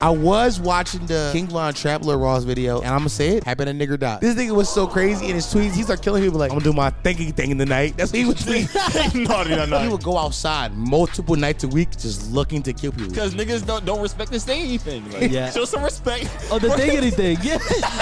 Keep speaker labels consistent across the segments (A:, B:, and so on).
A: I was watching the King Von Traveler Ross video, and I'm gonna say it happened to nigger dot. This nigga was so crazy in his tweets. He's like killing people. Like I'm gonna do my thinking thing in the night. That's what he would tweet.
B: no, no,
A: He
B: no.
A: would go outside multiple nights a week, just looking to kill people.
B: Because niggas don't, don't respect the stinging thing. Like,
C: Yeah.
B: Show some respect.
C: Oh, the thingity thing. Yeah.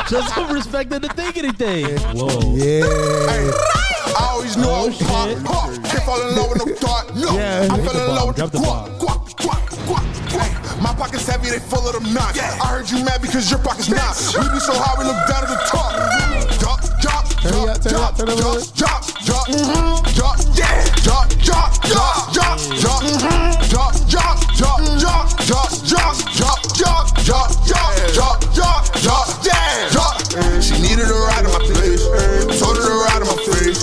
C: Show some respect to the thingity thing. Whoa.
A: Yeah.
D: I always knew I was
C: shit.
D: pop, pop. Can't fall in love with no dark look.
A: Yeah.
D: I fell in love with the
C: Drop the bomb.
D: guac, guac, guac, guac, guac. My pockets heavy, they full of them knots. I heard you mad because your pockets not. We be so high, we look down at the top. Drop, drop,
A: Turn it
D: drop,
A: up, turn it
D: drop,
A: up, turn it up a
D: drop,
A: little.
D: drop, drop, mhm, drop, yeah. Drop, drop, drop, drop, drop, mhm, drop, drop, drop, drop, drop, drop, drop, drop, drop, drop, drop, drop, drop, yeah. Drop. She needed a ride in my place. Told her to ride in my face.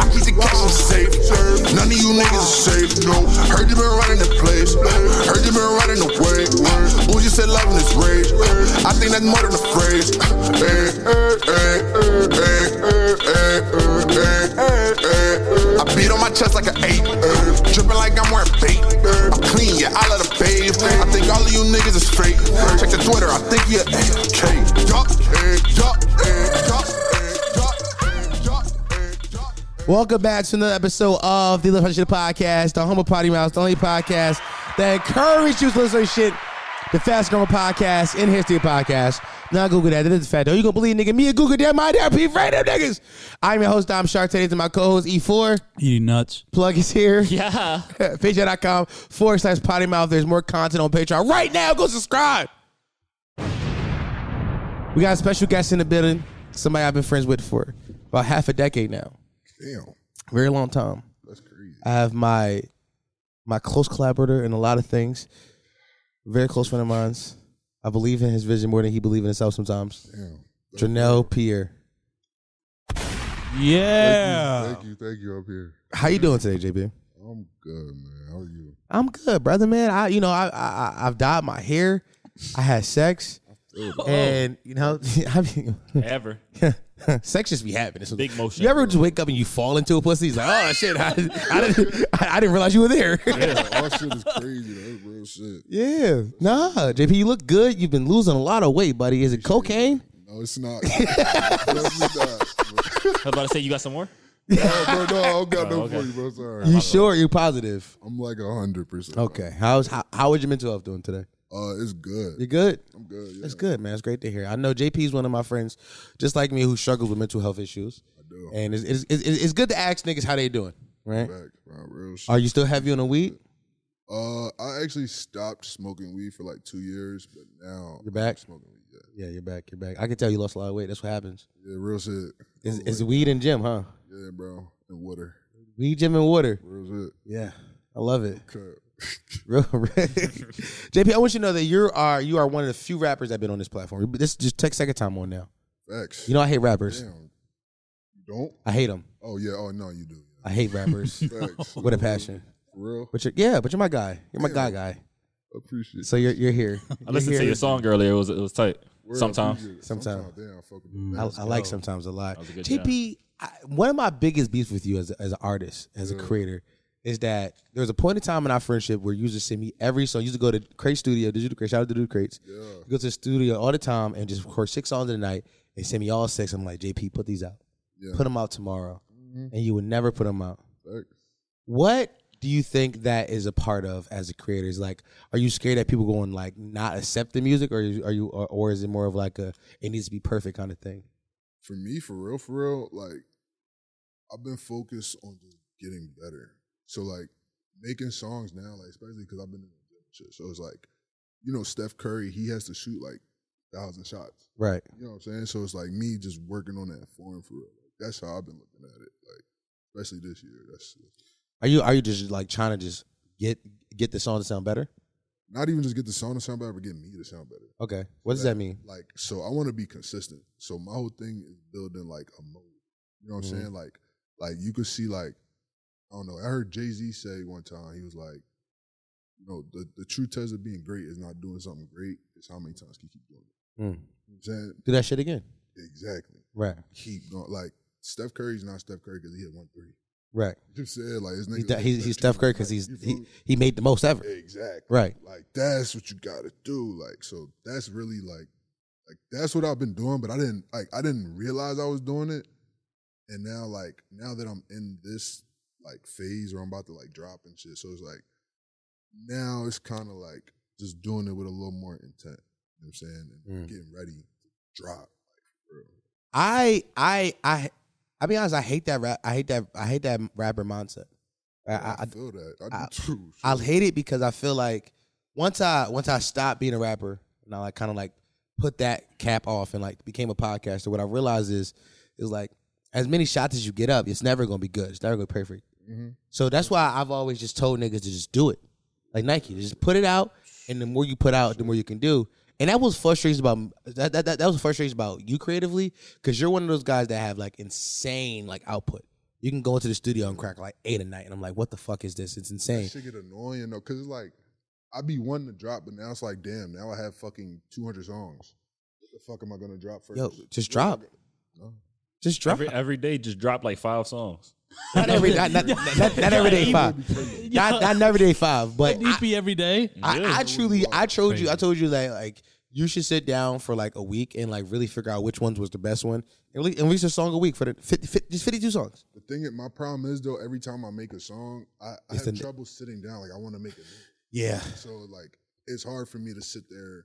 D: I keep the cash in safe. None of you niggas are safe. No. Heard you been running the place. Heard you been running away. Ooh, you said love in this rage. I think that's more than a phrase. I beat on my chest like an ape. Dripping like I'm wearing bait. I'm clean, yeah, I let it bathe. I think all of you niggas is fake. Check the Twitter, I think you're AK. Duck, eh, duck, eh, duck, eh, duck, eh, duck, eh, duck.
A: Welcome back to another episode of the Love Shit Podcast, the Humble Potty Mouse, the only podcast that encourages you to listen to shit. The fast growing podcast in history of podcast. Now Google that. That is a fact. Though you gonna believe nigga me and Google that my damn P them niggas. I'm your host, Dom Shark. Today's my co-host E E4.
C: Eating nuts.
A: Plug is here.
B: Yeah.
A: Patreon.com forward slash potty mouth. There's more content on Patreon. Right now, go subscribe. We got a special guest in the building. Somebody I've been friends with for about half a decade now.
D: Damn,
A: Very long time.
D: that's crazy.
A: I have my my close collaborator in a lot of things. Very close friend of mine's. I believe in his vision more than he believes in himself sometimes.
D: Damn.
A: Janelle Pierre.
C: Yeah.
D: Thank you, thank you up here.
A: How you doing today, JB?
D: I'm good, man. How are you?
A: I'm good, brother, man. I, you know, I, I, I- I've dyed my hair. I had sex, and you know, I mean,
B: Ever.
A: sex just be happening. So
B: Big motion.
A: You ever just wake up and you fall into a pussy? It's like, oh shit, I, I didn't, I, I didn't realize you were there.
D: Yeah, all shit is crazy. That's real shit.
A: yeah, nah, JP, you look good. You've been losing a lot of weight, buddy. Is it cocaine?
D: No, it's not. Definitely not.
B: I was about to say, you got some more?
D: No, no, I don't got no
B: Oh, okay.
D: for you, bro. Sorry.
A: You sure? You positive?
D: I'm like a hundred percent.
A: Okay. How's how, how is your mental health doing today?
D: Uh, it's good.
A: You good?
D: I'm good. Yeah,
A: That's good, man. It's great to hear. I know JP is one of my friends, just like me, who struggles with mental health issues. I
D: do.
A: And it's, it's, it's, it's good to ask niggas how they doing, right?
D: back, bro, real shit.
A: Are you still heavy on the weed?
D: Uh, I actually stopped smoking weed for like two years, but now
A: You're back?
D: I'm smoking weed. Yeah,
A: Yeah, you're back. You're back. I can tell you lost a lot of weight. That's what happens.
D: yeah real shit.
A: It's, it's weed and gym, huh?
D: Yeah, bro, and water.
A: Weed, gym, and water.
D: Real shit.
A: Yeah, I love it.
D: Cut.
A: Real, real. JP, I want you to know that you are you are one of the few rappers that have been on this platform. This is just take second time on now.
D: Facts.
A: You know I hate rappers.
D: Damn. You don't?
A: I hate them.
D: Oh yeah. Oh no, you do.
A: I hate rappers.
D: Facts.
A: what a passion.
D: For real.
A: But you're, yeah, but you're my guy. You're my guy, guy.
D: Appreciate.
A: So you're you're here.
B: I listened to your song earlier. It was, it was tight.
D: Word,
B: Sometimes.
D: appreciate it.
A: Sometime.
D: Sometimes. Damn, I fuck with
A: I,
D: you.
A: I like sometimes a lot.
B: was a good
A: JP, I, one of my biggest beefs with you as a, as an artist, as
B: Mm.
A: a creator, is that there was a point in time in our friendship where you used to send me every song. You used to go to Crate Studio, did you do Crate? Shout out to Dude Crates. You go to the studio all the time and just record six songs in the night and send me all six. I'm like, JP, put these out.
D: Yeah.
A: Put them out tomorrow. And you would never put them out.
D: Facts.
A: What do you think that is a part of as a creator? Is like, are you scared that people going like not accept the music, or are you, are you or, or is it more of like a it needs to be perfect kind of thing?
D: for me, for real, for real, like I've been focused on just getting better. So like making songs now, like especially because I've been in the gym and shit. So it's like, you know, Steph Curry, he has to shoot like thousand shots.
A: Right.
D: You know what I'm saying? So it's like me just working on that form for real. Like, that's how I've been looking at it. Like especially this year. That's
A: Are you are you just like trying to just get get the song to sound better?
D: not even just get the song to sound better, but get me to sound better.
A: Okay. What does that mean?
D: Like, so I want to be consistent. So my whole thing is building like a mode. You know what
A: Mhm.
D: I'm saying? Like, like you could see like, I don't know. I heard Jay Z say one time he was like, you know, the, the true test of being great is not doing something great. It's how many times you keep doing it.
A: Mm.
D: You know what I'm
A: Do that shit again.
D: saying? Exactly.
A: Right.
D: Keep going. Like Steph Curry's not Steph Curry because he hit one three.
A: Right.
D: You said like his
A: He's,
D: niggas
A: that-
D: like
A: he's,
D: that
A: he's
D: too,
A: Steph Curry because
D: like,
A: he's
D: you feel
A: he, he made the most ever.
D: me? exactly
A: Right.
D: Like that's what you got to do. Like so that's really like like that's what I've been doing, but I didn't like I didn't realize I was doing it. And now like now that I'm in this like phase where I'm about to like drop and shit, so it's like now it's kind of like just doing it with a little more intent. You know what I'm saying? And
A: Mm.
D: getting ready to drop. Like, for real.
A: I I I I be honest. I hate that rap. I hate that. I hate that rapper mindset. I, I,
D: I, feel that. I,
A: I-
D: do too.
A: I hate it because I feel like once I once I stopped being a rapper and I like kind of like put that cap off and like became a podcaster, what I realized is is like as many shots as you get up, it's never gonna be good. It's never gonna be perfect.
D: Mhm.
A: So that's why I've always just told niggas to just do it. Like Nike, just put it out, and the more you put out, the more you can do. And that was frustrating about that. That, that, that was frustrating about you creatively because you're one of those guys that have like insane like output. You can go into the studio and crack like eight a night, and I'm like, what the fuck is this? It's insane.
D: That shit get annoying though, cause it's like I be wanting to drop, but now it's like, damn, now I have fucking two hundred songs. What the fuck am I gonna drop first?
A: Yo, just drop.
D: No.
A: Just drop.
B: Every every day, just drop like five songs.
A: not every not, not, not, not every day five. Not not every day five. But I,
C: EP every day.
A: I, I truly I told you I
C: Crazy.
A: told you that like you should sit down for like a week and like really figure out which ones was the best one and rele- and release a song a week for the 50, 50, just fifty two songs.
D: The thing, my problem is though, every time I make a song, I, I
A: It's
D: have
A: the-
D: trouble sitting down. Like I want to make it,
A: Yeah.
D: so like it's hard for me to sit there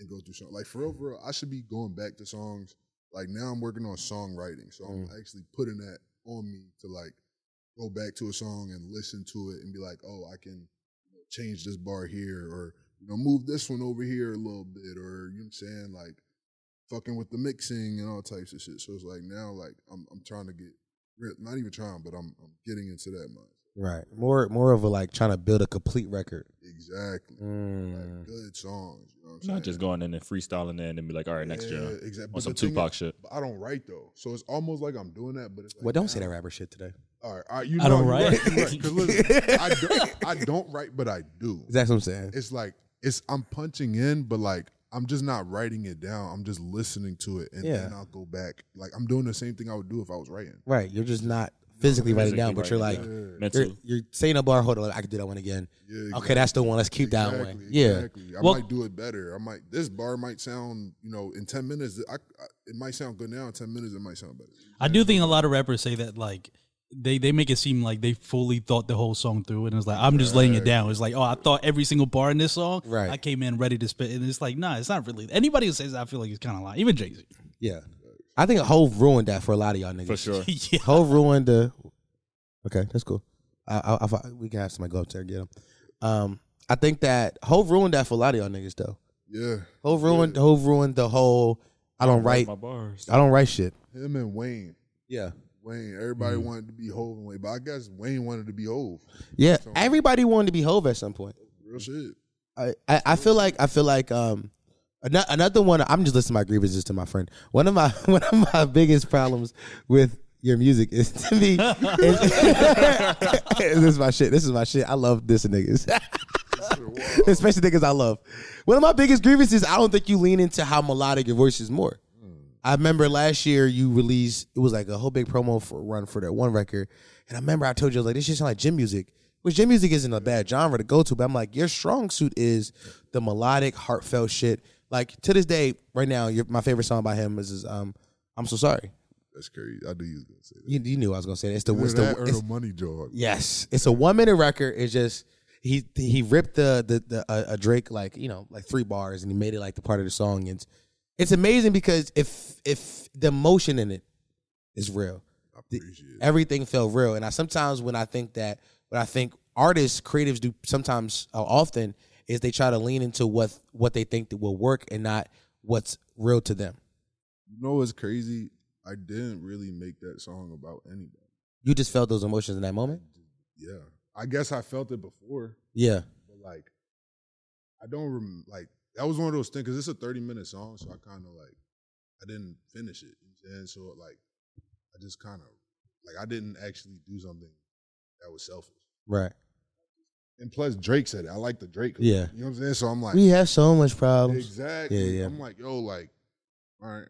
D: and go through something. Like for real, for real, I should be going back to songs. Like now I'm working on songwriting, so I'm actually putting that on me to like go back to a song and listen to it and be like, oh, I can you know, change this bar here or you know move this one over here a little bit or you know what I'm saying like fucking with the mixing and all types of shit. So it's like now like I'm I'm trying to get re- not even trying, but I'm I'm getting into that mind.
A: Right. More more of a like trying to build a complete record.
D: Exactly.
A: Mm.
D: Like good songs, you know what I'm saying?
B: Not just going in and freestyling in and be like, all right, next
D: Yeah,
B: year
D: exactly.
B: on
D: But
B: some
D: the thing
B: Tupac
D: is-
B: shit.
D: But I don't write though, so it's almost like I'm doing that. But it's like,
A: Well, don't say
D: nah.
A: that rapper shit today.
D: All right, all right, you know,
C: I don't
D: you're
C: write.
D: right, you're right. 'Cause listen, I, don't, I don't write, but I do.
A: That's what I'm saying.
D: It's like it's I'm punching in, but like I'm just not writing it down. I'm just listening to it, and
A: Yeah.
D: then I'll go back. Like I'm doing the same thing I would do if I was writing.
A: Right. You're just not physically writing it down, but you're
B: Physically
A: like
B: writing
D: Yeah,
A: you're,
B: Mental.
A: you're saying a bar. Hold on, I can do that one again.
D: yeah, exactly.
A: Okay, that's the one. Let's keep that
D: exactly,
A: one. Yeah.
D: exactly. I
C: Well-
D: might do it better. I might. This bar might sound, you know, in ten minutes, I, I, it might sound good now. In ten minutes, it might sound better.
C: I do think a lot of rappers say that like they they make it seem like they fully thought the whole song through, and it's like I'm just laying it down. It's like oh, I thought every single bar in this song.
A: Right.
C: I came in ready to spit, and it's like nah, it's not really. Anybody who says that, I feel like it's kind of lying. Even Jay Z.
A: Yeah. I think Hove ruined that for a lot of y'all niggas.
B: For sure.
C: yeah.
A: Hove ruined the. Okay, that's cool. I, I, I, thought- we can have somebody go up there and get him. Um, I think that Hove ruined that for a lot of y'all niggas though.
D: Yeah,
A: Hove ruined Hove ruined the whole. I don't write.
B: my bars.
A: I don't write shit.
D: him and Wayne.
A: Yeah.
D: Wayne. Everybody wanted to be Hove and Wayne, but I guess Wayne wanted to be Hove.
A: Yeah. Everybody wanted to be Hove at some point.
D: Real shit.
A: I, I, I feel like I feel like um ano- another one I'm just listing my grievances to my friend. One of my one of my biggest problems with your music is to me is, this is my shit. This is my shit. I love this and niggas. Especially niggas I love. One of my biggest grievances I don't think you lean into how melodic your voice is more. I remember last year you released it was like a whole big promo for run for that one record, and I remember I told you I was like this shit sound like gym music, which gym music isn't a bad genre to go to, but I'm like your strong suit is the melodic, heartfelt shit. Like to this day, right now, your, my favorite song by him is, is um I'm so sorry.
D: That's crazy. I knew you was gonna say that.
A: You, you knew I was gonna say that. It's the
D: Either
A: it's
D: that
A: the,
D: or
A: it's-
D: the money dog.
A: yes, it's a one minute record. It's just. He, he ripped the the, the uh, a Drake like you know like three bars and he made it like the part of the song and it's, it's amazing because if if the emotion in it is real
D: I appreciate it.
A: everything felt real. And I sometimes when I think that what I think artists, creatives do sometimes uh, often is they try to lean into what what they think that will work and not what's real to them.
D: You know what's crazy? I didn't really make that song about anybody.
A: You just felt those emotions in that moment.
D: Yeah. I guess I felt it before,
A: Yeah,
D: but like, I don't rem- like. That was one of those things because it's a thirty minute song, so I kind of like, I didn't finish it, and so like, I just kind of like I didn't actually do something that was selfish.
A: right.
D: And plus, Drake said it. I like the Drake.
A: Yeah.
D: You know what I'm saying? So I'm like,
A: We have so much problems.
D: exactly.
A: Yeah, yeah.
D: I'm like, yo, like, all right.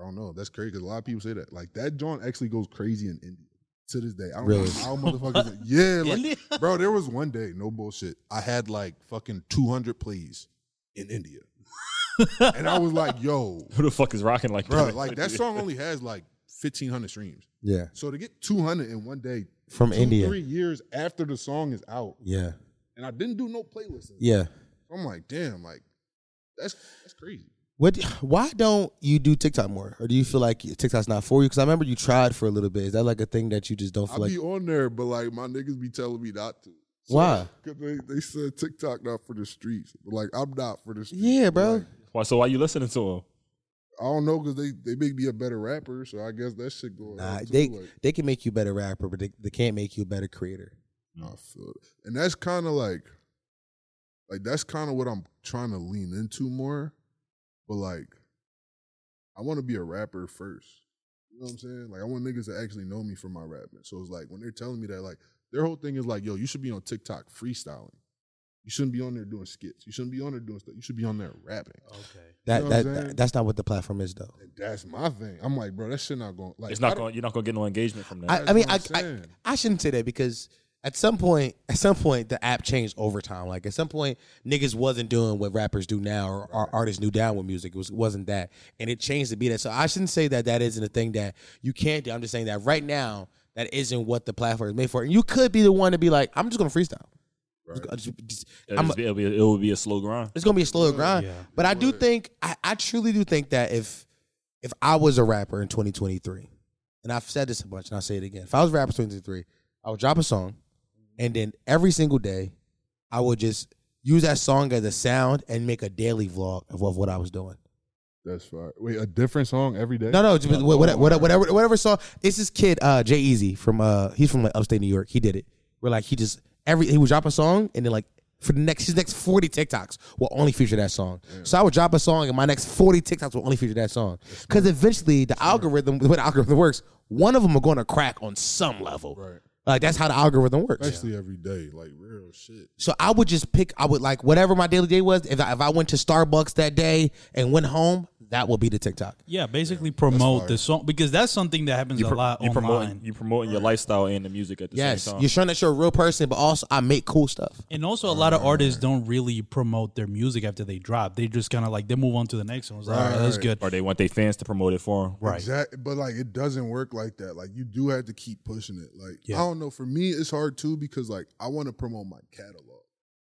D: I don't know. That's crazy because a lot of people say that. Like, that joint actually goes crazy in India. to this day. I don't
A: Really?
D: know how motherfuckers. yeah, like
C: India?
D: bro, there was one day, no bullshit. I had like fucking two hundred plays in India, and I was like, yo,
B: Who the fuck is rocking like
D: bro,
B: that?
D: like that song only has like fifteen hundred streams.
A: Yeah.
D: So to get two hundred in one day,
A: From
D: two,
A: India.
D: three years after the song is out,
A: Yeah.
D: and I didn't do no playlists.
A: Yeah.
D: I'm like, damn, like that's that's crazy.
A: What? Why don't you do TikTok more, or do you feel like TikTok's not for you? Because I remember you tried for a little bit. Is that like a thing that you just don't
D: I
A: feel like?
D: be on there, but like my niggas be telling me not to.
A: Why?
D: Because they, they said TikTok not for the streets. But like I'm not for the streets.
A: Yeah, bro.
D: Like,
B: Why? So why you listening to him?
D: I don't know because they, they make me a better rapper, so I guess that shit going
A: Nah,
D: on too.
A: they
D: like,
A: they can make you a better rapper, but they, they can't make you a better creator.
D: I feel it. And that's kind of like, like that's kind of what I'm trying to lean into more. But like, I want to be a rapper first. You know what I'm saying? Like, I want niggas to actually know me for my rapping. So it's like when they're telling me that, like, their whole thing is like, yo, you should be on TikTok freestyling. You shouldn't be on there doing skits. You shouldn't be on there doing stuff. You should be on there rapping.
C: Okay.
A: That
D: know what
A: that,
D: I'm saying?
A: that that's not what the platform is though.
D: And that's my thing. I'm like, bro, that shit not going. Like,
B: It's not
D: I don't-
B: going. You're not going to get no engagement from that.
A: I,
D: That's
A: I mean, I,
D: what I'm
A: I
D: saying.
A: I shouldn't say that because at some point, at some point, the app changed over time. Like at some point, niggas wasn't doing what rappers do now, or, or artists knew down with music. It was wasn't that, and it changed to be that. So I shouldn't say that that isn't a thing that you can't do. I'm just saying that right now, that isn't what the platform is made for. And you could be the one to be like, I'm just gonna freestyle. I just- just-
B: It'll
A: I'm-
B: just be- it'll be- it will be a slow grind.
A: it's gonna be a slower grind.
C: yeah.
A: But I do think I, I truly do think that if if I was a rapper in 2023, and I've said this a bunch, and I'll say it again, if I was a rapper in 2023, I would drop a song, and then every single day, I would just use that song as a sound and make a daily vlog of, of what I was doing.
D: That's fire. Wait, a different song every day?
A: No, no, just, wha- wha-
D: oh,
A: whatever, whatever, whatever song. It's this kid, uh, Jay Easy from uh, he's from like upstate New York. He did it. Where like he just every he would drop a song and then like for the next his next forty TikToks will only feature that song. So I would drop a song and my next forty TikToks will only feature that song because eventually the algorithm, the way the algorithm works, one of them are going to crack on some level.
D: Right.
A: Like that's how the algorithm works.
D: Especially every day. Like, real shit.
A: So I would just pick. I would like whatever my daily day was. If I, if I went to Starbucks that day and went home, that would be the TikTok.
C: Yeah, basically promote the song because that's something that happens a
B: pro-
C: lot
B: you promoting,
C: online.
B: you promoting your lifestyle and the music at the
A: Yes,
B: same time.
A: you're showing that you're a real person, but also I make cool stuff.
C: and also, a lot of artists don't really promote their music after they drop. They just kind of like they move on to the next one. It's like, all right, that's
D: Right.
C: good.
B: or they want their fans to promote it for them.
C: Right.
D: Exact- but like it doesn't work like that. Like you do have to keep pushing it. Like
C: Yeah.
D: I don't know. For me, it's hard too because like I want to promote my catalog.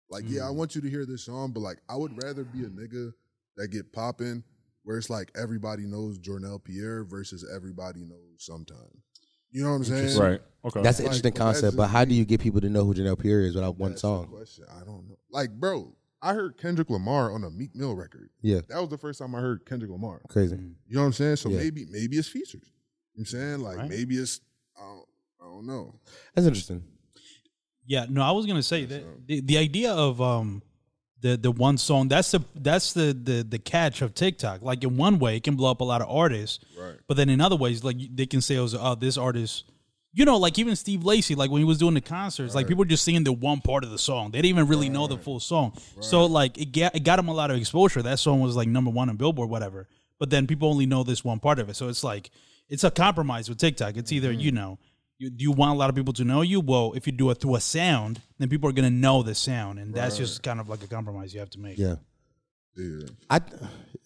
D: Like yeah, I
C: Mm.
D: want you to hear this song, but like I would rather be a nigga that get popping where it's like everybody knows Jornel Pierre versus everybody knows sometime. You know what I'm saying?
B: Right. Okay.
A: That's an
D: Like,
A: interesting
D: but that's
A: concept,
D: just
A: but how do you get people to know who Janelle Pierre is without one
D: That's the
A: song?
D: question. I don't know. Like bro, I heard Kendrick Lamar on a Meek Mill record.
A: Yeah,
D: That was the first time I heard Kendrick Lamar.
A: crazy.
D: You know what I'm saying? So
A: Yeah.
D: maybe maybe it's features. You know what I'm saying? Like
C: Right.
D: maybe it's I don't, I don't know.
A: That's interesting.
C: Yeah, no, I was gonna say that the, the idea of um the the one song that's the that's the, the the catch of TikTok. Like in one way, it can blow up a lot of artists,
D: Right.
C: But then in other ways, like you- they can say, "Oh, so- oh, this artist." You know, like even Steve Lacy, like when he was doing the concerts, like people were just singing the one part of the song. They didn't even really know the full song. So like it got it got him a lot of exposure. That song was like number one on Billboard, whatever. But then people only know this one part of it. So it's like it's a compromise with TikTok. It's either you know you, do you want a lot of people to know you? Well, if you do it through a sound, then people are gonna know the sound, and that's just kind of like a compromise you have to make.
A: Yeah,
D: Yeah.
A: I.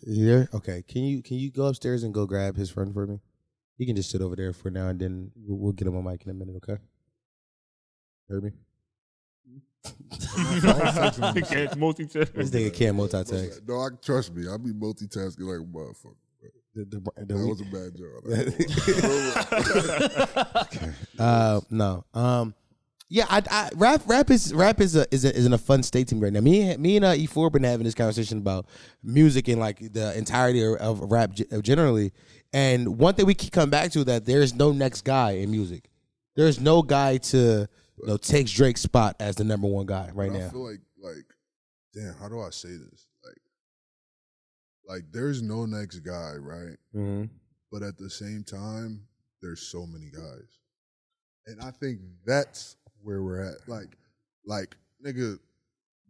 A: Yeah, okay. Can you can you go upstairs and go grab his friend for me? You can just sit over there for now, and then we'll, we'll get him on mic in a minute. Okay. Heard me?
B: Okay,
A: This
B: multi-task.
A: nigga can't multitask.
D: No, I, trust me, I be multitasking like a motherfucker.
A: The- the- the-
D: That was a bad job.
A: Uh, no. Um, yeah, I, I rap rap is rap is a, is a, is in a fun state to me right now. Me and- me and uh, E4 been having this conversation about music and like the entirety of, of rap ge- uh, generally. And one thing we keep coming back to that there is no next guy in music. There is no guy to you know takes Drake's spot as the number one guy right
D: And I
A: now.
D: feel like like damn, how do I say this? Like like there's no next guy, right?
A: hmm
D: But at the same time, there's so many guys. And I think that's where we're at. Like like nigga,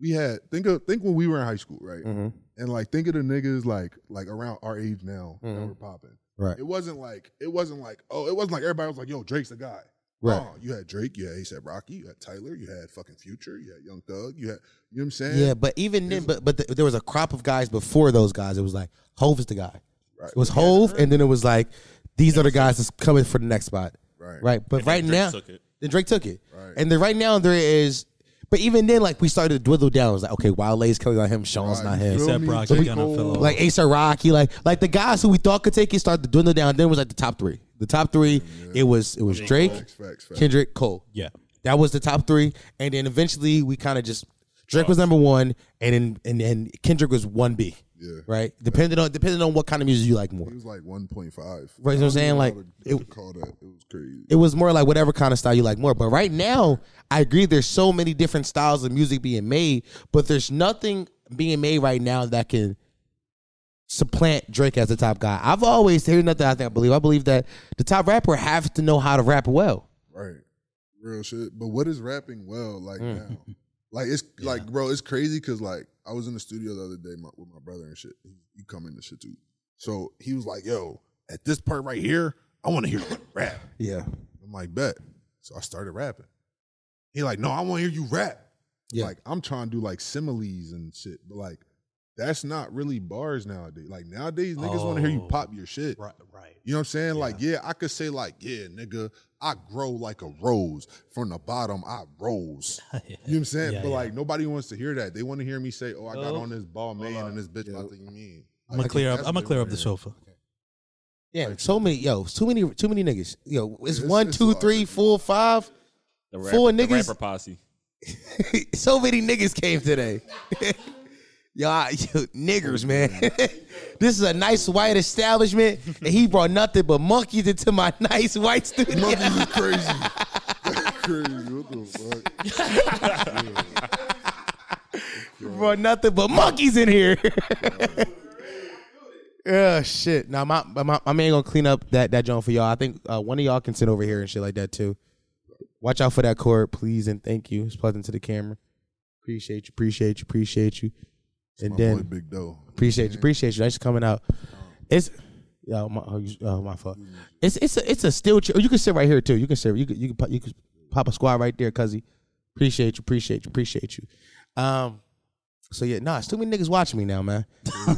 D: we had think of think when we were in high school, right?
A: hmm
D: And like think of the niggas like like around our age now
A: Mhm.
D: that were popping.
A: Right.
D: It wasn't like it wasn't like oh it wasn't like everybody was like yo Drake's the guy.
A: Right.
D: Oh, you had Drake, you had ASAP Rocky, you had Tyler, you had fucking Future, you had Young Thug, you had you know what I'm saying?
A: Yeah, but even then, but but th- there was a crop of guys before those guys. It was like Hove is the guy.
D: Right.
A: It was Hove, and then it was like these are the guys that's coming for the next spot.
D: Right.
A: Right. But
B: And then
A: right
B: Drake
A: now,
B: took it.
A: then Drake took it.
D: Right.
A: And then right now there is, but even then, like we started to dwindle down. It was like okay, Wale's coming on him, Sean's not
D: Right, you
A: him.
D: feel
C: A$AP
D: me?
C: Rocky
D: J.
C: kinda fell
D: Cole,
C: off.
A: Like Ace Rocky, like like the guys who we thought could take it started to dwindle down. Then it was like the top three. The top three, it was it was Drake,
D: Facts, facts, facts.
A: Kendrick, Cole.
C: Yeah.
A: That was the top three, and then eventually we kind of just Drake was number one, and then and then Kendrick was one B.
D: Yeah.
A: Right. Depending on depending on what kind of music you like more.
D: It was like 1.5.
A: Right, you know what I'm saying? Like, it-
D: it, call that. it was crazy.
A: It was more like whatever kind of style you like more. But right now, I agree. There's so many different styles of music being made, but there's nothing being made right now that can supplant Drake as the top guy. I've always heard nothing. I think I believe. I believe that the top rapper have to know how to rap well.
D: Right. Real shit. But what is rapping well like now? Like it's like bro, it's crazy because like I was in the studio the other day my, with my brother and shit. He, he come into shit too. So he was like, "Yo, at this part right here, I want to hear you rap."
A: Yeah.
D: I'm like, "Bet." So I started rapping. He like, "No, I want to hear you rap."
A: Yeah.
D: Like I'm trying to do like similes and shit, but like that's not really bars nowadays. Like nowadays, niggas want to hear you
C: Oh.
D: pop your shit.
C: Right. Right.
D: You know what I'm saying? Like, yeah, I could say like, yeah, nigga, I grow like a rose. From the bottom, I rose. You know what I'm saying?
C: Yeah,
D: but
C: yeah.
D: like nobody wants to hear that. They want to hear me say, Oh, I got
C: Oh.
D: on this ball man and this bitch about to eat me.
C: I'm gonna clear up. I'm gonna clear up the sofa.
A: Yeah. So many. Yo. Too many. Too many niggas. Yo. It's
D: It's-
A: one,
D: it's
A: two,
D: a lot.
A: three, four, five.
B: The
A: Four
B: the
A: niggas-
B: rapper posse.
A: so many niggas came today. Y'all, yo, niggers, man. this is a nice white establishment, and he brought nothing but monkeys into my nice white studio.
D: Mother is crazy. crazy. What the fuck?
A: brought nothing but monkeys in here. Yeah, shit. Now my, my my man gonna clean up that that joint for y'all. I think uh, one of y'all can sit over here and shit like that too. Watch out for that cord, please, and thank you. It's plugged into the camera. Appreciate you, appreciate you, appreciate you. And
D: My
A: then
D: boy Big Doe.
A: Appreciate you. Appreciate you. That's coming out. It's yeah, my, oh, you- oh, my fault. It's it's a it's a still chair. You can sit right here too. You can sit. You can you can pop, you can pop a squad right there, cuzzy. Appreciate you. Appreciate you. Appreciate you. Um. So yeah, nah, it's too many niggas watching me now, man.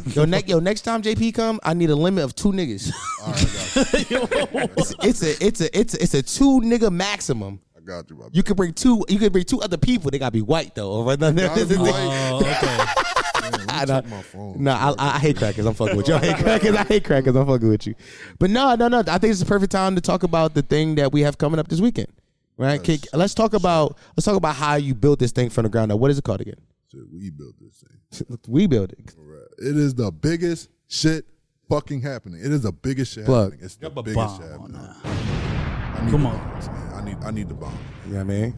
A: yo, ne- yo, next time JP come, I need a limit of two niggas.
D: All right, I got you.
A: It's, it's a it's a it's a, it's a two nigga maximum.
D: I got you, my
A: You can bring two. You can bring two other people. They gotta be white though. Or
D: Gotta be white.
C: Oh, okay.
D: I
A: nah.
D: check my phone.
A: No, I, I- I hate crackers. I'm fucking with you. I hate crackers. I hate crackers. I'm fucking with you. But no, no, no. I think it's the perfect time to talk about the thing that we have coming up this weekend, right? Can- let's talk about let's talk about how you built this thing from the ground up. What is it called again?
D: Shit, we built this thing.
A: We built it.
D: Right. It is the biggest shit fucking happening. It is the biggest shit
A: Plug.
D: happening. It's the
C: Drop a
D: biggest
C: bomb
D: shit
C: on
D: happening.
C: that.
D: I need
C: Come
D: the
C: on.
D: bombs, man. I need I need the bomb.
A: You know what I mean?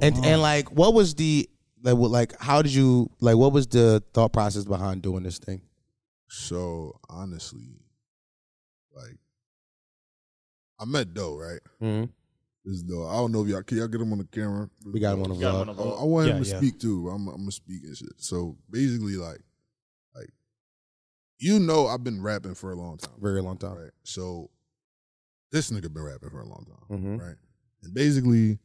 A: And and like, what was the like? What, like, how did you like? What was the thought process behind doing this thing?
D: So honestly, like I met Doe, right?
A: Mhm.
D: This Doe. I don't know if y'all can y'all get him on the camera.
A: We got him on the
B: You got one
A: vlog.
B: of
D: I,
B: them.
D: I want him
C: Yeah,
D: to
C: yeah.
D: speak too. I'm I'm gonna speak and shit. So basically, like, like you know, I've been rapping for a long time.
A: Very long time.
D: Right. So this nigga been rapping for a long time,
A: Mhm.
D: right? And basically,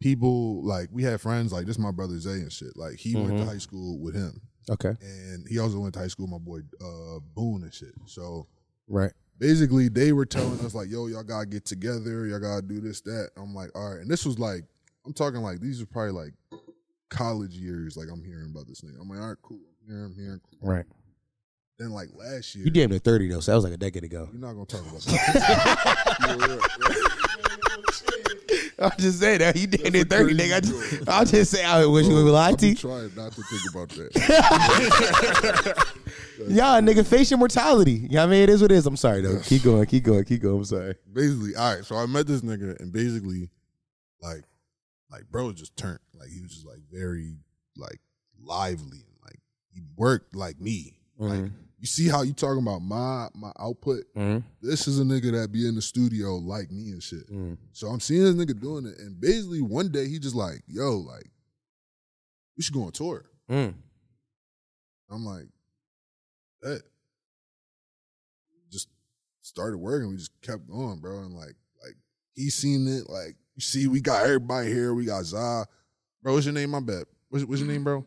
D: people like we had friends like this. my brother Zay and shit. Like he went to
A: Mhm.
D: high school with him,
A: Okay.
D: and he also went to high school with my boy uh, Boone and shit. So
A: Right.
D: basically, they were telling us like, "Yo, y'all gotta get together. Y'all gotta do this, that." I'm like, "All right." And this was like, I'm talking like these are probably like college years. Like I'm hearing about this nigga. I'm like, "All right, cool." I'm hearing, I'm hearing. Cool.
A: Right.
D: Then like last year,
A: You damn near thirty though, so that was like a decade ago.
D: We're not gonna talk about that.
A: I'm just saying that he did it
D: That's a
A: thirty, nigga. I
D: crazy
A: just, I'm just saying I wish you
E: Oh,
A: would lie
D: I've
A: to
D: been
A: you.
D: trying not to think about that.
A: Y'all, nigga, face your mortality. You know what I mean? It is what it is. I'm sorry though. Keep going, keep going, keep going. I'm sorry.
D: basically, all right. So I met this nigga, and basically, like, like bro just turned. Like he was just like very like lively and like he worked like me. Like you see how you talking about my my output. This is a nigga that be in the studio like me and
A: Mm.
D: shit. So I'm seeing this nigga doing it, and basically one day he just like, yo, like, we should go on tour.
E: Mm.
D: I'm like, that. Just started working. We just kept going, bro. And like, like he seen it. Like
E: you see, we got everybody here. We got Za. Bro, what's your name? My bad. What's, what's your name, bro?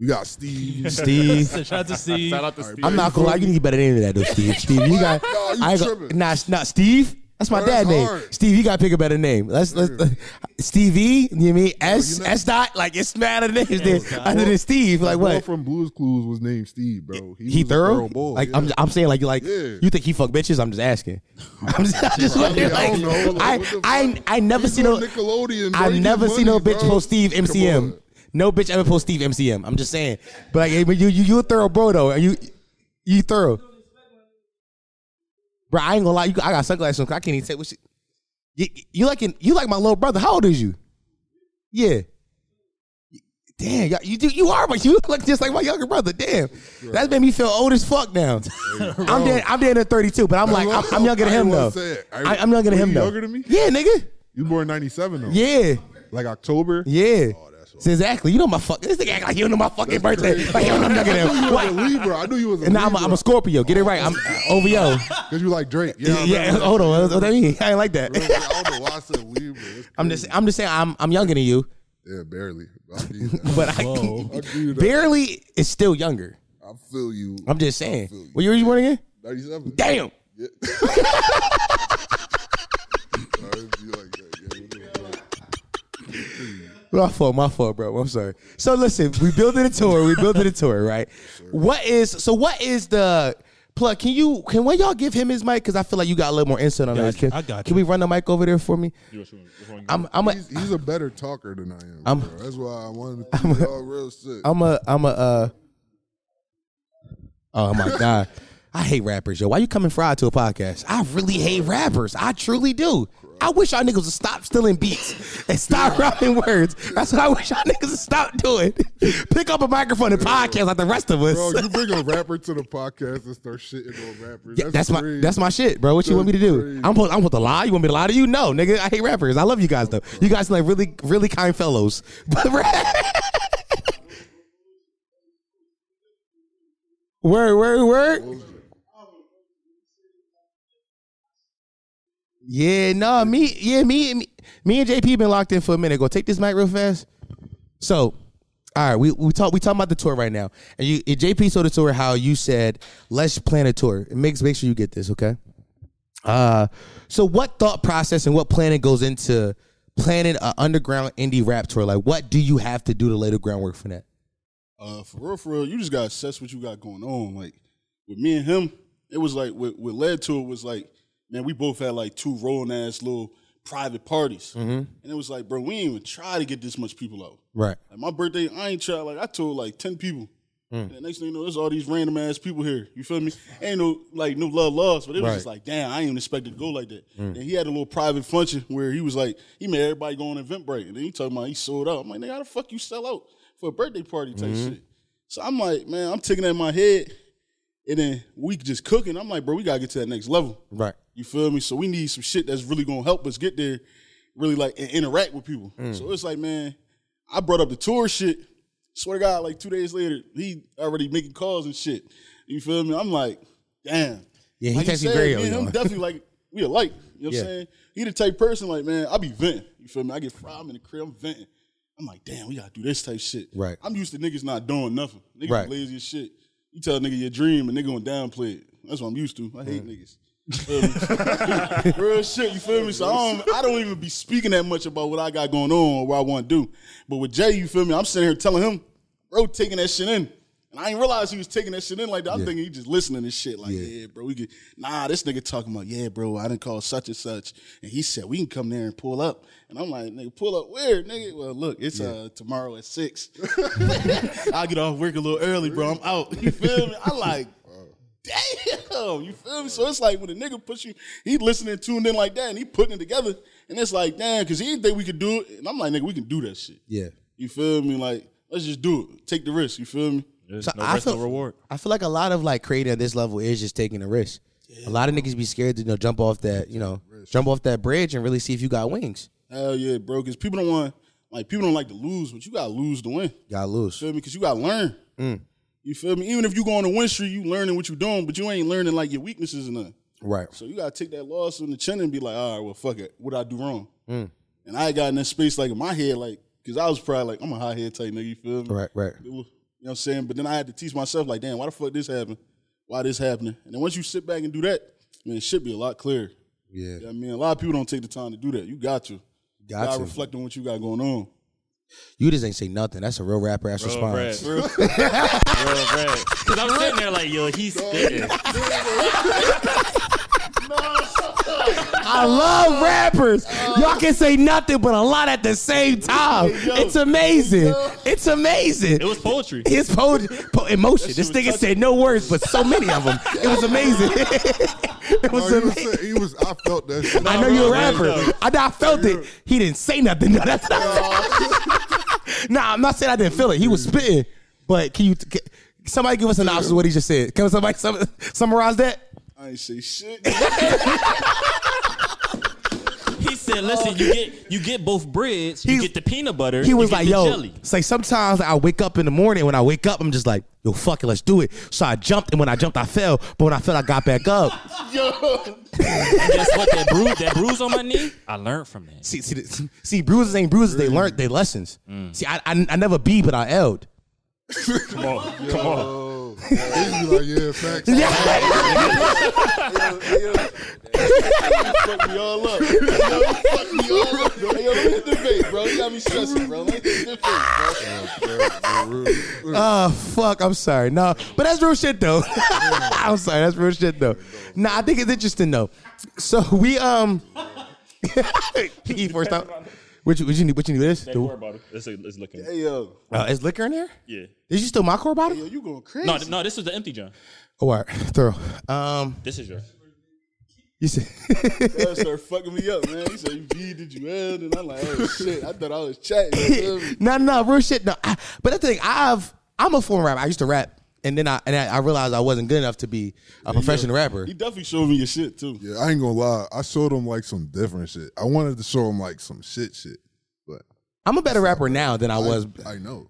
E: We got Steve.
A: Steve.
C: So shout out to Steve.
D: Shout out to Steve.
A: I'm not gonna lie, you need to get better than that though, Steve. Steve, you got
E: No, you
A: I ain't
E: tripping.
A: nah, s- nah, Steve. That's my
E: Bro,
A: dad
E: that's
A: name.
E: hard.
A: Steve, you gotta pick a better name. Let's let's Stevie. You know what I mean S
E: you know-
A: S dot? Like it's not other names there other than Steve. Like
E: Boy
A: what?
E: from Blue's Clues was named Steve, bro.
A: He
E: was a
A: thorough.
E: boy,
A: Like
E: yeah.
A: I'm, I'm saying, like like
E: Yeah.
A: you think he fuck bitches? I'm just asking. I'm just, I'm just
E: I mean,
A: wondering,
E: I don't know,
A: like,
E: like,
A: I,
E: what the
A: I,
E: fuck?
A: I never
E: He's
A: seen no.
E: on Nickelodeon, bro.
A: I've
E: He
A: never
E: get
A: seen no
E: money,
A: bitch
E: bro.
A: post Steve
E: Come
A: MCM.
E: on.
A: No bitch ever post Steve MCM. I'm just saying. But like, hey, but you, you, you a thorough bro though. Are you, you thorough? Bro, I ain't gonna lie. You, I got sunglasses on. 'cause I can't even tell what shit. You, you like, in, you like my little brother. How old is you? Yeah. Damn, y'all- you do, you are, but you look just like my younger brother. Damn, that's made me feel old as fuck now. I'm dead. I'm dead at 32, but I'm like, I'm, I'm younger than
E: I
A: him
E: ain't
A: though.
E: wanna say it.
A: I, I'm younger than
E: Were
A: him
E: you
A: though.
E: Younger than me?
A: Yeah, nigga.
E: You born '97 though.
A: Yeah,
E: Like October.
A: yeah.
E: Oh, that's
A: So exactly. You know my fuck. This nigga act like you know my fucking birthday.
E: crazy.
A: Like you know I'm younger than
E: You
A: him.
E: was
A: What?
E: a Libra. I knew you was a
A: And now I'm a, I'm a Scorpio. Get it right. I'm over yo.
E: Because you like Drake. Yeah.
A: Yeah,
E: I
A: yeah.
E: remember.
A: Hold on. What that mean? I ain't like
E: I
A: that.
E: don't know why I said Libra. That's
A: I'm
E: crazy.
A: just. I'm just saying. I'm. I'm younger than you,
E: Yeah, barely. I need that.
A: but I
E: I need that.
A: barely is still younger.
E: I feel you.
A: I'm just saying.
E: feel you.
A: What year you born again?
E: 97.
A: Damn.
E: Yeah. I feel like that. Yeah,
A: My
E: what the fuck?
A: fault, my fault, bro. I'm sorry. So listen, we building a tour. We building a tour, right? What is so? What is the plug? Can you can one of y'all give him his mic? Because I feel like you got a little more insight on
C: Got
A: that.
C: you.
A: Can-
C: I got
A: Can
C: you.
A: we run the mic over there for me? I'm I'm a
E: He's, he's a better talker than I am.
A: I'm-
E: bro. That's why I wanted to keep it all real shit.
A: I'm a I'm a. Uh, oh my god, I hate rappers, yo. Why you coming fried to a podcast? I really hate rappers. I truly do. I wish y'all niggas would stop stealing beats and stop rapping words. That's what I wish y'all niggas would stop doing. Pick up a microphone and podcast like the rest of us.
E: Bro, you bring a rapper to the podcast and start shitting on rappers.
A: Yeah, that's, my
E: crazy.
A: that's my shit, bro. What you want me to
E: That's
A: do?
E: crazy.
A: I'm supposed, I'm supposed to lie. You want me to lie to you? No, nigga. I hate rappers. I love you guys though. You guys are like really really kind fellows. But rap- word word word. Yeah, no, me yeah me me, me and JP been locked in for a minute. Go take this mic real fast. So, all right, we we talk we talking about the tour right now, and you and JP saw the tour how you said let's plan a tour. It makes make sure you get this, okay? Uh, so what thought process and what planning goes into planning an underground indie rap tour? Like, what do you have to do to lay the groundwork for that?
D: Uh, for real, for real, you just gotta assess what you got going on. Like with me and him, it was like what, what led to it was like, man, we both had like two rolling ass little private parties, and it was like, bro, we ain't even try to get this much people out.
A: Right.
D: Like my birthday, I ain't try. Like I told like ten people. And the next thing you know, there's all these random ass people here. You feel me? Ain't no like no love lost, but it was
A: Right.
D: just like, damn, I ain't even expected to go like that. And he had a little private function where he was like, he made everybody go on Eventbrite, and then he talking about he sold out. I'm like, nigga, how the fuck you sell out for a birthday party type shit? So I'm like, man, I'm taking that in my head, and then we just cooking. I'm like, bro, we gotta get to that next level.
A: Right.
D: You feel me? So we need some shit that's really gonna help us get there, really like and interact with people.
A: Mm.
D: So it's like, man, I brought up the tour shit. Swear to God, like two days later, he already making calls and shit. You feel me? I'm like, damn.
A: Yeah, he
D: like
A: texted me very
D: me
A: early
D: and him
A: on.
D: definitely like we alike. You know what
A: Yeah.
D: I'm saying? He the type person like, man, I be venting. You feel me? I get fried, I'm in the crib, I'm venting. I'm like, damn, we gotta do this type shit.
A: Right.
D: I'm used to niggas not doing nothing. Niggas
A: Right.
D: lazy as shit. You tell a nigga your dream, and nigga gonna downplay it. That's what I'm used to. I hate niggas. Feel me? Real shit, you feel me? So I don't, I don't even be speaking that much about what I got going on or what I want to do. But with Jay, you feel me? I'm sitting here telling him, bro, taking that shit in. And I didn't realize he was taking that shit in like that. I'm thinking he just listening to shit. Like, yeah, bro, we could. Nah, this nigga talking about, yeah, bro, I didn't call such and such. And he said, we can come there and pull up. And I'm like, nigga, pull up where, nigga? Well, look, it's uh, tomorrow at six. I get off work a little early, bro. I'm out. You feel me? I like, damn. You feel me? So it's like when a nigga push you, he listening, tuned in like that, and he putting it together, and it's like, damn, because he didn't think we could do it, and I'm like, nigga, we can do that shit.
A: Yeah.
D: You feel me? Like, let's just do it. Take the risk. You feel me?
B: There's
A: So
B: no
A: I
B: risk,
A: feel,
B: no reward.
A: I feel like a lot of like creating at this level is just taking a risk. a lot of niggas be scared to you know jump off that you know jump off that bridge and really see if you got wings.
D: Hell yeah, bro. Because people don't want, like, people don't like to lose, but you gotta lose to win.
A: Got loose.
D: You feel me? Because you gotta learn. You feel me? Even if you go on a win streak, you learning what you doing, but you ain't learning like your weaknesses and nothing.
A: Right.
D: So you gotta take that loss on the chin and be like, all right, well, fuck it. What did I do wrong?
A: Mm.
D: And I got in that space like in my head, like, cause I was probably like, I'm a hot head type nigga, you feel me?
A: Right, right.
D: It was- You know what I'm saying? But then I had to teach myself, like, damn, why the fuck this happened? Why this happening? And then once you sit back and do that, man, it should be a lot clearer.
E: Yeah.
D: You know what I mean, a lot of people don't take the time to do that. You got to.
A: Got
D: Gotta
A: to.
D: reflect on what you got going on.
A: You just ain't say nothing. That's a real rapper ass
B: Real red.
A: response.
B: Real red.
F: Because I'm sitting there like, yo, he's spitting.
A: I love rappers. Y'all can say nothing but a lot at the same time. It's amazing. It's amazing.
F: It was poetry.
A: His po- po- emotion. This
D: shit was
A: nigga said no words, but so many of them. It was amazing. it
D: Oh,
A: was
E: No, he, was
A: amazing.
E: saying- he was. I felt that. Shit.
A: I know you're a rapper. I, I felt it. He didn't say nothing. though. That's not- nah, I'm not saying I didn't feel it. He was spitting. But can you can, somebody give us an option of what he just said? Can somebody sum, summarize that?
D: I ain't say shit.
F: He said, listen, you get you get both breads. You
A: He's-
F: get the peanut butter.
A: He
F: you
A: was
F: get
A: like,
F: the
A: yo,
F: jelly.
A: it's like sometimes I wake up in the morning. When I wake up, I'm just like, yo, fuck it, let's do it. So I jumped, and when I jumped, I fell. But when I fell, I got back up.
F: And guess what? That bruise, that bruise on my knee, I learned from that.
A: see, see, the- see, bruises ain't bruises. They learned their lessons.
F: Mm.
A: See, I, I, I never beat, but I L'd.
D: Oh,
E: He was like, yeah, facts.
D: fuck me all up. Yo, you fuck me all up. Yo, yo, let me hit the vape, bro. You got me stressing, bro. Let me hit the vape, bro.
A: Oh fuck, I'm sorry. No, but that's real shit though. I'm sorry, that's real shit though. Nah, I think it's interesting though. So we um, E first out. What you, what you need? What you need? This?
B: Don't worry
A: The-
B: about it. It's, it's looking.
D: Hey, yo.
A: Uh, is liquor in there?
B: Yeah.
A: Is you still my core
D: Yo,
A: bottle?
D: you going crazy.
F: No, th- no, this is the empty John.
A: Oh, all right, thorough. Um,
F: This is yours.
A: you said
D: That started fucking me up, man. He said, you beat, did you end? And I'm like, oh, shit. I thought I was chatting. you feel me?
A: no, no, real shit. No, I, but the thing I've I'm a former rapper. I used to rap, and then I and I, I realized I wasn't good enough to be a professional rapper.
D: He definitely showed me your shit, too.
E: Yeah, I ain't gonna lie. I showed him like some different shit. I wanted to show him like some shit, shit. But
A: I'm a better rapper now than I was.
E: I know.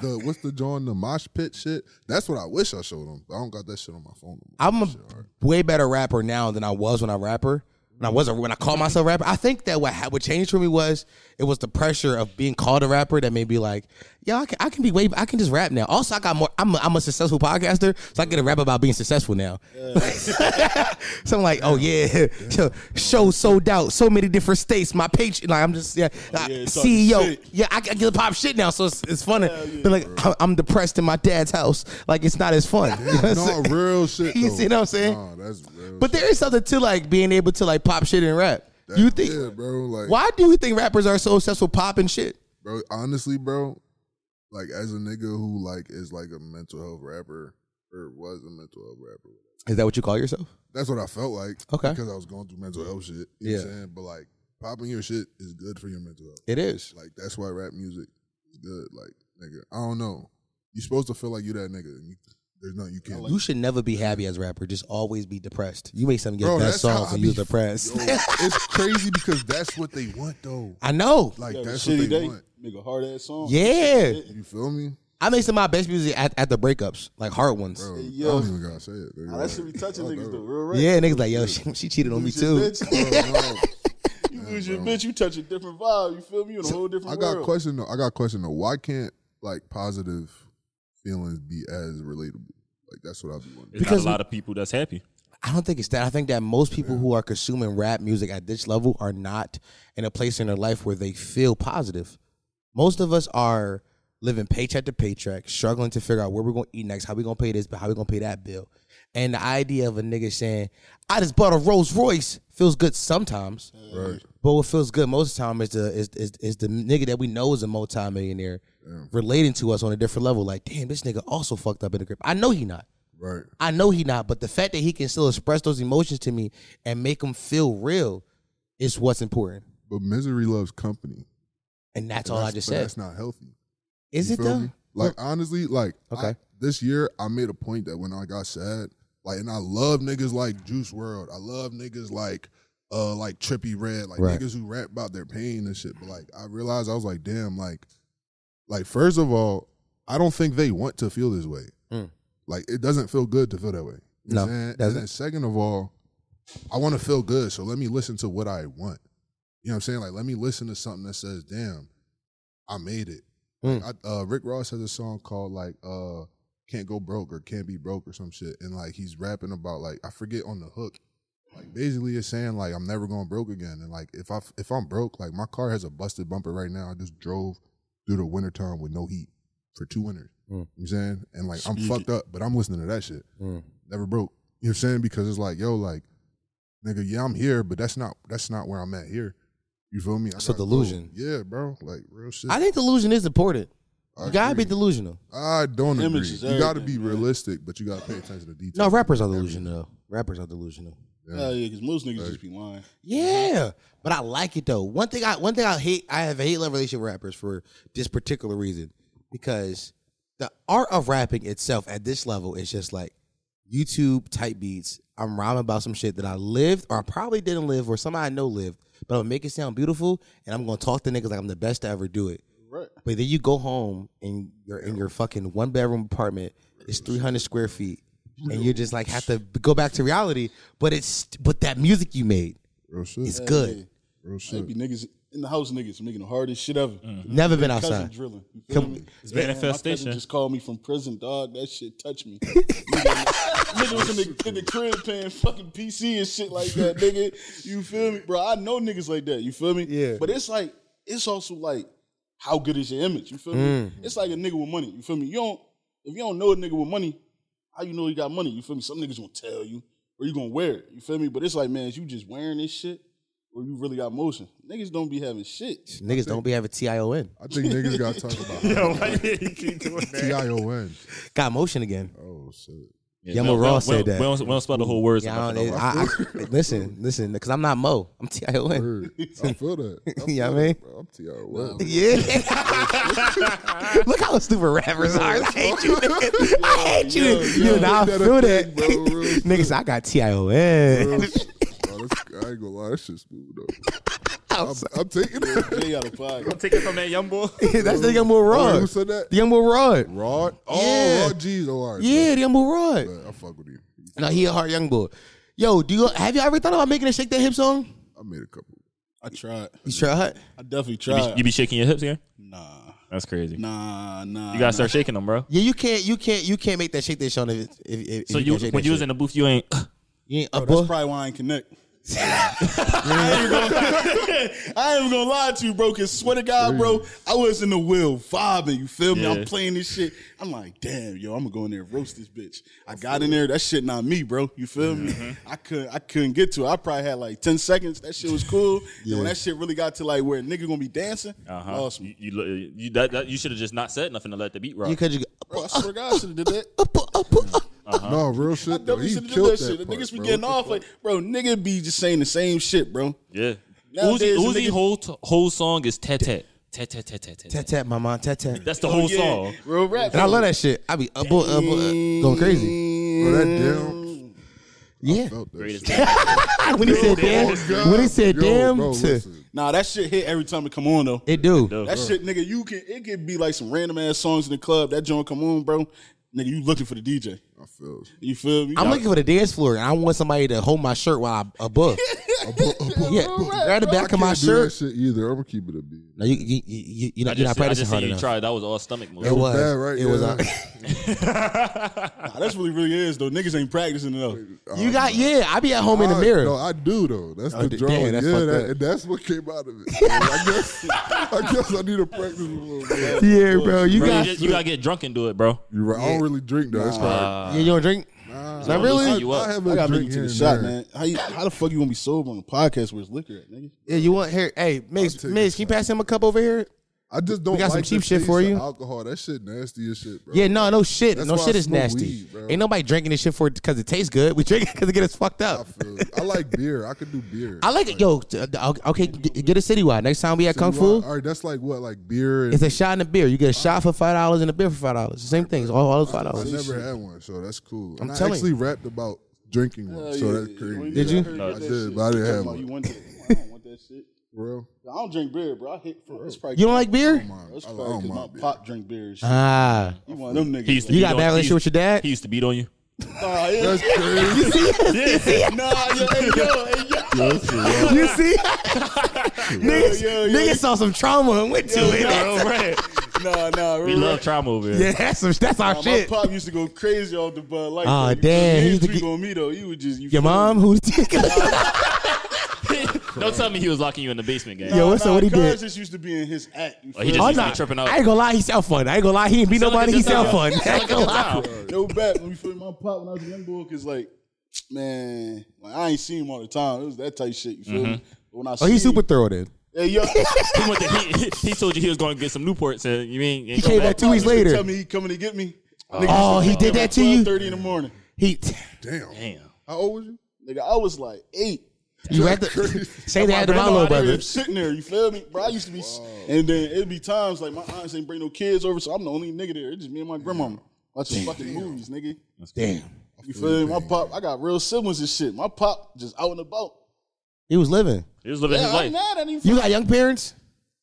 E: The what's the John the mosh pit shit? That's what I wish I showed him. But I don't got that shit on my phone. no
A: I'm
E: more.
A: a way better rapper now than I was when I rapper. When I was not when I called myself a rapper, I think that what ha- what changed for me was it was the pressure of being called a rapper that made me like, yeah, I can, I can be way I can just rap now. Also, I got more. I'm a, I'm a successful podcaster, so I get to rap about being successful now. so I'm like, oh yeah, yo, show sold out, so many different states. My page, like I'm just yeah, I-
D: yeah, talking
A: CEO.
D: shit.
A: Yeah, I, I get to pop shit now, so it's, it's funny. But like, I'm- I'm depressed in my dad's house. Like it's not as fun. You know what I'm saying?
E: no, real shit.
A: You
E: though.
A: see what I'm saying?
E: Nah, that's real.
A: But there is something to like being able to like pop shit and rap.
E: shit.
A: you think?
E: yeah, bro? Like,
A: Why do you think rappers are so successful popping shit?
E: bro? Honestly, bro, like as a nigga who like is like a mental health rapper or was a mental health rapper.
A: Is that what you call yourself?
E: That's what I felt like.
A: Okay.
E: because I was going through mental health shit. You know what I'm
A: Yeah.
E: saying? But like popping your shit is good for your mental health.
A: It is.
E: Like that's why rap music is good. Like nigga, I don't know. You supposed to feel like you that nigga. And you, there's nothing you can't. do.
A: You should never be happy as a rapper. Just always be depressed. You make some of your
E: Bro,
A: best
E: that's how
A: songs
E: I
A: when you're
E: be-
A: depressed.
E: Yo, it's crazy because that's what they want though.
A: I know.
E: Like
D: You have a
E: that's what they
D: shitty day.
E: want.
D: Make a hard ass song.
A: Yeah.
E: You feel me?
A: I make some of my best music at, at the breakups, like hard ones.
E: Bro,
D: yo.
E: I don't even gotta say it. nigga.
D: Nah, that should be touching
E: Oh,
D: niggas,
E: no.
D: though. Real right.
A: Yeah, niggas like, yo, she, she cheated on me
D: Lose your
A: too.
D: bitch.
E: Bro, no.
D: You lose your bitch, you touch a different vibe. You feel me? You in a whole different
E: I got a
D: world.
E: question though. I got a question though. Why can't like positive feelings be as relatable? Like that's what I'll be wondering.
B: There's not
A: Because-
B: a lot of people that's happy.
A: I don't think it's that. I think that most people who are consuming rap music at this level are not in a place in their life where they feel positive. Most of us are living paycheck to paycheck, struggling to figure out where we're going to eat next, how we're going to pay this, but how we're going to pay that bill. And the idea of a nigga saying, "I just bought a Rolls Royce," feels good sometimes.
E: Right.
A: But what feels good most of the time is the is is, is the nigga that we know is a multimillionaire relating to us on a different level. Like, damn, this nigga also fucked up in the grip. I know he not.
E: Right.
A: I know he not, but the fact that he can still express those emotions to me and make them feel real is what's important.
E: But misery loves company.
A: And that's
E: And
A: all I
E: that's-
A: just
E: but
A: said.
E: That's not healthy.
A: is
E: You
A: it
E: feel
A: though?
E: me? Like honestly, like
A: Okay.
E: I- this year I made a point that when I got sad, like and I love niggas like Juice World. I love niggas like uh like Trippy Red, like
A: Right.
E: niggas who rap about their pain and shit. But like I realized I was like, damn, like like first of all, I don't think they want to feel this way.
A: Mm.
E: Like it doesn't feel good to feel that way. You
A: No,
E: know what I'm saying?
A: doesn't.
E: And then second of all, I want to feel good, so let me listen to what I want. You know what I'm saying? Like, let me listen to something that says, "Damn, I made it."
A: Mm.
E: Like, I, uh, Rick Ross has a song called like uh, "Can't Go Broke" or "Can't Be Broke" or some shit, and like he's rapping about like I forget on the hook. Like basically, it's saying like I'm never going broke again, and like if I if I'm broke, like my car has a busted bumper right now. I just drove through the wintertime with no heat for two winters.
A: Hmm.
E: You know what I'm saying? And like I'm fucked up, but I'm listening to that shit.
A: Hmm.
E: Never broke. You know what I'm saying? Because it's like, yo, like, nigga, yeah, I'm here, but that's not that's not where I'm at here. You feel me? I
A: So
E: gotta go.
A: delusion.
E: Yeah, bro. Like real shit.
A: I
E: I,
A: think delusion is important. You gotta be
E: agree.
A: delusional.
E: don't
D: Image
E: agree.
D: is
E: You gotta be
D: everything, man.
E: realistic, but you gotta pay attention to details.
A: No, rappers are delusional. though. Rappers are delusional.
D: Yeah, yeah, because most niggas just be lying.
A: Yeah, but I like it though. One thing I one thing I hate I have a hate love relationship with rappers for this particular reason because the art of rapping itself at this level is just like YouTube type beats. I'm rhyming about some shit that I lived or I probably didn't live or somebody I know lived, but I'm gonna make it sound beautiful and I'm gonna talk to niggas like I'm the best to ever do it.
D: Right.
A: But then you go home and you're in your fucking one bedroom apartment. It's 300 square feet, and you just like have to go back to reality. But it's but that music you made
E: Real shit.
A: is good.
E: Real
D: They
E: shit.
D: be niggas in the house, niggas making the hardest shit ever.
A: Never been
D: Cousin
A: outside.
D: drilling. You feel
A: Come-
D: me?
A: It's
D: Yeah, my cousin
B: manifestation.
D: Just called me from prison, dog. That shit touched me. nigga, nigga was in the, in the crib playing fucking PC and shit like that, nigga. You feel me, bro? I know niggas like that. You feel me?
A: Yeah.
D: But it's like it's also like how good is your image? You feel
A: Mm.
D: me? It's like a nigga with money. You feel me? You don't if you don't know a nigga with money, how you know he got money? You feel me? Some niggas gonna tell you or you gonna wear it. You feel me? But it's like, man, is you just wearing this shit or you really got motion? Niggas don't be having shit.
A: Niggas don't be having tion.
E: I think niggas gotta talk about
B: Yo, why did you keep doing
E: T I O N.
A: Got motion again.
E: Oh shit.
B: Yeah,
A: Yama
B: we don't-
A: Raw
B: we don't-
A: said that.
B: We don't, we don't spell the whole words.
A: Yeah, I
B: out.
A: don't, I, I, listen, listen, because I'm not Mo. I'm tion.
E: Word. I feel that. I feel
A: Yeah, I
E: that,
A: mean.
E: bro. I'm T I O N.
A: Yeah. Look how stupid rappers are. I hate you. niggas. I hate you.
E: Yo, yo,
A: You know, I
E: ain't that a
A: feel that.
E: thing, bro? Real shit.
A: Niggas, I got tion.
E: Real shit. Oh, that's- I ain't gonna lie, that shit's smooth though. I'm, I'm taking it.
D: Jay out of pocket.
B: Take it from that young boy.
A: That's the young boy
E: Oh,
A: Rod.
E: who said that?
A: The young boy Rod.
E: Rod? Oh,
A: Yeah.
E: yeah. Rod G's. Oh, all right.
A: Yeah, the young boy Rod.
E: bro. I fuck with you.
A: No, he a hard young boy. Yo, do you have you ever thought about making a shake that hip song?
E: I made a couple.
D: I tried.
A: You tried.
D: I definitely
B: You
D: tried.
B: be, you be shaking your hips here?
D: nah,
B: That's crazy.
D: nah, nah.
B: You gotta
D: nah.
B: start shaking them, bro.
A: Yeah, you can't, you can't, you can't make that shake that song if, if, if
B: So
A: if
B: you
A: can't shake
B: when
A: that
B: you was
A: shit.
B: in the booth, you ain't.
A: you ain't up,
D: That's
A: boy.
D: probably why I ain't connect. I ain't even gonna lie to you, bro. Cause swear to God, bro, I was in the wheel vibing. You feel me?
B: Yeah.
D: I'm playing this shit. I'm like, damn, yo, I'm gonna go in there and roast this bitch. I got in there. That shit not me, bro. You feel me?
B: Mm-hmm.
D: I couldn't. I couldn't get to it. I probably had like ten seconds. That shit was cool. And when that shit really got to like where a nigga gonna be dancing,
B: Uh-huh.
D: lost me.
B: You, you, lo- you, that, that, you should have just not said nothing to let the beat rock.
A: You could just
D: Bro, I swear to God, I should have did that.
E: No, real shit. Though.
D: Definitely
E: He
D: should have
E: killed that
D: did that shit. The
E: part,
D: niggas be
E: bro.
D: getting off like, bro, nigga be just saying the same shit, bro.
B: yeah. Uzi,
D: Nowadays, a
B: Uzi
D: nigga-
B: whole t- whole song is tat tat tat tat tat tat
A: tap
B: tat.
A: tap, my mom, tap tap.
B: That's the whole
D: Yeah,
B: song.
D: real rap.
A: And I love that shit. I be up, boy, up, boy, uh, going crazy.
E: Bro, that damn
A: Yeah. Ah,
E: felt that
B: Greatest
E: shit.
B: thing.
A: When he said damn,
E: Oh, God.
A: when he said
E: Yo,
A: damn,
E: bro,
A: to,
E: listen.
D: Nah, that shit hit every time it come on though.
A: it do.
D: that shit, nigga, you can it could be like some random ass songs in the club. That joint come on, bro. Nigga, you looking for the DJ.
E: I feel
D: You feel me?
A: I'm looking for the dance floor, and I want somebody to hold my shirt while I above. yeah, grab the back of my
E: I do that
A: shirt.
E: shit either. I'm gonna keep it a beat.
A: No, you you you, you you're
B: I
A: not, you're not
B: just, see- I
A: practicing
B: just see
A: hard
B: you
A: enough.
B: try. That was all stomach moves.
A: It was.
E: bad, right?
A: It was.
E: Yeah.
A: uh,
D: Nah, that's really really is though. Niggas ain't practicing enough.
A: you got yeah. I be at home in the
E: I-
A: mirror.
E: Oh,
A: Oh,
E: No, I do though. That's the
A: d-
E: drawing.
A: damn, that's
E: yeah,
A: fucked
E: that,
A: up.
E: and that's what came out of it. I guess I guess I need to practice a little bit.
A: yeah, bro. You
B: Bro, you,
A: got
B: just, you gotta get drunk and do it, bro.
E: You right. I don't really drink though. It's hard.
A: yeah. You don't drink.
E: Not
B: really?
E: I,
B: You up.
E: I have
D: I
E: a
D: gotta make
E: drink
D: it to
E: here
D: the
E: and
D: shot,
E: there.
D: man. How you, how the fuck you gonna be sober on a podcast where it's liquor at, nigga?
A: Yeah, you want here? Hey, Migs,
E: take
A: Migs, can you pass him a cup over here?
E: I just don't.
A: We got some
E: like the
A: cheap shit
E: taste
A: for
E: of
A: you.
E: Alcohol. That shit nasty as shit, bro.
A: Yeah, no, no shit,
E: That's
A: no
E: why I
A: shit is
E: smoke
A: nasty.
E: weed, bro.
A: Ain't nobody drinking this shit for because it tastes good. We drink it because it get us fucked
E: I
A: up.
E: feel. it. I like beer. I could do beer.
A: I like it, yo. t- uh, Okay, g- get a citywide. Next time we at Kung Fu,
E: All right, that's like what, like beer. And
A: it's a shot and a beer. You get a shot for five dollars and a beer for five dollars. The same thing. It's all, all five
E: I
A: dollars.
E: never had one, so that's cool.
A: I'm
E: and
A: telling
E: I actually rapped about drinking one, so that's crazy.
A: Did you?
E: I did, but I didn't have
D: You
E: one.
D: want that? I don't want that shit.
E: Bro,
D: I don't drink beer, bro. I hit for it's probably
A: You don't like beer?
E: I, I
D: That's probably
E: don't
D: because my
E: mind beer.
D: pop drink beer. and shit.
A: Ah,
D: You one of them niggas.
B: He used to
A: You
B: beat
A: got a
B: on-
A: bad
B: he
A: relationship
B: used-
A: with your dad?
B: He used to beat on you.
D: Nah, yeah.
E: That's crazy.
B: Yeah.
D: nah, yo, hey, yo, hey, yo.
A: You see, niggas,
D: yo, yo.
A: niggas saw some trauma and went to it.
D: Nah, nah,
B: We love trauma over here.
A: yeah, that's some, that's our
D: Nah,
A: shit.
D: My pop used to go crazy off the Bud Light.
A: Aw,
D: bro.
A: damn, he
D: He
A: used
D: used
A: to
D: to
A: get-
D: on me though. You would just you
A: Your
D: feel
A: mom,
D: me?
A: who's
B: Don't tell me he was locking you in the basement, gang.
A: Yo, what's up?
D: Nah,
A: What he
D: Cuz
A: did?
D: just used to be in his act. you
B: Oh, he
D: feel
B: just
A: Oh,
B: used
A: nah.
B: to be tripping out.
A: I ain't gonna lie, he sound fun. I ain't gonna lie, he ain't beat
B: Sound like
A: nobody.
B: a
A: He
B: good
A: sound fun.
B: time.
A: I
B: Sound
A: ain't
B: like a
A: gonna
B: good
A: lie.
B: time.
D: me? No back when you feel me? my pop when I was a young boy, cause like, man, like, I ain't seen him all the time. It was that type shit. You feel me? But when I
A: Oh,
D: seen
A: he's super
D: him,
A: thorough then.
D: Hey, yo,
B: He, went to, he, he told you he was going to get some Newports, and you ain't, ain't
A: came
B: come
A: back
B: back.
A: Two weeks
D: Used to
A: later.
D: tell me he coming to get me.
A: Oh, he did that to you.
D: Thirty in the morning,
A: He,
E: Damn.
B: Damn.
E: How old was you?
D: nigga. I was like eight.
A: you had to say that to my little
D: Nobody
A: brother.
D: was Sitting there, you feel me, bro? I used to be, and then it'd be times like my aunts ain't bring no kids over, so I'm the only nigga there. It's just me and my grandmama watching fucking movies, nigga.
A: Damn,
D: You feel me? My pop, I got real siblings and shit. My pop just out and about.
A: he was living.
B: He was living
D: Yeah,
B: his
D: I ain't
B: life.
D: mad at him.
A: You got young parents?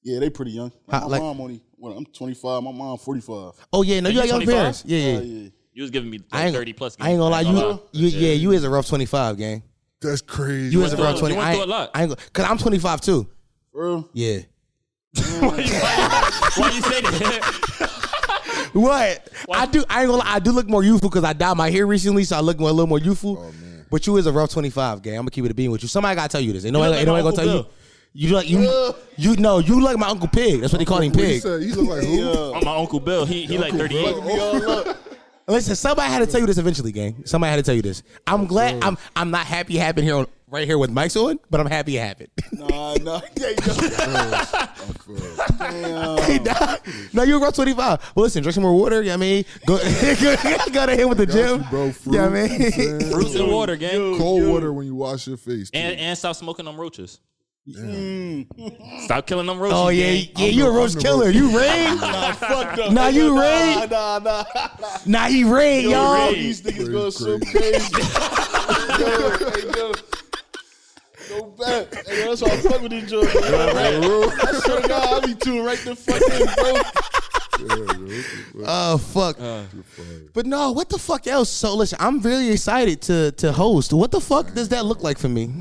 D: Yeah, they pretty young.
A: How-
D: my
A: like-
D: mom only, well, I'm 25. My mom 45.
A: Oh yeah, no, you
B: you
A: got young
B: 25?
A: parents. Yeah, yeah.
D: Yeah, yeah.
B: You was giving me
A: I
B: like
A: ain't,
B: 30 plus.
A: I ain't gonna lie, you, you
B: Yeah.
A: yeah, you is a rough twenty five, gang.
E: That's crazy.
A: You is a
B: through
A: rough
B: a-
A: twenty.
B: you went
A: I
B: through a
A: ain't,
B: lot.
A: I ain't, go- cause I'm twenty five too.
D: Bro,
A: Yeah.
B: Why you say that?
A: What? I do. I ain't gonna. Lie, I do look more youthful because I dyed my hair recently, so I look more, a little more youthful.
E: Oh,
A: But you is a rough twenty five, gang. I'm gonna keep it a beam with you. Somebody gotta tell you this. Ain't nobody,
B: look
A: ain't
B: like
A: nobody
B: my
A: gonna tell
B: Uncle
A: you. You like you. You know you like my uncle Pig. That's what they call him,
E: What he
A: Pig.
E: said? He look like who?
D: yeah.
B: My Uncle Bill, he, he like 38.
D: We all up.
A: Listen, somebody had to tell you this eventually, gang. Somebody had to tell you this. I'm glad. I'm. I'm not happy it happened here on right here with Mike's on, but I'm happy it happened.
D: Nah, nah. Yeah, yo.
E: Oh.
A: no, you're rough 25. Well, listen, drink some more water. You know what I mean? Go, go, go to him with the gym.
E: bro, fruit.
A: Yeah, I mean?
E: You know what I'm saying?
B: Fruits and water, gang.
E: Cold water when you wash your face. too.
B: And, and stop smoking them roaches.
E: Mm.
B: Stop killing them roaches.
A: Oh, yeah.
B: gang.
A: Yeah, you a
E: the-
A: roach
E: I'm the
A: killer.
E: roach
A: You rain?
D: Nah, fucked up.
A: Nah, you
D: nah,
A: right.
D: nah, nah.
A: nah, he rain,
D: Yo,
A: y'all.
B: Ray.
D: these niggas
E: Crazy,
D: going so crazy. yo, hey, yo. Go back. Hey, yo, that's why I fuck with this joint. I swear to God, I be tuned right the fuck in, bro.
A: Oh, fuck.
D: Uh,
A: but no, what the fuck else? So, listen, I'm really excited to to host. What the fuck does that look like for me?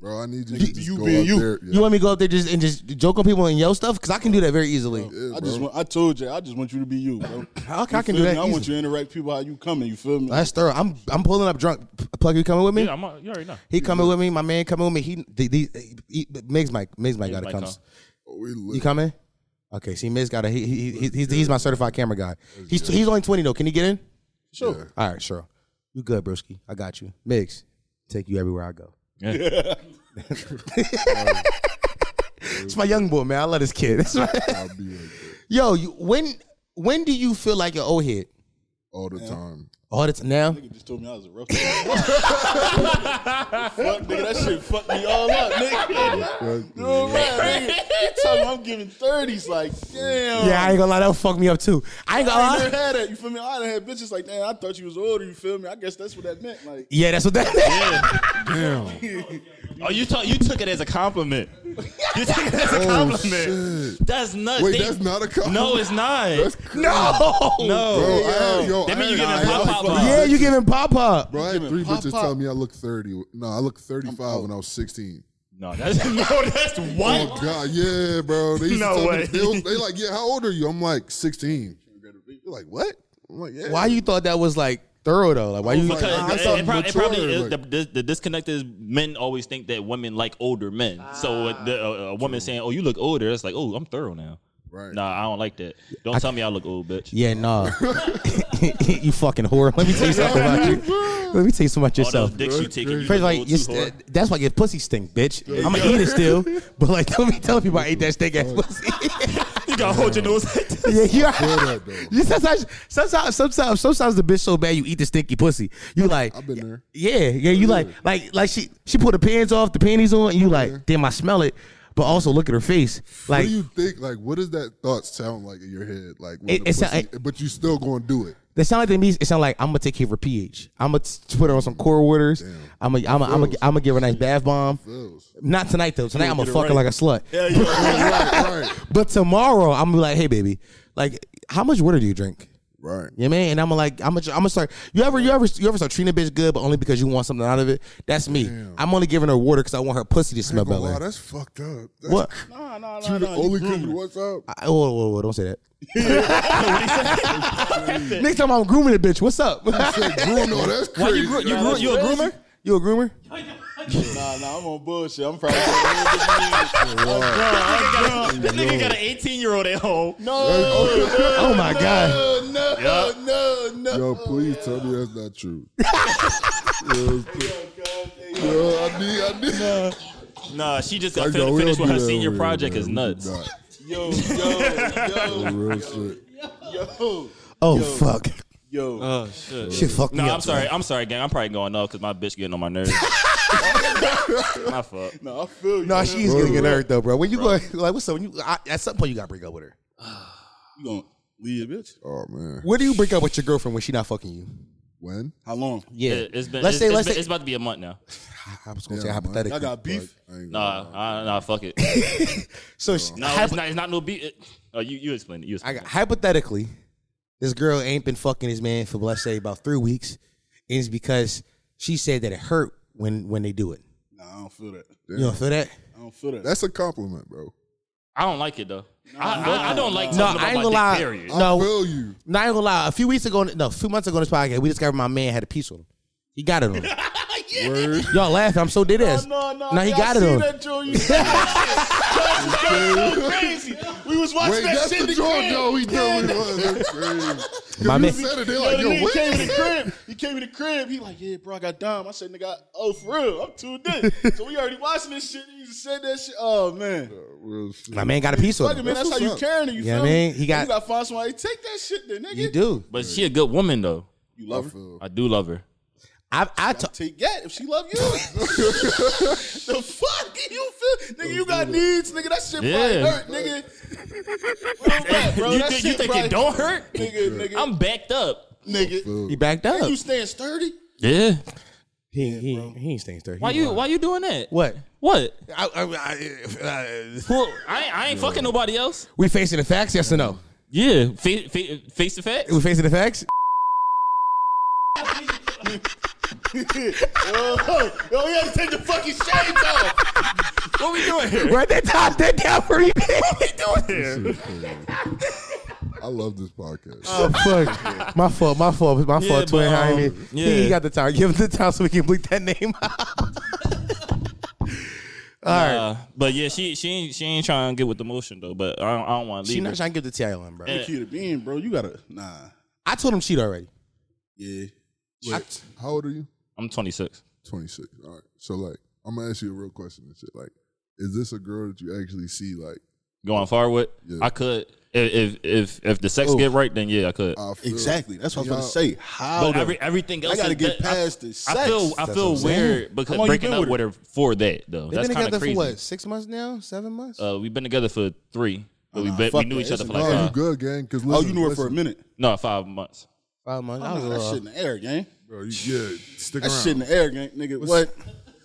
E: Bro, I need you to just
D: you
E: go
D: being
E: out
D: you.
E: there. Yeah.
A: You want me to go up there just and just joke on people and yell stuff? Because I can do that very easily.
E: Yeah,
D: I just
E: bro.
D: want, I told you, I just want you to be you, bro.
A: I, I
D: Uh, You
A: can
D: feel
A: do that
D: me? I
A: easily.
D: want you to interact people how you coming, you feel me?
A: That's thorough. I'm I'm pulling up drunk. Plug, you coming with me?
B: Yeah, I'm, you already know.
A: He coming with me. My man coming with me. He, the, the, he, he Migs Mike. Migs Mike gotta
B: Mike
A: come.
B: come.
E: Oh, we lit.
A: You coming? Okay. See, Migs gotta. He, he, he he's, he's my certified camera guy. He's he's only twenty though. Can he get in?
D: sure.
A: All right, sure. You good, broski? I got you. Migs, take you everywhere I go. it's my young boy, man. I love this kid. That's my,
E: I'll be like that
A: yo, you, when when do you feel like an old head?
E: all the time.
A: All the time now.
D: Nigga just told me I was a rough nigga. Fuck, nigga, that shit fucked me all up, nigga. You know what I'm saying, nigga? You tell me I'm giving 30s, like, damn.
A: Yeah, I ain't gonna lie. That'll fuck me up too. I ain't gonna
D: I
A: lie.
D: never had that. You feel me? I done had bitches like, damn, I thought you was older. You feel me? I guess that's what that meant. Like,
A: Yeah, that's what that.
B: Oh, you, talk, you took it as a compliment. You took it as a
E: Oh,
B: compliment.
E: shit.
B: That's nuts.
E: Wait,
B: They-
E: that's not a compliment.
B: No, it's not.
E: That's crazy.
A: No.
B: no.
E: Bro, I, yo,
B: That
E: I
B: mean you
E: had-
B: getting
E: I had
B: pop,
E: like
B: pop,
E: three
B: pop.
A: Yeah,
E: bitches-
A: you giving pop up.
E: Bro, I had three bitches
D: pop.
E: tell me I look 30. No, I look 35 when I was 16.
B: No, that's, no, that's
E: Oh,
B: what?
E: God. Yeah, bro. They used
B: No
E: to tell
B: way.
E: Me, they, was- they like, yeah, how old are you? I'm like, 16. They're like, what? I'm like, yeah.
A: Why you thought that was like thorough though? Like why you?
B: Because
E: I
B: it,
E: thought
B: it prob- it probably
E: mature,
B: is- the, the, the disconnect is men always think that women like older men. so
E: Ah.
B: uh, the, uh, a woman saying, "Oh, you look older," it's like, "Oh, I'm thorough now."
E: Right.
B: Nah, I don't like that. Don't tell me I look old, bitch.
A: yeah, nah. you fucking whore. Let me tell you something about you. Let me tell you something about
B: All those
A: yourself.
B: dicks you taking, you
A: First,
B: look
A: like
B: old
A: your
B: too,
A: st-
B: whore.
A: that's why your pussy stink, bitch. I'ma eat it still, but like don't be telling people I ate that steak ass pussy.
B: You gotta hold your nose.
A: yeah, you
E: feel that, though.
A: You sometimes, sometimes, sometimes, sometimes the bitch so bad you eat the stinky pussy. You like,
E: I've been there.
A: Yeah, yeah. You like, like, like she she pull the pants off, the panties on, and you like, damn, I smell it, but also look at her face.
E: What
A: Like,
E: do you think? Like, what does that thought sound like in your head? Like, when
A: It-
E: the
A: it sound-
E: pussy- but you still going to do it.
A: They sound like to me. It sound like I'm gonna take care of her pH. I'm gonna put her on some core waters. I'm gonna, I'm gonna, I'm gonna give her a nice bath bomb.
E: Feels.
A: Not tonight though. Tonight I'm gonna
B: get it
A: fuck her like
B: right.
A: a slut.
E: right, right.
A: But tomorrow I'm gonna be like, hey baby, like how much water do you drink?
E: Right.
A: You know what I mean? And I'm like, I'm gonna, I'm gonna start. You ever, you ever, you ever start treating a bitch good, but only because you want something out of it? That's me. I'm only giving her water because I want her pussy to smell
E: Oh, Wow,
A: better.
E: that's fucked up. That's
A: What?
D: Nah, nah, nah.
E: You the
D: nah, you
E: only
D: grooming
E: cookie.
D: her.
E: What's up?
A: I, whoa, whoa, whoa! Don't say that. Next time I'm grooming a bitch, what's up?
E: Bruno, that's
B: Why
E: crazy.
B: you gro- you, gro- you a groomer?
A: you a groomer?
D: Nah, nah, I'm on bullshit. I'm probably. I'm drunk. I'm drunk.
B: This nigga got an 18 year old at home.
D: No,
A: Oh my god!
D: no, no,
B: Yeah.
D: no, no.
E: Yo, please tell me that's not true. Yo, yo, I need, I need.
B: Nah, she just
E: I
B: got
E: know,
B: fin-
E: we
B: finished
E: don't
B: with her
E: do that
B: senior
E: over here,
B: project. Is
E: man.
B: nuts.
E: We do
D: Yo, yo,
E: not. Real shit.
D: yo, yo,
A: Oh fuck!
D: yo.
F: Oh shit.
A: Shit, fuck
B: No,
A: me
B: I'm
A: up.
B: sorry. I'm sorry, gang. I'm probably going off because my bitch getting on my nerves. my fault.
D: Nah, I feel you.
A: No,
D: man.
A: she's gonna get hurt though, bro. When you go, like, what's up? When you I, at some point you gotta break up with her.
D: You gonna leave, bitch?
E: Oh man.
A: Where do you break up with your girlfriend when she not fucking you?
E: When?
D: How long?
A: Yeah,
B: It, has been,
A: Let's
B: it's,
A: say-
B: it's
A: let's
B: been-
A: say-
B: it's about to be a month now.
A: I was gonna say
E: Yeah, man.
A: hypothetically.
D: I got beef.
E: I ain't
B: Nah,
E: gonna lie.
B: I, nah, fuck it.
A: so she-
B: No,
A: hypo-
B: it's not. It's not no beat. It, oh, you you explain it. You
A: I
B: explain
A: got,
B: it.
A: hypothetically, this girl ain't been fucking this man for let's say about three weeks, and it's because she said that it hurt when when they do it.
D: Nah, I don't feel that.
A: You don't feel that?
D: I don't feel that.
E: That's a compliment, bro.
B: I don't like it though. I, I, I don't like
A: No,
B: talking
A: I ain't
B: about
A: gonna
B: my
A: lie. Uh,
B: dick. Period.
E: I
A: No,
E: feel you.
A: not even gonna lie. A few weeks ago, no, a few months ago on this podcast, we discovered my man had a piece on him. He got it on. him.
E: Word.
A: Y'all laughing? I'm so dead ass.
D: No, Oh, no,
A: now he
D: yeah,
A: got
D: I
A: it
D: see
A: on. him.
D: That, Joe, you That's so crazy. We was watching
E: Wait,
D: that
E: that's
D: shit
E: the
D: in the
E: draw,
D: crib.
E: though. He definitely was. That's crazy.
A: My
E: My
A: man-
E: man said it. They're
D: Yo,
E: like,
D: the
E: yo,
D: nigga came in the
E: what?
D: crib. He came in the crib. He like, yeah, bro, I got dime. I said, nigga, I- oh for real, I'm tuned in. so we already watching this shit. He just said that shit. Oh man,
E: Real shit.
A: My man got a piece on
D: fuck it,
A: him.
D: man. That's,
E: what's
D: how you
E: up.
D: carrying it. You
A: Yeah,
D: feel
A: man,
D: me?
A: he got-
D: You gotta find somebody. Take that shit, then nigga.
A: You do.
B: But she a good woman though.
D: You
E: I
D: love her.
E: feel.
B: I do love her.
A: I I t-
D: Take that if she love you. the fuck you feel, nigga? You got needs, nigga. That shit probably
B: Yeah.
D: hurt, nigga. Real rap, bro.
B: you,
D: That
B: think-
D: shit
B: you think
D: probably-
B: it don't hurt?
D: nigga? Nigga,
B: I'm backed up.
D: nigga.
A: he backed up.
D: You staying sturdy?
B: Yeah.
A: He he, he ain't staying sturdy.
B: Why you why you doing that?
A: What?
B: What?
A: I, I, I, I-
B: Who- I uh, ain't, I ain't fucking nobody else.
A: we facing the facts? Yes or no?
B: Yeah. Face, face, face to face.
A: We facing the facts?
D: Oh, yo, he had to take the fucking shades off.
B: What we doing here?
A: Right that top that down for me.
E: I love this podcast.
A: Oh fuck! My fault. My fault. My
B: Yeah,
A: fault. Twin
B: but,
A: Jaime.
B: um,
A: He-
B: yeah.
A: He got the time. Give him the time so we can bleep that name out.
B: Uh, but yeah, she she ain't she ain't trying to get with the motion though. But I don't, I don't want to
A: She
B: leave.
A: not
B: her.
A: trying to give the tail on, bro.
B: Yeah.
D: Keep it being, bro. You gotta nah.
A: I told him cheat already.
D: Yeah.
E: Wait, how old are you?
B: I'm 26.
E: 26. All right. So, like, I'm going to ask you a real question and shit. Like, is this a girl that you actually see? Like,
B: Going far with
E: Yeah.
B: I could if if if, if the sex get right, then yeah, I could.
E: I feel.
D: Exactly. That's what I was
E: Y'all-
D: gonna say. How
B: but
D: the-
B: every, everything else,
D: I gotta
B: is
D: get
B: that- I-
D: past this.
B: I feel I feel weird because
D: How long you
B: breaking
D: been
B: up
D: with
B: with her for that though.
A: They've
B: That's
A: been
B: kind
A: together
B: of crazy.
A: for what? Six months now? Seven months?
B: Uh, we've been together for three, but we
D: Nah,
B: bet we
D: fuck
B: knew
D: that.
B: each other for
D: It's
B: like
E: Oh, you
B: five,
E: good, gang? Because
D: uh, Oh, you knew her for a minute.
B: no five months.
A: Five months. I Oh, was
D: Nah,
A: a
D: that
A: little-
D: shit in the air, gang.
E: Bro, you, yeah, stick
D: That
E: around.
D: shit in the air, gang, nigga. What?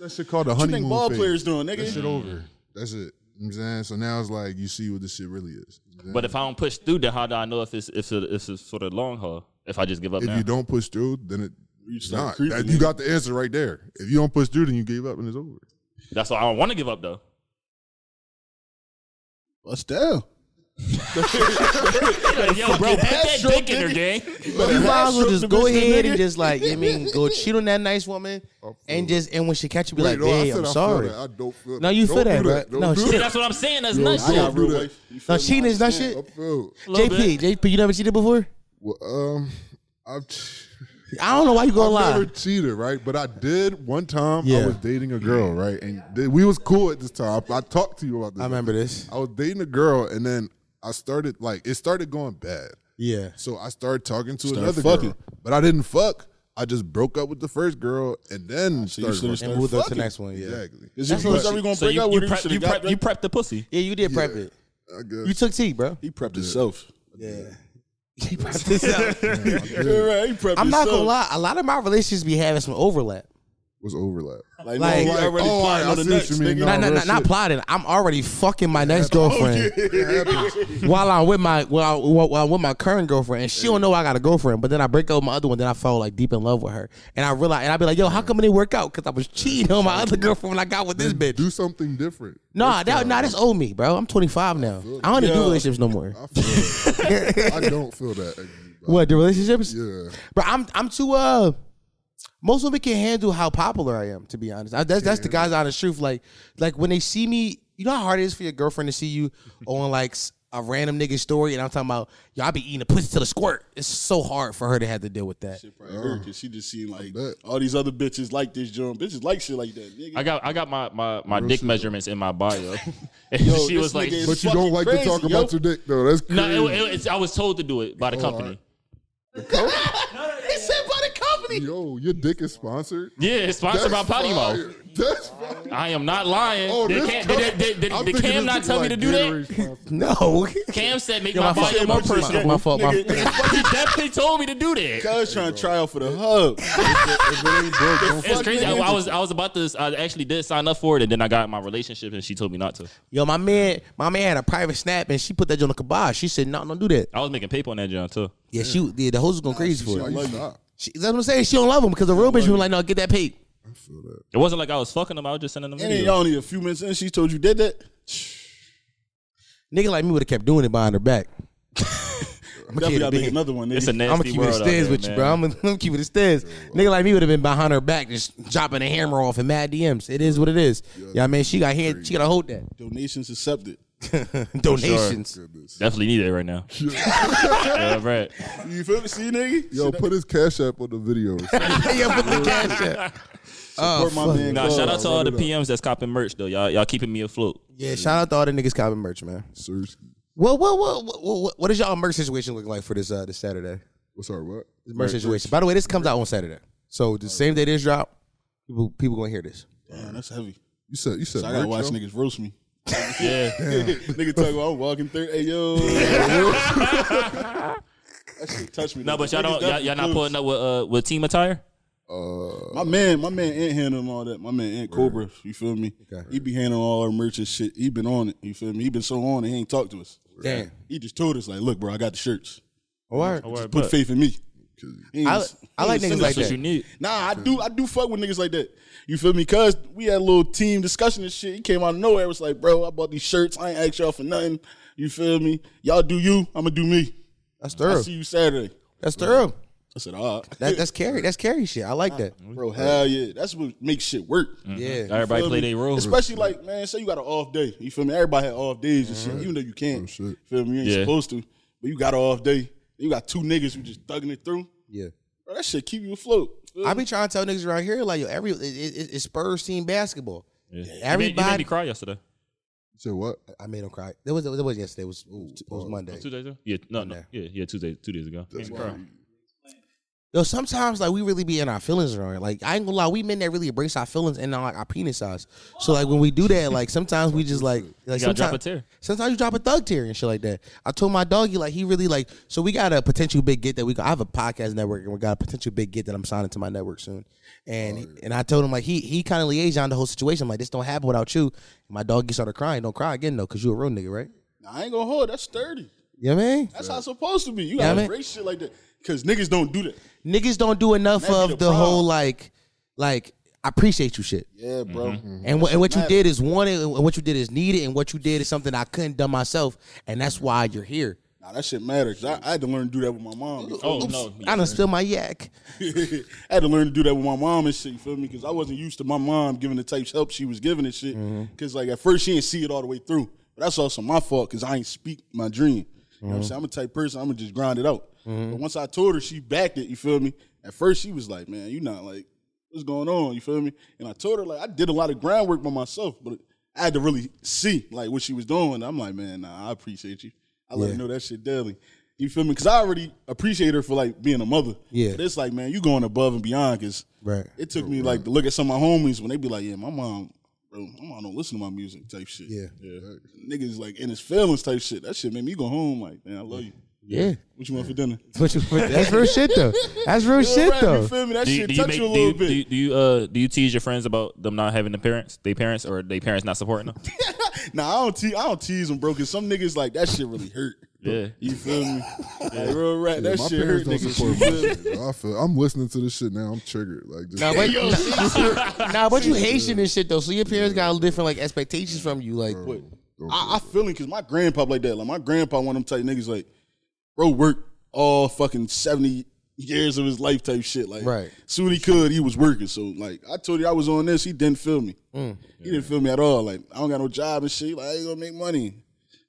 E: that shit called the
D: You
E: honeymoon
D: think ball
E: phase.
D: players doing,
E: That shit
D: nigga?
E: over. That's it. You know what I'm saying? So now it's like, you see what this shit really is. You know what I'm
B: But if I don't push through, then how do I know if it's if it's, if it's for the long haul? If I just give up
E: saying?
B: now,
E: If you don't push through, then it.
D: You
E: It's
D: start
E: not.
D: creeping,
E: That- you
D: nigga.
E: got the answer right there. If you don't push through, then you gave up and it's over.
B: that's why I don't want to give up though.
D: Bust down.
B: Yo, bro, put that
D: your
B: dick in her gang.
A: you might as well
D: Shoot
A: just
D: the
A: go
D: bitch, the
A: ahead and
D: nigga.
A: just like, you mean, go cheat on that nice woman and just and when she catch you, be like,
E: Wait, no, I
A: babe,
E: said
A: I'm
E: I feel
A: sorry.
E: that. I don't feel
A: No, you
E: don't
A: feel
E: do
A: that, bro.
E: Don't
A: No,
E: do
A: shit.
E: that.
B: That's what I'm saying. That's
E: Yo,
B: nuts.
E: I
D: I
B: yo.
E: got
D: got
E: do
D: real
E: that.
D: life. You feel
A: No,
D: me?
A: cheating is not
D: Yeah.
A: shit.
E: I feel.
A: JP, JP, you never cheated before?
E: Well, um, I've, ch-
A: I don't know why you
E: I've
A: gonna lie.
E: never cheated, right? But I did one time.
A: Yeah.
E: I was dating a girl, right? And th- we was cool at this time. I, I talked to you about this.
A: I remember this.
E: I was dating a girl, and then I started like it started going bad.
A: Yeah.
E: So I started talking to
D: Started
E: another
D: fucking.
E: girl, but I didn't fuck. I just broke up with the first girl, and then
D: you
E: started.
D: should've
E: fucking.
A: And moved on to the
D: Fuck it.
A: next one. Yeah.
E: Exactly.
D: Is
A: That's
D: you
A: what
D: are we gonna
B: So
D: break
B: you,
D: up
B: you,
D: with?
B: prep, you, prep, you prep the pussy.
A: Yeah, you did prep it.
E: I guess.
A: You took T, bro.
D: He prepped himself.
A: Yeah. He prepped this out.
D: Yeah, right. He prepped
A: I'm not gonna
D: himself.
A: lie, a lot of my relationships be having some overlap.
E: What's overlap?
D: Like,
A: Like-
D: no, we already
E: Oh,
D: plotting
E: I- I
D: on the
E: see what
D: next.
E: you mean.
D: nigga.
E: No,
A: Not, not,
E: real
A: not, not
E: shit.
A: plotting. I'm already fucking my next girlfriend
E: It happens.
A: while I'm with my while, while, while I'm with my current girlfriend, and she don't know I got a girlfriend. But then I break up with my other one, then I fall like deep in love with her, and I realize, and I be like, yo, how come it didn't work out? Because I was cheating on my other girlfriend when I got with this bitch.
E: Do something different.
A: Nah, that, nah, that's old me, bro. I'm 25 now. I don't even do
D: Yeah.
A: relationships no more.
E: I, feel that. I don't feel that. Angie, but
A: What the relationships?
E: Yeah.
A: But I'm I'm too uh most women can handle how popular I am, to be honest. I, that's that's the guy's honest truth. Like like when they see me, you know how hard it is for your girlfriend to see you on like s- a random nigga story, and I'm talking about yo, I be eating a pussy till the squirt. It's so hard for her to have to deal with that.
D: Shit probably hurt 'cause she just seen like
E: bet.
D: all these other bitches like this joint. Bitches like shit like that. Nigga.
B: I got I got my my, my dick measurements in my bio. And
D: Yo,
B: she
D: this
B: was like,
D: nigga is
E: But you
D: fucking
E: don't like to
D: crazy,
E: talk
D: yo.
E: about your dick, though. That's
B: "No,
E: crazy. Oh,
B: it- it- it's- I was told to do it by the company."
A: They said by the company.
E: Yo, your dick is sponsored.
B: Yeah, it's sponsored by
E: That's
B: Potty Mouth.
E: fire. That's fire.
B: I am not lying.
E: Oh,
B: did
E: this
B: Cam,
E: guy-
B: did, did, did,
E: I'm
B: did
E: thinking
B: Cam
E: this
B: not
E: is
B: tell
E: like
B: me to do that?
E: Gatorade sponsor.
A: No.
B: Cam said make
A: Yo,
B: my
A: my fault.
B: bio more
A: My fault.
B: personal.
A: My fault. My
D: Nigga,
A: fault.
B: he definitely told me to do that.
D: Cuz trying to try out for the hub.
E: If it ain't broke, don't
B: It's
E: fuck
B: crazy.
E: it.
B: I, I was I was about to. I actually did sign up for it, and then I got in my relationship, and she told me not to.
A: Yo, my man, my man had a private snap, and she put that on the kibosh. She said, "No, don't do that."
B: I was making paper on that job too.
A: Yeah, she, yeah, the hoes was going crazy
E: Why
A: for it.
E: you stop?
A: She, that's what I'm saying. She don't love him because the real bitch was like, "No, get that paid."
E: I feel that.
B: It wasn't like I was fucking them. I was just sending them
D: And then
B: videos.
D: y'all only a few minutes in, she told you did that.
A: Nigga like me would have kept doing it behind her back.
D: Definitely gotta make another one.
B: It's
D: Nigga.
B: a
A: I'm gonna
B: nasty
A: keep
B: world
A: it
B: out there,
A: upstairs with you,
B: man.
A: bro. I'm gonna, I'm gonna keep it upstairs. Nigga like me would have been behind her back, just dropping a hammer off in mad DMs. It is what it is. Yeah, I mean, she got hand, she gotta hold that.
D: Donations accepted.
A: Donations.
B: Definitely need it right now. yeah, right.
D: You feel me? See, nigga?
E: Yo, put his cash app on the video.
A: yeah, put the cash up.
D: Support my man.
B: Nah,
D: Cuz.
B: shout out to all the PMs that's copping merch though. Y'all, y'all keeping me afloat.
A: Yeah, shout out to all the niggas copping merch, man.
E: Seriously.
A: Well, well, well, well, well, what is y'all merch situation looking like for this uh, this Saturday?
E: What's our what?
A: This merch situation. By the way, this comes out on Saturday, so the same day this drop, people people gonna hear this.
D: Damn, that's heavy.
E: You said you said
D: So I gotta
E: merch,
D: watch
E: yo?
D: niggas roast me.
B: Yeah.
D: Nigga talk about I'm walking through. Hey yo. that shit touched me.
B: No, but y'all don't. Y'all, y'all not pulling up with uh with team attire.
D: My man, my man Ant handling all that. My man Ant Cobra, you feel me? He be handling all our merch and shit. He been on it, you feel me? He been so on it, he ain't talked to us.
A: Damn.
D: He just told us, like, look, bro, I got the shirts.
A: Or
B: Or
D: Put
B: but-
D: faith in me. He ain't-
A: I-
D: he
A: I like niggas like
D: ain't send us
B: That's what
A: that.
B: you need.
D: Nah, I do. I do fuck with niggas like that. You feel me? Cause we had a little team discussion and shit. He came out of nowhere. It was like, bro, I bought these shirts. I ain't asked y'all for nothing. You feel me? Y'all do you. I'ma do me.
A: that's
D: I
A: thorough.
D: see you Saturday.
A: That's thorough.
D: I said, all right.
A: That, that's carry. That's carry shit. I
D: Uh,
A: like that.
D: bro, hell yeah. That's what makes shit work.
A: Mm-hmm. Yeah.
B: Everybody
D: Feel
B: play
D: me?
B: their role.
D: Especially like, man, say you got an off day. You feel me? Everybody had off days and
A: Mm-hmm.
D: shit, even though you can't.
A: Oh,
E: shit.
D: Feel me? You ain't
B: Yeah.
D: supposed to. But you got an off day. You got two niggas who just thugging it through.
A: Yeah.
D: Bro, that shit keep you afloat.
A: I be trying to tell niggas around here like yo, every it, it, it- it's Spurs team basketball.
B: You made, you made
A: Everybody,
B: me cry yesterday.
E: You said what?
A: I made them cry. That was that was yesterday. It was it was Monday.
B: Oh, Two days ago. Yeah. No. No. Yeah. Yeah. Two days. Two days ago. Made me cry.
A: Yo, sometimes like we really be in our feelings around. here. Like I ain't gonna lie, we men that really embrace our feelings and like our penis size. So like when we do that, like sometimes we just like like
B: You gotta drop
A: sometime-
B: a tear.
A: Sometimes you drop a thug tear and shit like that. I told my doggy like he really like so we got a potential big get that we got. I have a podcast network and we got a potential big get that I'm signing to my network soon. And and I told him like he he kind of liaised on the whole situation. I'm like this don't happen without you. my doggy started crying. Don't cry again though, cause you a real nigga, right?
D: Nah, I ain't gonna hold. That's sturdy.
A: You know what I mean?
D: That's how it's supposed to be. You
A: Yeah,
D: gotta
A: man.
D: embrace shit like that. Cause niggas don't do that.
A: Niggas don't do enough
D: That be
A: of
D: the
A: the whole
D: problem.
A: like like I appreciate you shit.
D: Yeah, bro. Mm-hmm.
A: And what, and what you
D: matter.
A: did is wanted, and what you did is needed, and what you did is something I couldn't done myself, and that's why you're here.
D: Nah, that shit matters. I, I had to learn to do that with my mom. You feel
B: Oh
D: me?
B: no.
A: I done spilled my yak.
D: I had to learn to do that with my mom and shit. You feel me? Because I wasn't used to my mom giving the types help she was giving and shit. Because like at first she didn't see it all the way through. But that's also my fault because I ain't speak my dream. You know what I'm saying? I'm a type person. I'm gonna just grind it out. But once I told her, she backed it. You feel me? At first she was like, "Man, you not like what's going on?" You feel me? And I told her like I did a lot of groundwork by myself, but I had to really see like what she was doing. I'm like, man, nah, I appreciate you. I let her know that shit daily. You feel me? Because I already appreciate her for like being a mother.
A: Yeah.
D: But it's like, man, you going above and beyond. Because
A: Right.
D: it took me like to look at some of my homies when they be like, yeah, my mom, bro, my mom don't listen to my music type shit.
A: Yeah.
D: Niggas like in his feelings type shit. That shit made me go home like, man, I love you.
A: Yeah.
D: What you want for dinner?
A: Which is- That's real shit though. That's real
D: Real
A: shit
D: rap,
A: though.
D: You feel me? That
B: Do you,
D: shit
B: do you
D: touch
B: make
D: you a
B: do you,
D: little
B: do you,
D: bit.
B: do you uh do you tease your friends about them not having the parents, they parents, or they parents not supporting them?
D: Nah, I don't, te- I don't tease them, bro, because some niggas like that shit really hurt.
B: Yeah,
D: You feel me? Like, real rap, that
E: my
D: shit hurt
E: parents don't
D: niggas.
E: support
D: You
E: my
D: feel me?
E: shit. bro. I feel, I'm listening to this shit now. I'm triggered. Like, just,
A: Nah, but, nah, nah, but you Haitian and shit though, so your parents got different like expectations from you. Like,
D: I, I feel it because my grandpa like that. Like my grandpa, one of them type niggas, like bro, worked all fucking seventy years of his life type shit. Like,
A: Right.
D: Soon he could, he was working. So like, I told you I was on this. He didn't feel me. He didn't feel me at all. Like, I don't got no job and shit. Like, I ain't gonna make money.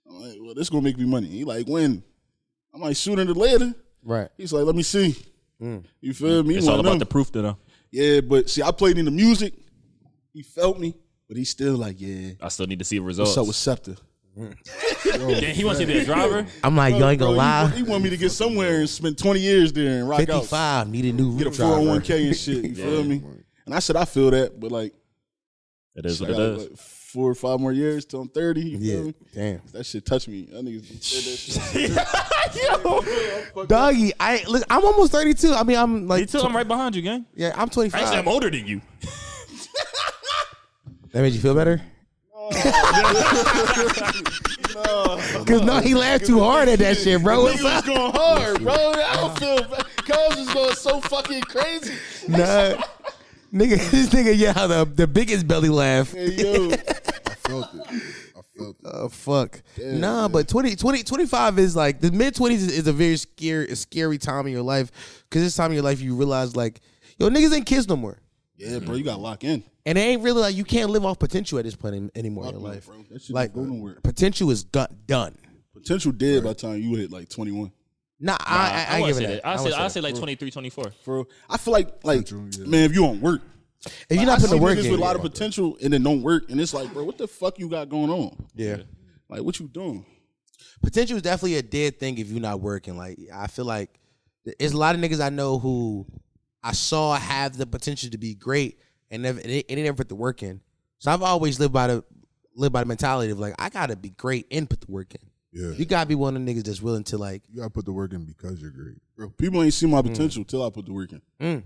D: I'm like, well, this gonna make me money. He like, when? I'm like, sooner than later.
A: right?
D: He's like, let me see. You feel me?
B: Mm.
D: He
B: it's all
D: one of
B: about
D: them.
B: the proof uh, to them.
D: yeah, but see, I played in the music. He felt me, but he's still like, yeah.
B: I still need to see results.
D: What's up with Scepter?
B: Damn, he wants to be a driver.
A: I'm like, yo, ain't
D: Bro,
A: gonna
D: he want- He,
A: lie.
D: want me to get somewhere and spend 20 years there and rock out.
A: 55 need a new
D: Get a
A: roof driver.
D: 401k and shit. You feel me? And I said, I feel that, but like,
B: It is
D: I
B: what it
D: got
B: is.
D: like four or five more years till I'm 30. You feel
A: Yeah,
D: me?
A: damn.
D: That shit touched me. That niggas said that shit.
A: Doggy, I look. I'm almost 32. I mean, I'm
B: He
A: like,
B: took, I'm right behind you, gang.
A: yeah, I'm
B: Actually,
A: 25.
B: I'm older than you.
A: That made you feel better? Because no, he laughed too hard at that shit, bro. What's
D: Nigga was
A: up?
D: going hard, bro. I don't feel bad. Cuz was going so fucking crazy.
A: Nah. Nigga, this nigga, yeah, the, the biggest belly laugh.
D: Hey, yo.
E: I felt it. I felt it.
A: Oh, fuck. nah, but 20, 20, 25 is like, the mid 20s is, is a very scary, scary time in your life. Because this time in your life, you realize, like, yo, niggas ain't kids no more.
D: Yeah,
A: Mm-hmm.
D: bro, you got to lock in.
A: And it ain't really like you can't live off potential at this point in- anymore in your life.
D: Bro, that shit
A: Like, uh,
D: like, go nowhere.
A: potential is done. done.
D: Potential dead by the time you hit like 21.
A: Nah, I, I, I,
B: wouldn't
A: give it
B: say
A: that.
B: I
A: wouldn't
B: say I say
A: that.
B: like 23, 24.
D: Bro, I feel like, like,
E: Potential, yeah.
D: man, if you don't work,
A: If you're
D: Like,
A: not
D: I see
A: putting the work
D: niggas
A: in,
D: with a lot of potential and then don't work, and it's like, bro, what the fuck you got going on?
A: yeah.
D: Like, what you doing?
A: potential is definitely a dead thing if you're not working. Like I feel like there's a lot of niggas I know who I saw have the potential to be great and never and they, and they never put the work in. So I've always lived by the lived by the mentality of like I gotta be great and put the work in.
E: Yeah.
A: You gotta be one of the niggas that's willing to like
E: You gotta put the work in because you're great.
D: Bro, people ain't see my
A: Mm.
D: potential till I put the work in.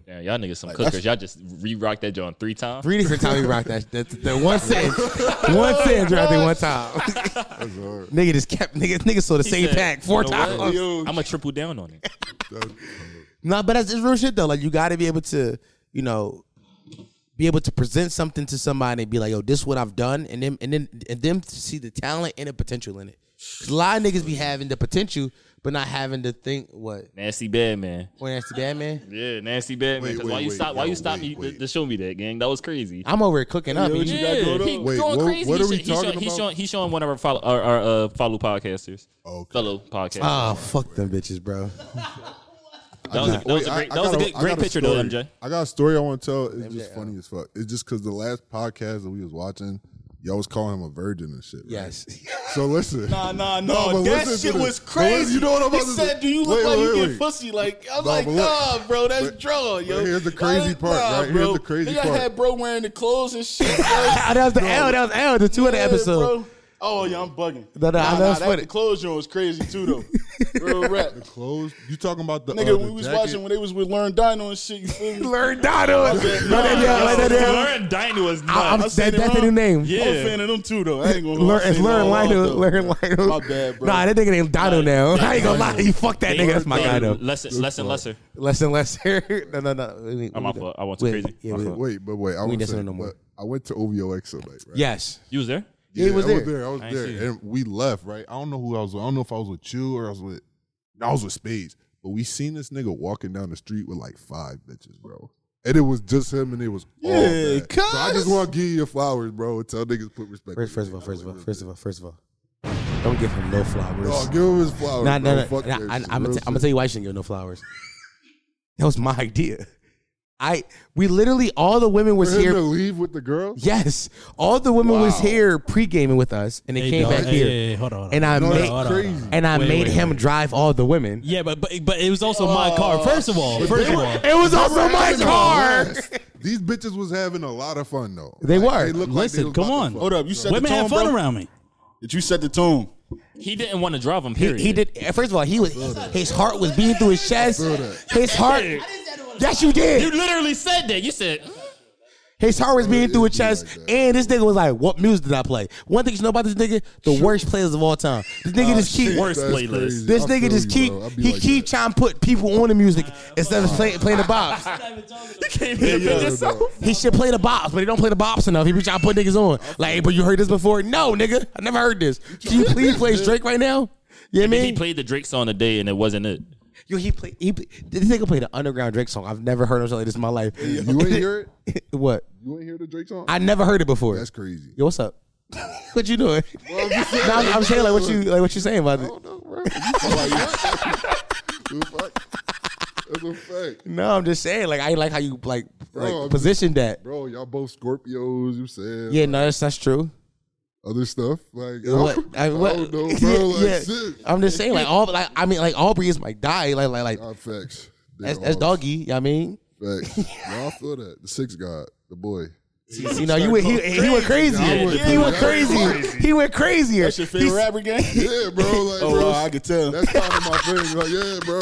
B: Damn, y'all niggas some cookers. Y'all just re-rock that joint three times.
A: three different times we rocked that that, that one sentence, one sentence right there, one time. nigga just kept nigga nigga saw the same
B: said,
A: pack four
B: "You know
A: times.
B: what? I'm gonna triple down on it.
A: No, but that's it's real shit though. Like you got to be able to, you know, be able to present something to somebody and be like, "Yo, this is what I've done," and then and then and them to see the talent and the potential in it. 'Cause A lot of niggas be having the potential, but not having the thing. What
B: Nasty bad man.
A: when that's that man,
B: Yeah, nasty bad man.
E: Wait,
B: 'Cause
E: wait,
B: why you
E: wait,
B: stop? Why
E: yo,
B: you stop
E: wait,
B: me to,
E: wait.
B: to show me that, gang? That was crazy.
A: I'm over here cooking up.
D: what
A: and-
D: you got going on?
B: he
E: Wait,
B: going
E: what-
B: crazy.
E: what
B: he
E: are we
B: showing- he
E: talking
B: showing- He
E: about?
B: showing, he showing one of our follow, our, our uh, follow podcasters,
E: Okay.
B: fellow podcasters.
A: Ah, fuck them bitches, bro.
B: that was, a, that was a
E: Wait, I-
B: great,
E: I
B: that was a
E: got
B: good,
E: I
B: great
E: got a
B: picture though,
E: story.
B: MJ.
E: I got a story I want to tell. It's just funny as fuck. It's just because the last podcast that we was watching, y'all was calling him a virgin and shit. Right?
A: Yes,
E: So listen.
D: Nah, nah,
E: Nah,
D: no.
E: but
D: that
E: listen to
D: shit
E: this.
D: was
E: But
D: crazy.
E: listen, you know what I'm
D: he
E: about to
D: said,
E: do.
D: "Do you look
E: Wait,
D: like you
E: wait,
D: get
E: wait.
D: pussy?" Like I'm
E: Nah,
D: like,
E: but look.
D: nah, bro, that's
E: But-
D: draw, yo.
E: but here's the crazy
D: Like,
E: part,
D: nah,
E: right? Here's
D: bro.
E: the crazy
D: Nigga
E: part.
D: had bro wearing the clothes and shit. bro.
A: Ah, that was the L. That was L. The two of the
D: Yeah,
A: episode.
D: bro. Oh yeah, I'm bugging.
A: No, no, I know it's
D: that,
A: funny.
D: The clothes joint was crazy too, though. Real rap.
E: Clothes. You talking about
A: Oh,
E: the
D: Nigga,
E: uh, the
D: we was
E: jacket?
D: watching when they was with Learn Dino and shit. You feel me?
A: Learn Dono. Let that down. Let that down.
B: Learn Dino is
A: I'm-
B: nuts.
D: I said
A: that-
D: it
A: That's the
D: wrong.
A: new name.
D: I'm a
B: Yeah,
D: fan of them too, though. I ain't gonna
A: Learn,
D: lie.
A: it's learn Lionel. Learn Lionel.
D: My bad, bro.
A: Nah, that nigga named Dono now. I ain't gonna lie. You fuck that
B: They-
A: nigga. That's my
B: they-
A: guy though.
B: Lesson, lesson, lesser.
A: Less and less here. No, no, no. We- we-
B: Oh, my
A: we-
B: fault. I went too
A: we-
B: crazy.
A: yeah,
B: My
A: we-
B: fault.
E: Wait, but wait. I want to
A: doesn't
E: say.
A: know no more.
E: but I went to OVOX tonight, right?
A: Yes.
B: You was there?
A: Yeah, he was
E: I
A: there.
E: was there. I was
B: ain't see
E: there. And we left, right? I don't know who I was with. I don't know if I was with you or I was with I was with Spades. But we seen this nigga walking down the street with like five bitches, bro. And it was just him and it was all
D: Yeah,
E: bad. So I
D: cuz.
E: just wanna give you your flowers, bro, and tell niggas put respect.
A: First, first of all, first of all, first of all, first of all, don't give him no flowers.
E: No, oh, give him his flowers.
A: Nah, nah,
E: bro.
A: nah.
E: Fuck
A: nah,
E: that
A: I,
E: shit.
A: I'm
E: Real
A: gonna
E: shit.
A: tell you why you shouldn't give no flowers. That was my idea. I we literally all the women was
E: For him to
A: here.
E: leave with the girl?
A: Yes, all the women was here pre gaming with us, and they
C: Hey,
A: came
C: dog.
A: back
C: Hey,
A: here.
C: hey, hey, hold on, hold
A: and I
E: No,
A: made
E: that's crazy.
A: and I
C: Wait,
A: made
C: wait,
A: him
C: wait.
A: drive all the women.
C: Yeah, but but but it was also
B: Oh,
C: my car. First of all, first of all,
A: It was also my
E: Having a
A: car.
E: blast. These bitches was having a lot of fun though.
A: They were.
E: looked
C: Listen,
E: was
C: come
E: about to
C: on.
E: fuck.
D: Hold up, you set
C: women
D: the
C: had
D: tone,
C: fun
D: bro.
C: around me.
D: Did you set the tone?
F: He didn't want to drive him.
A: He,
F: Period.
A: he did. First of all, he was his heart was beating through his chest. His heart. Yes, you
F: You
A: did.
F: literally said that. You said
A: His heart was beating through his chest, and this nigga was like, "What music did I play?" One thing you know about this nigga, the worst players of all time. This nigga just keep.
B: Worst
E: Oh, That's
B: playlist.
E: crazy.
A: This
E: I
A: nigga
E: feel
A: just
E: you,
A: keep
E: bro. I be
A: he
E: like
A: keep
E: that.
A: trying to put people on the music instead of play, playing the bops. He should play the bops, but he don't play the bops enough. He be trying to put niggas on. Like, hey, but you heard this before? No, nigga, I never heard this. Can you please play Drake right now? You know what I
F: And then he
A: mean?
F: played the Drake song today, and it wasn't it.
A: Yo, he play, he play, this nigga played an underground Drake song. I've never heard him like this in my life.
E: You ain't hear it?
A: what?
E: You ain't hear the Drake song?
A: I never heard it before.
E: That's crazy.
A: Yo, what's up? what you doing? No, I'm, I'm saying like what you like what you saying about it.
E: I don't know, bro. You fuck like that. You fuck. That's a fact.
A: No, I'm just saying like I like how you like like
E: I'm just-
A: positioned that.
E: Oh, Bro, y'all both Scorpios, you said.
A: Yeah, no, that's that's true.
E: Other stuff. Like,
A: What?
E: I,
A: I, what?
E: don't know, bro. Like,
A: yeah,
E: shit.
A: I'm just saying like all like I mean like Aubrey is my die like like like
E: Nah, facts. They
A: that's,
E: are
A: that's doggy. You know what I mean,
E: Facts. no, I feel that. The six god, the boy.
A: you know, you went he, he went crazy. he went crazy. He went crazier.
D: That's your favorite rapper game?
E: Yeah, bro. Like,
D: Oh,
E: bro,
D: wow, I could tell.
E: That's kind of my thing. Like, yeah, bro.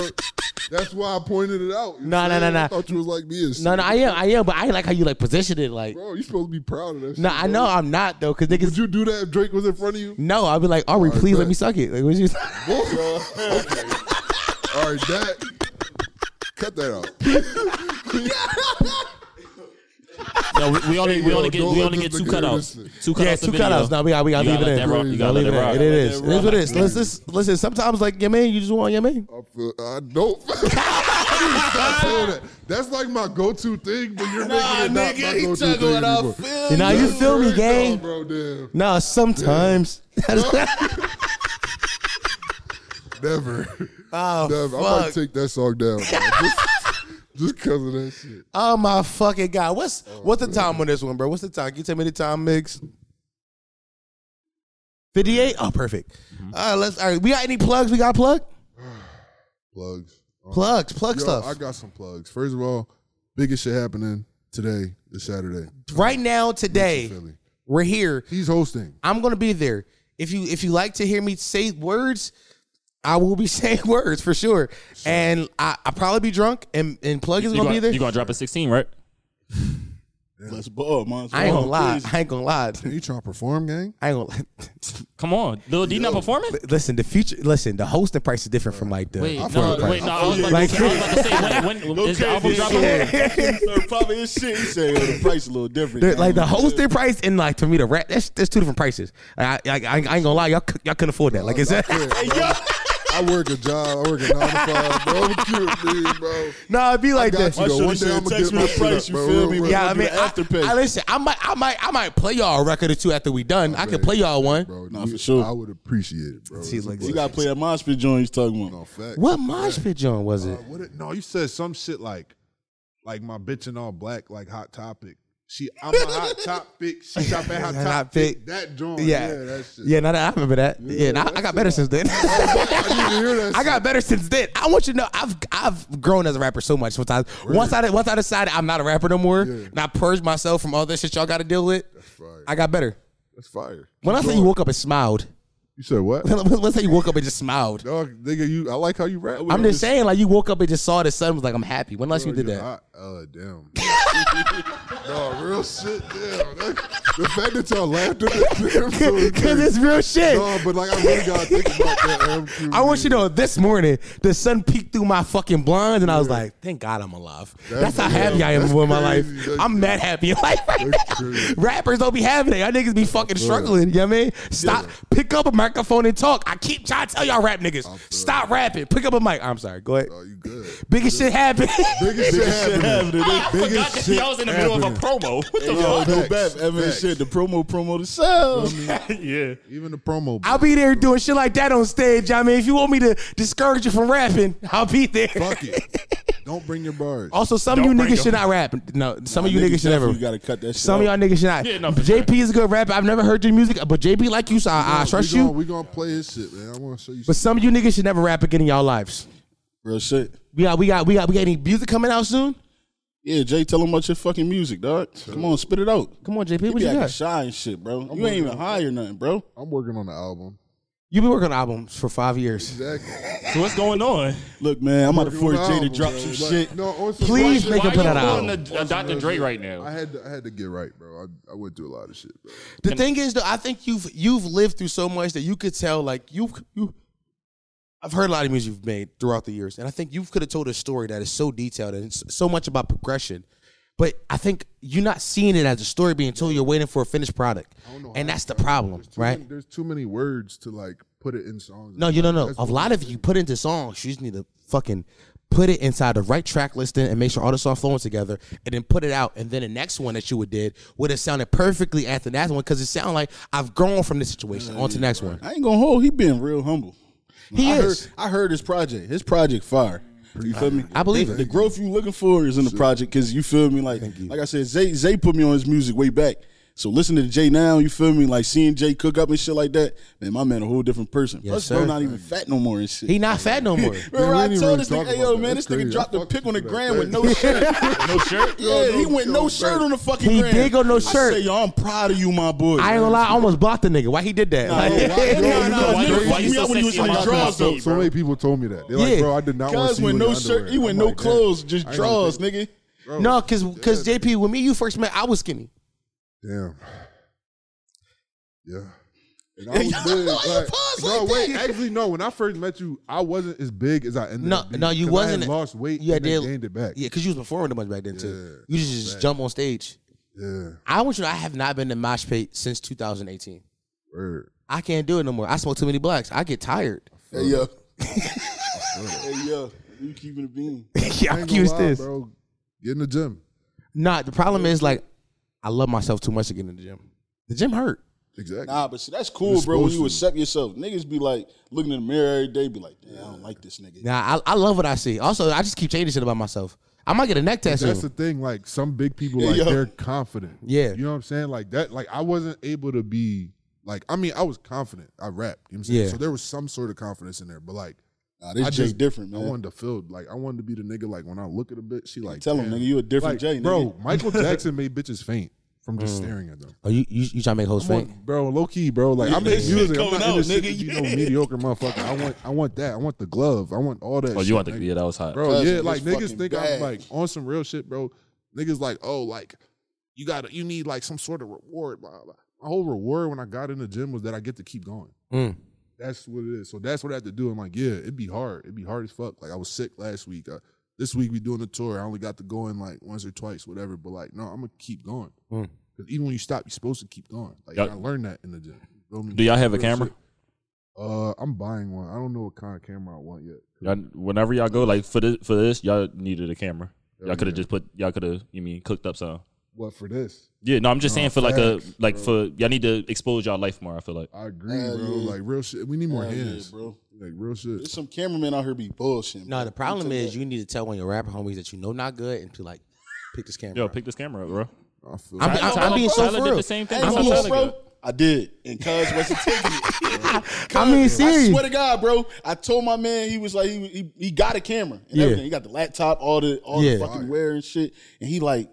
E: That's why I pointed it out. You
A: Nah, nah,
E: said
A: nah,
E: it.
A: nah.
E: I thought you was like me. and
A: No,
E: shit.
A: no, I am, I am, but I like how you like positioned it. Like,
E: Bro, you supposed to be proud of that.
A: no,
E: shit,
A: I
E: bro.
A: know I'm not though, because niggas.
E: Would you do that if Drake was in front of you?
A: no, I'd be like, Aubrey, please let
E: bet.
A: me suck it. Like, what you?
E: Boy, okay. All right, that. Cut that out.
F: No, we, we only we
E: Yo,
F: only get
E: don't
F: we
E: let
F: only
E: this
F: get two
E: nigga
F: cutouts.
E: listen.
F: Two cutouts.
A: Yeah,
F: of
A: two
F: video.
A: cutouts. No, we got, we got
F: You
A: to leave it
F: gotta let
A: in.
F: that rock. You gotta
A: Leave
F: let it rock.
A: It is.
F: Let
A: It
F: that
A: is
F: rock.
A: what it is. Let's just listen. Sometimes, like, your man, you just want your man.
E: I, feel, I don't. I feel that. That's like my go-to thing, but you're making it not my go-to thing anymore.
A: You know, you feel me,
E: Word,
A: gang?
E: no, bro, damn.
A: No, sometimes.
E: Never.
A: oh,
E: Damn, I might
A: Fuck.
E: take that song down. bro. Just- Just because of that shit.
A: oh my fucking god! What's
F: Oh,
A: what's the time on this one, bro? What's the time? Can you tell me the time, mix? Fifty-eight. Oh, perfect.
F: Mm-hmm.
A: All right, let's. All right, we got any plugs? We got plug
E: Plugs.
F: Uh,
E: Um,
A: plugs, plug
E: yo,
A: stuff.
E: I got some plugs. First of all, biggest shit happening today, this Saturday.
A: right now, today,
E: Philly.
A: we're here.
E: He's hosting.
A: I'm gonna be there. If you if you like to hear me say words, I will be saying words for sure. And I I probably be drunk and and plug is
F: You
A: gonna,
F: gonna,
A: be there.
F: you gonna drop a sixteen, right?
D: Let's ball, man.
A: I ain't gonna lie.
D: Crazy.
A: I ain't gonna lie.
E: He trying to perform, gang?
A: I ain't gonna lie.
F: Come on, Lil D not performing.
A: Listen, the future. Listen, the hosting price is different from like the.
F: Wait,
A: front
F: no,
A: price.
F: wait, no. I was about,
A: Like-
F: to, I was about to say when, when is the album dropping?
D: So probably his shit. He said oh, the price a little different.
A: They're- like the
D: man.
A: hosting price and like for me the rap. That's that's two different prices. Like, I, I, I ain't gonna lie, y'all cou- y'all couldn't afford that. Like it's
E: I, can't, bro. I work a job. I work a nine to five, bro. What you mean, bro?
A: no, it'd be like
E: got
A: this.
E: you,
D: I
E: though.
D: should
E: One
D: have
E: day
D: said
E: I'ma
D: text
E: get
D: me
E: my
D: the price.
E: shit
D: You
E: up,
D: feel
E: bro.
D: me?
E: Real,
D: But
E: real.
A: Yeah, I
D: I'm gonna
A: mean,
D: do the
A: I,
D: afterpay.
A: I listen. I might, I might, I might play y'all a record or two after we done. I could play y'all one.
E: Bro,
D: Nah,
E: you-
D: for sure.
E: I would appreciate it, bro.
A: See,
E: It's a
A: like-
E: blessing.
D: You gotta play that mosh pit joint he's talking about.
E: No, facts.
A: What mosh pit John was
E: Uh,
A: it?
E: what it- no, you said some shit like, like my bitch in all black, like hot topic. She, I'm a hot topic. She shop at hot,
A: Hot
E: topic.
A: Pic.
E: That joint. Oh, Yeah,
A: Yeah,
E: that shit.
A: yeah. Now that I remember that, yeah, nah, I, got better since then.
E: I need to hear that.
A: I got better since then. I want you to know I've I've grown as a rapper so much. Sometimes once I once I decided I'm not a rapper no more, and I purged myself from all this shit y'all got to deal with,
E: fire.
A: I got better.
E: That's fire.
A: When I say you woke up and smiled,
E: You said what?
A: let's say you woke up and just smiled.
E: Dog, nigga, you. I like how you rap.
A: I'm just saying, like you woke up and just saw the sun was like I'm happy. When last you did that?
E: Oh damn. no, real shit. Damn. That, the fact that y'all laughed at that.
A: Cause it's real shit.
E: No, but like I really gotta think about that. MQ,
A: I want you to
E: man.
A: know this morning the sun peeked through my fucking blinds and I was like, thank God I'm alive. That's,
E: That's-
A: how
E: yeah,
A: happy I am
E: that's
A: with my life.
E: crazy. That's
A: I'm mad happy in life right
E: That's
A: now.
E: crazy.
A: Rappers don't be having it. Y'all niggas be fucking struggling. You know what I mean? Stop. Pick up a microphone and talk. I keep trying to tell y'all rap niggas. Stop rapping. Pick up a mic. I'm sorry. Go ahead.
E: Oh, you good.
A: Biggest shit happened.
E: Biggest shit happening.
D: happening.
F: I forgot
E: Biggest
F: that
E: shit
F: y'all was in the middle of a
E: happening.
F: promo. What the
D: Yo,
F: fuck?
D: no
E: Facts,
D: bet. I mean,
E: facts.
D: shit, the promo promo to sell.
F: yeah.
E: Even the promo.
A: I'll be there doing shit like that on stage. I mean, if you want me to discourage you from rapping, I'll be there.
E: Fuck it. Don't bring your bars.
A: Also, some of you
F: Don't bring
A: niggas should
F: them.
A: not rap. No, some of you niggas should never.
D: You gotta cut that shit.
A: Some of y'all
D: out.
A: niggas should not.
F: Yeah, no, for
A: JP is a good rapper. I've never heard your music, but JP like you, so I, I trust
E: we
A: you.
E: Gonna, we gonna play his shit, man. I want to show you.
A: but
E: shit.
A: some of you niggas should never rap again in y'all lives.
D: real shit.
A: We got, we got, we got, we got any music coming out soon?
D: Yeah, Jay, tell them about your fucking music, dog. Come on, spit it out.
A: Come on, JP,
D: You
A: what
D: be
A: you
D: acting
A: got?
D: shy and shit, bro. You ain't even high or nothing, bro.
E: I'm working on the album.
A: You've been working on albums for five years.
E: Exactly.
B: So what's going on?
D: Look, man, I'm about to
E: Working
D: force
E: on
D: Jay to
E: albums,
D: drop
E: bro.
D: some
E: Like,
D: shit.
E: No, on some
A: Please
E: real shit.
A: make him put
F: you
A: out an
F: pulling
A: album.
F: the- uh, Dr. Dre right now.
E: I had to, I had to get right, bro. I, I went through a lot of shit, bro.
A: The thing is, though, I think you've you've lived through so much that you could tell, like you you. I've heard a lot of music you've made throughout the years, and I think you could have told a story that is so detailed and it's so much about progression. But I think you're not seeing it as a story being told. You're waiting for a finished product, and that's the problem,
E: There's too
A: right?
E: many- there's too many words to like put it in songs.
A: No, you don't know.
E: That's
A: A
E: what
A: lot
E: it
A: of
E: is.
A: you put into songs. You just need to fucking put it inside the right track listing and make sure all the songs flowing together, and then put it out. And then the next one that you would did would have sounded perfectly after that one because it sounded like I've grown from this situation on to the next one.
D: I ain't gonna hold. He been real humble.
A: He
D: I
A: is.
D: Heard, I heard his project. His project fire. You feel me?
A: I believe
D: the,
A: it.
D: The growth you looking for is in the project because you feel me. Like like I said, Zay Zay put me on his music way back. So listening to Jay now, you feel me? Like seeing Jay cook up and shit like that, man, my man a whole different person. Plus,
A: sir.
D: bro, not even fat no more and shit.
A: He not fat no more.
D: Remember,
E: Man, we
D: I
E: ain't even
D: told
E: really
D: this
E: talk
D: nigga, hey
E: about
D: yo,
E: that.
D: man,
E: That's
D: this nigga
E: crazy.
D: dropped
E: I
D: a
E: fuck
D: pic on the
E: with that.
D: gram with no shirt.
B: No shirt.
D: Yeah, he
E: no,
D: went
E: no
D: no shirt
E: shirt.
D: on the fucking
A: He
D: gram.
A: did go no
D: I
A: shirt.
D: say, yo, I'm proud of you, my boy.
A: I ain't gonna lie, I almost blocked the nigga. Why he did that? Like-
D: Nah, why-
E: no, no,
D: Why
E: why you- why
D: you
E: you
D: so
B: so
D: when you was
B: sexy
D: in
B: in
D: my
B: my
D: drawers
B: outfit?
D: though?
E: So, so many people told me that. They're like,
A: Yeah.
E: bro, I did not want to
D: Cuz
E: see you
D: went
E: in
D: no
E: your
D: shirt,
E: underwear.
D: he went
E: I'm
D: no
E: like, damn.
D: clothes, just
E: I ain't
D: draws,
E: gonna
D: nigga.
E: Bro,
A: no, cause cause JP, when me and you first met, I was skinny.
E: Damn. Yeah. And I was big.
D: Why you
E: like-
D: pause
E: no,
D: like
E: wait.
D: that?
E: Actually, no. When I first met you, I wasn't as big as I ended
A: No,
E: up. being,
A: no, you
E: 'cause I had
A: wasn't.
E: lost weight.
A: Yeah,
E: and then
A: did-
E: gained it back.
A: Yeah, cause you was performing too much back then too. You just, just jump on stage.
E: Yeah.
A: I want you to know I have not been to Mosh Pit since 2018.
E: Word.
A: I can't do it no more. I smoke too many blacks. I get tired.
D: Hey yo. hey yo. You keeping it being.
A: yeah,
E: I ain't gonna lie, bro. Get in the gym.
A: Nah, the problem is like I love myself too much to get in the gym. The gym hurt.
E: Exactly.
D: Nah, but see, that's cool, bro. When you accept yourself. Niggas be like looking in the mirror every day, be like, damn, I don't like this nigga.
A: Nah, I, I love what I see. Also, I just keep changing shit about myself. I might get a neck tattoo.
E: That's the thing. Like some big people, like
D: Yeah.
E: they're confident.
A: Yeah.
E: you know what I'm saying. Like that. Like I wasn't able to be. Like I mean, I was confident. I rapped. You know what I'm saying.
A: Yeah.
E: So there was some sort of confidence in there. But like,
D: Nah, this
E: I
D: Jay
E: just-
D: different,
E: I
D: man.
E: wanted to feel like I wanted to be the nigga. Like when I look at a bitch, she like
D: Tell him,
E: damn.
D: nigga, you a different
E: Like,
D: Jay, nigga. Mm.
E: bro. Michael Jackson made bitches faint from just staring at them.
A: oh, you, you you trying to make hoes
E: I want-
A: faint?
E: bro, low key, bro. Like I make
D: shit
E: music. I'm
D: coming
E: not in
D: out,
E: this shit to
D: nigga.
E: be no mediocre motherfucker. I want, I want that. I want the glove. I want all that.
B: Oh,
E: shit,
B: you want to?
E: nigga.
B: Yeah, that was hot.
E: bro.
D: Cousin
E: Yeah,
D: is
E: like niggas
D: fucking
E: think
D: bad.
E: I'm like on some real shit, bro. Niggas like, oh, like you gotta, you need like some sort of reward. Blah, blah, blah. My whole reward when I got in the gym was that I get to keep going.
A: Mm.
E: That's what it is. So that's what I had to do. I'm like, yeah, it'd be hard. It'd be hard as fuck. Like I was sick last week. Uh this week we doing the tour. I only got to go in like once or twice, whatever. But like, no, I'm gonna keep going.
B: Hmm.
A: Mm.
E: Because even when you stop, you're supposed to keep going. Like
B: Y'all-
E: I learned that in the gym. You feel me?
B: Do y'all have a
E: Real
B: camera?
E: shit. Uh, I'm buying one. I don't know what kind of camera I want yet.
B: Y'all, whenever y'all go, like for this, for this, y'all needed a camera.
E: Yeah.
B: Y'all could have just put, y'all could have, you mean, cooked up some.
E: What for this?
B: Yeah, no, I'm just
E: Nah,
B: saying for like a,
E: facts,
B: like
E: bro.
B: for y'all need to expose y'all life more. I feel like
E: I agree,
D: Hell
E: bro.
D: yeah.
E: Like real shit. We need more
D: Hell yeah,
E: hands,
D: bro.
E: Like real
D: There's
E: shit.
D: some cameramen out here be bullshitting.
A: No,
D: bro.
A: the problem
D: Let me tell
A: is you need to tell one of your rapper homies that you know not good and be like, pick this camera.
B: yo,
A: up.
B: pick this camera up, bro.
E: I feel
A: I'm,
E: you.
A: I'm, I'm being so
B: Tyler
A: for
B: did
A: real.
B: the same thing.
D: I ain't
B: not
D: gonna
B: so long
D: lie, bro.
B: ago.
D: I did, and Cuz wasn't taking it. Cuz-
A: I mean, serious.
D: I swear to God, bro. I told my man he was like he he, he got a camera and
A: Yeah.
D: everything. He got the laptop, all the all
A: Yeah.
D: the fucking wear and shit. And he like,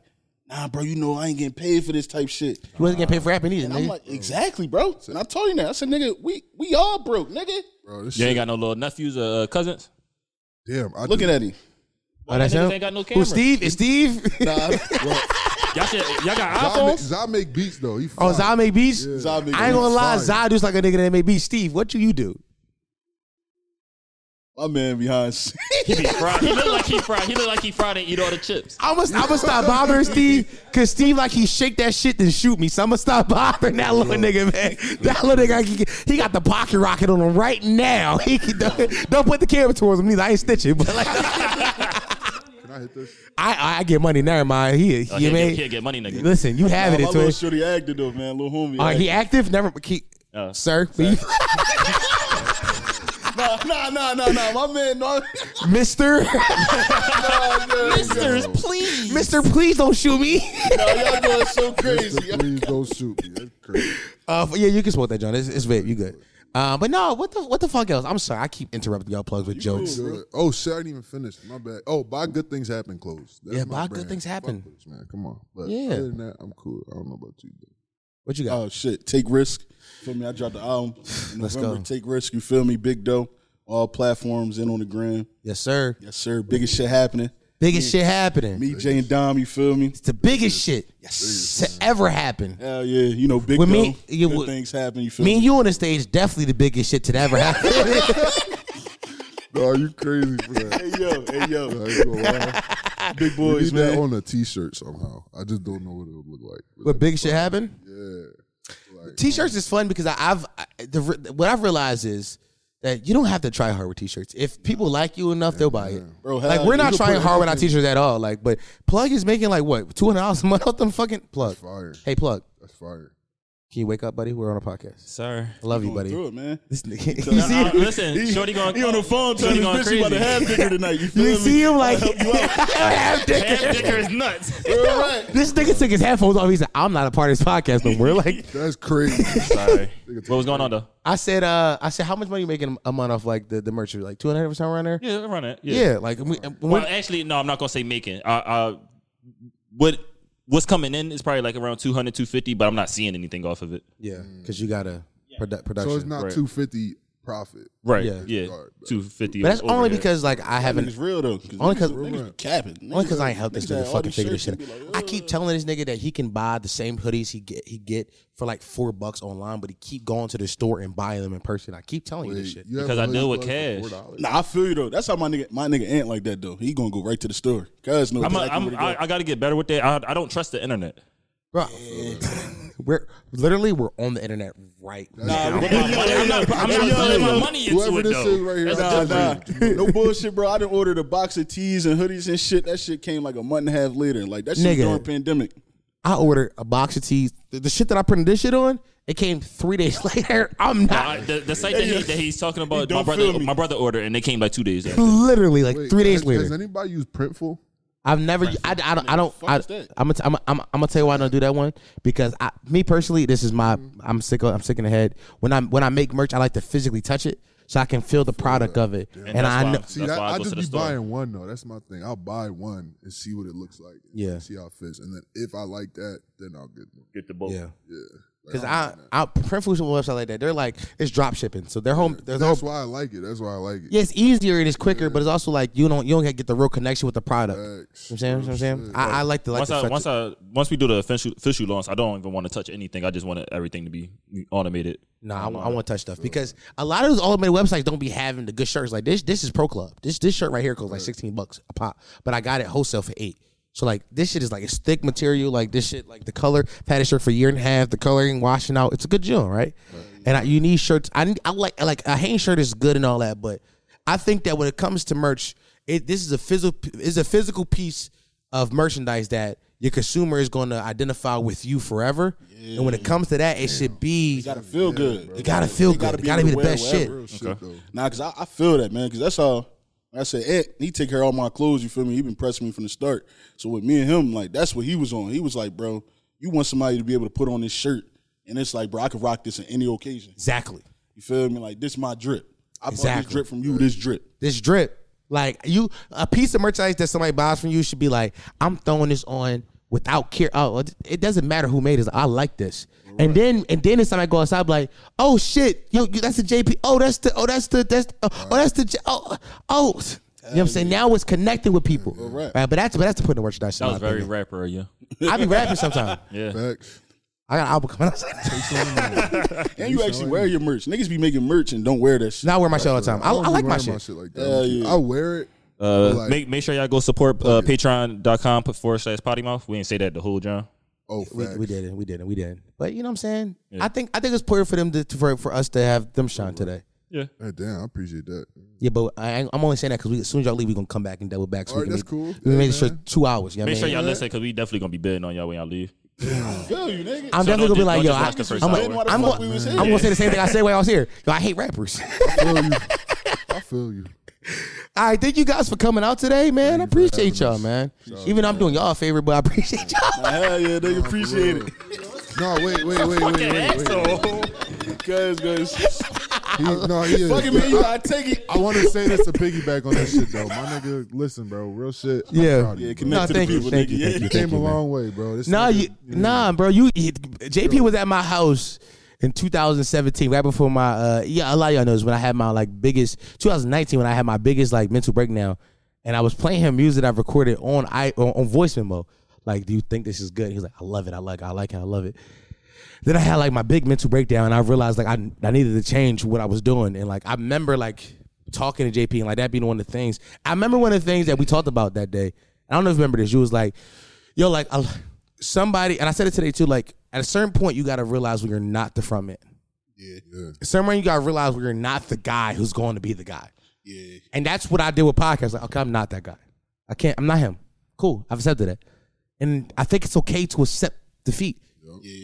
D: nah, bro. You know I ain't getting paid for this type shit.
A: You wasn't getting paid for rapping either,
D: And I'm
A: nigga.
D: like, exactly, bro. And I told you that. I said, nigga, we we all broke, nigga.
E: bro. This
B: You ain't
E: shit.
B: got no little nephews or uh, cousins.
E: Damn, I
D: Looking
E: do.
D: at him.
A: oh, that's
B: niggas
A: him.
B: ain't got no
A: Who,
B: camera.
A: Steve? Is Steve?
D: Nah,
B: Y'all, should, y'all got
E: Zod make,
B: iPhones.
E: Zod make beats though. He
A: oh,
E: fly.
A: Zod make beats.
E: Yeah.
D: Zod make
A: I ain't gonna lie,
E: Fire.
A: Zadu's like a nigga that may be Steve. What do you do?
D: my man behind. s-
B: He be fried. He look like he fried. He look like he fried and eat all the chips.
A: I'm gonna I'm stop bothering Steve because Steve like he shake that shit then shoot me. So I'm gonna stop bothering that little nigga, man. That little nigga, he, he got the pocket rocket on him right now. He can- don't, don't put the camera towards him neither. I ain't stitching, but like
E: Can I hit this?
A: I I get money. Never mind. He, he,
B: Oh, he'll,
A: man,
B: get, he'll get money, nigga.
A: listen, you have
D: Nah,
A: it.
D: my
A: It's all
D: little shorty acted though, man. Little homie.
A: right. He
D: acted.
A: active. Never keep,
B: Uh,
A: sir. please.
D: Nah, nah, nah, nah, nah. My man, no,
A: Mister,
B: Sisters, please.
A: Mister, please don't shoot me.
D: nah, y'all going so crazy.
E: Mister, please don't shoot me. That's crazy.
A: Uh, yeah, you can smoke that, John. It's, it's vape. You good? Uh, but no, what the what the fuck else? I'm sorry, I keep interrupting y'all plugs with jokes.
E: Good. Oh shit, I didn't even finish. My bad. Oh, buy good things happen clothes. That's
A: Yeah,
E: my
A: buy Good
E: brand.
A: Things
E: Fuck
A: Happen.
E: with this, man. Come on. But
A: Yeah.
E: Other than that, I'm cool. I don't know about you. Though.
A: What you got?
D: Oh shit, take risk. Feel me? I dropped the album. In
A: Let's
D: November,
A: go.
D: Take risk. You feel me? Big dough. All platforms in on the gram.
A: yes, sir.
D: Yes, sir. Biggest shit happening.
A: Biggest shit happening.
D: Me, Jay, and Dom. You feel me?
A: It's the biggest shit to ever happen.
D: Hell yeah. You know, big
A: With
D: dough.
A: me, you
D: Good
A: would-
D: things happen. You feel
A: Me
D: me?
A: and you on the stage, definitely the biggest shit to ever happen.
E: No, you crazy for that.
D: Hey yo, hey
E: I
D: yo,
E: ain't gonna lie.
D: big
E: We
D: boys,
E: need that
D: man.
E: on a T-shirt somehow. I just don't know what it would look like.
A: What big shit happened?
E: Yeah.
A: T-shirts is fun because I, I've I, the re- what I've realized is that you don't have to try hard with T-shirts. If people like you enough, they'll buy it.
D: Bro, hell
A: like we're
D: yeah,
A: not
D: you can
A: trying
D: put
A: hard with our
D: anything-
A: T-shirts at all. Like, but Plug is making like what two hundred dollars a month off them fucking Plug.
E: fire.
A: Hey Plug,
E: That's fire.
A: can you wake up, buddy? We're on a podcast.
F: Sir.
A: I love you,
D: Going
A: buddy.
D: Through it, man.
A: This nigga, you
B: Nah,
A: see,
B: nah,
A: him?
B: listen, Shorty going.
D: He on the phone telling
B: Shorty
D: his
B: going
D: bitch she about to
B: crazy.
D: have bigger tonight. You feel
A: you
D: me?
A: see him like Half dick.
B: Half dicker is nuts.
A: this nigga took his headphones off. He said, "I'm not a part of this podcast no more." Like
E: That's crazy.
B: Sorry. What was going on though?
A: I said, uh, I said, how much money you making a month off like the the merch? Like two hundred or something around there.
B: Yeah, run it.
A: Yeah, like and we, and we-
B: Well, actually, no, I'm not gonna say making. Uh, uh, what what's coming in is probably like around 200, 250, but I'm not seeing anything off of it.
A: Yeah, because you got a produ- production.
E: so it's not
B: Right.
E: two fifty profit.
B: Right.
A: Yeah.
B: Yeah.
E: Alright, bro.
B: 250.
A: but that's
B: over
A: only
B: there.
A: because like I
D: It's
A: haven't.
D: real though.
A: Only 'cause-
D: niggas be capping.
A: Only because
D: Niggas
A: I
D: had-
A: ain't helped this
D: niggas had
A: nigga
D: all
A: fucking
D: these
A: figure "Oh, this
D: shirts
A: shit
D: and be
A: out.
D: like,
A: I keep telling this nigga that he can buy the same hoodies he get he get for like four bucks online, but he keep going to the store and buying them in person. I keep telling you this shit.
E: You have
B: Because I
E: a
B: deal with
E: million bucks for
B: cash.
E: $4.
D: Nah, I feel you though. That's how my nigga, my nigga Ant like that though. He gonna go right to the store. Cause no,
B: I'm, a,
D: exactly where
B: I'm,
D: to
B: I,
D: go.
B: I got to get better with that. I, I don't trust the internet.
A: Bro, we're literally we're on the internet right now.
B: I'm not, I'm not, I'm not putting my money into
E: Whoever
B: it
E: this is
B: though.
E: right here,
B: That's
E: I
D: Nah,
E: just
D: nah.
E: read it.
D: no bullshit, bro. I didn't order the box of tees and hoodies and shit. That shit came like a month and a half later. Like that shit was
A: Nigga.
D: during pandemic.
A: I ordered a box of tees. The, the shit that I printed this shit on, it came three days later. I'm
B: I,
A: not
B: the, the site that, he, that he's talking about, my
D: don't feel
B: brother,
D: me.
B: my brother ordered, and they came like two days. After.
A: literally like
E: Wait,
A: three days
E: has,
A: later.
E: Has anybody used Printful?
A: I've never. I, I don't. I don't. I,
D: is that?
A: I'm gonna. I'm. I'm. I'm gonna tell you why I don't do that one because I, me personally, this is my. I'm sick. Of, I'm sick in the head. When I am when I make merch, I like to physically touch it so I can feel the product of it. And,
B: that's
A: I
B: why
A: know.
B: I'm-
E: See,
B: That's
E: that,
B: why I
E: I
B: go
E: just
B: to the
E: be
B: store.
E: buying one though. That's my thing. I'll buy one and see what it looks like.
A: Yeah.
E: See how it fits, and then if I like that, then I'll get one.
B: Get the boat.
A: Yeah.
E: Yeah. Like,
A: Because
E: I'm
A: I,
E: on that.
A: I print food on a website like that. They're like it's drop shipping, so they're home. They're
E: That's
A: home.
E: why I like it. That's why I like it.
A: Yeah, it's easier and it's quicker, but it's also like you don't you don't get the real connection with the product.
E: Facts.
A: You know what I'm saying, You know what I'm saying, I, I like the like
B: Once
A: the
B: I,
A: touch
B: once
A: it.
B: I, once we do the official, official launch, I don't even want to touch anything. I just want everything to be automated.
A: Nah, I, want to touch stuff because a lot of those automated websites don't be having the good shirts. Like this, this is Pro Club. This this shirt right here goes like sixteen bucks a pop, but I got it wholesale for eight. So like this shit is like it's thick material. Like this shit, like the color. I've had a shirt for a year and a half. The coloring, washing out. It's a good joint, right? And I, you need shirts. I need, I like like a Hanes shirt is good and all that, but I think that when it comes to merch, it this is a physical is a physical piece of merchandise that your consumer is going to identify with you forever. And when it comes to that, it should be
D: Gotta feel good.
A: it gotta feel good. it gotta be the best shit.
E: Real shit though.
D: Nah, cause I, I feel that man. Cause that's how like I said Ant. He take care of all my clothes. You feel me? He been pressing me from the start. So with me and him, like that's what he was on. He was like, bro, you want somebody to be able to put on this shirt, and it's like, bro, I could rock this in any occasion.
A: Exactly.
D: You feel me? Like this my drip. I bought
A: Exactly.
D: this drip from you. This drip.
A: This drip, like you, a piece of merchandise that somebody buys from you should be like, I'm throwing this on without care. Oh, it- it doesn't matter who made this. I like this. And then, and then it's time I go outside, be like, oh shit, yo, you- that's the JP. Oh, that's the, oh, that's the, that's, oh, oh that's the, J- oh, oh. You know what I'm saying? Now it's connecting with people. Right. But that's but that's the point of merchandise. in
B: That
A: my
B: was very
A: opinion.
B: rapper of you.
A: I be rapping sometimes.
E: Facts.
A: I got an album coming out.
D: And you actually wear your merch. Niggas be making merch and don't wear that shit.
A: Now I wear my shit all the time. I, I
E: don't be
A: like my
E: wearing
A: shit.
E: my shit like that. with you.
D: yeah.
E: I wear it.
B: Uh,
E: like-
B: make make sure y'all go support uh, patreon.com put forward slash potty mouth. We ain't say that the whole John.
E: Oh,
A: We,
E: facts.
A: we did it. We did it. We did. But you know what I'm saying? I think I think it's important for them to for, for us to have them shine today.
E: Ah, damn, I appreciate that.
A: Yeah, but I, I'm only saying that because as soon as y'all leave, we gonna come back and double back. So
E: All
A: we
E: right,
A: can
E: that's
A: make-
E: cool.
A: We
E: Yeah,
A: make sure
E: man.
A: two hours. You know
B: Make
A: what I
B: sure
A: mean?
B: y'all listen because we definitely gonna be bidding on y'all when y'all leave.
D: feel you, nigga.
A: I'm definitely
B: So don't
A: gonna
B: ju-
A: be
B: don't
A: like,
B: just
A: yo,
B: watch
A: I,
B: the
A: am
B: first
A: gonna,
B: hour.
A: I'm,
D: Why the fuck
A: gonna,
D: we was
A: I'm
D: here?
A: gonna say the same thing I said when I was here. Yo, I hate rappers.
E: I feel you. I feel you.
A: All right, thank you guys for coming out today, man. I
E: for
A: appreciate
E: having
A: y'all,
E: us.
A: man. Even though I'm doing y'all a favor, but I appreciate y'all.
D: Nah, hell yeah, nigga. Appreciate it.
E: No, wait, wait, wait, wait, wait, wait.
D: Cuz, cuz.
E: He, no, he is.
D: Fucking man, you gotta take it.
E: I want to say this to piggyback on this shit though. My nigga, listen, bro, real shit. I'm
A: Yeah.
E: proud of you,
D: Yeah,
E: bro.
D: connect
A: No,
D: to
A: thank
D: the
A: you,
D: people,
A: thank
D: nigga.
A: you,
D: yeah.
A: thank
E: You
A: you.
E: came a long way, bro. This
A: Nah,
E: nigga-
A: you, nah, bro. You, he- JP was at my house in 2017, right before my. Uh, yeah, a lot of y'all knows when I had my like biggest 2019 when I had my biggest like mental breakdown, and I was playing him music I recorded on I on, on voice memo. Like, do you think this is good? He was like, I love it. I like. I like it. I love it. Then I had like my big mental breakdown, and I realized like I I needed to change what I was doing, and like I remember like talking to JP and like that being one of the things. I remember one of the things that we talked about that day. I don't know if you remember this. You was like, yo, like I, somebody, and I said it today too. Like at a certain point, you got to realize when you're not the front man. Yeah. At some point, you got to realize when you're not the guy who's going to be the guy. Yeah. And that's what I did with podcasts. Like, okay, I'm not that guy. I can't. I'm not him. Cool. I've accepted that, and I think it's okay to accept defeat.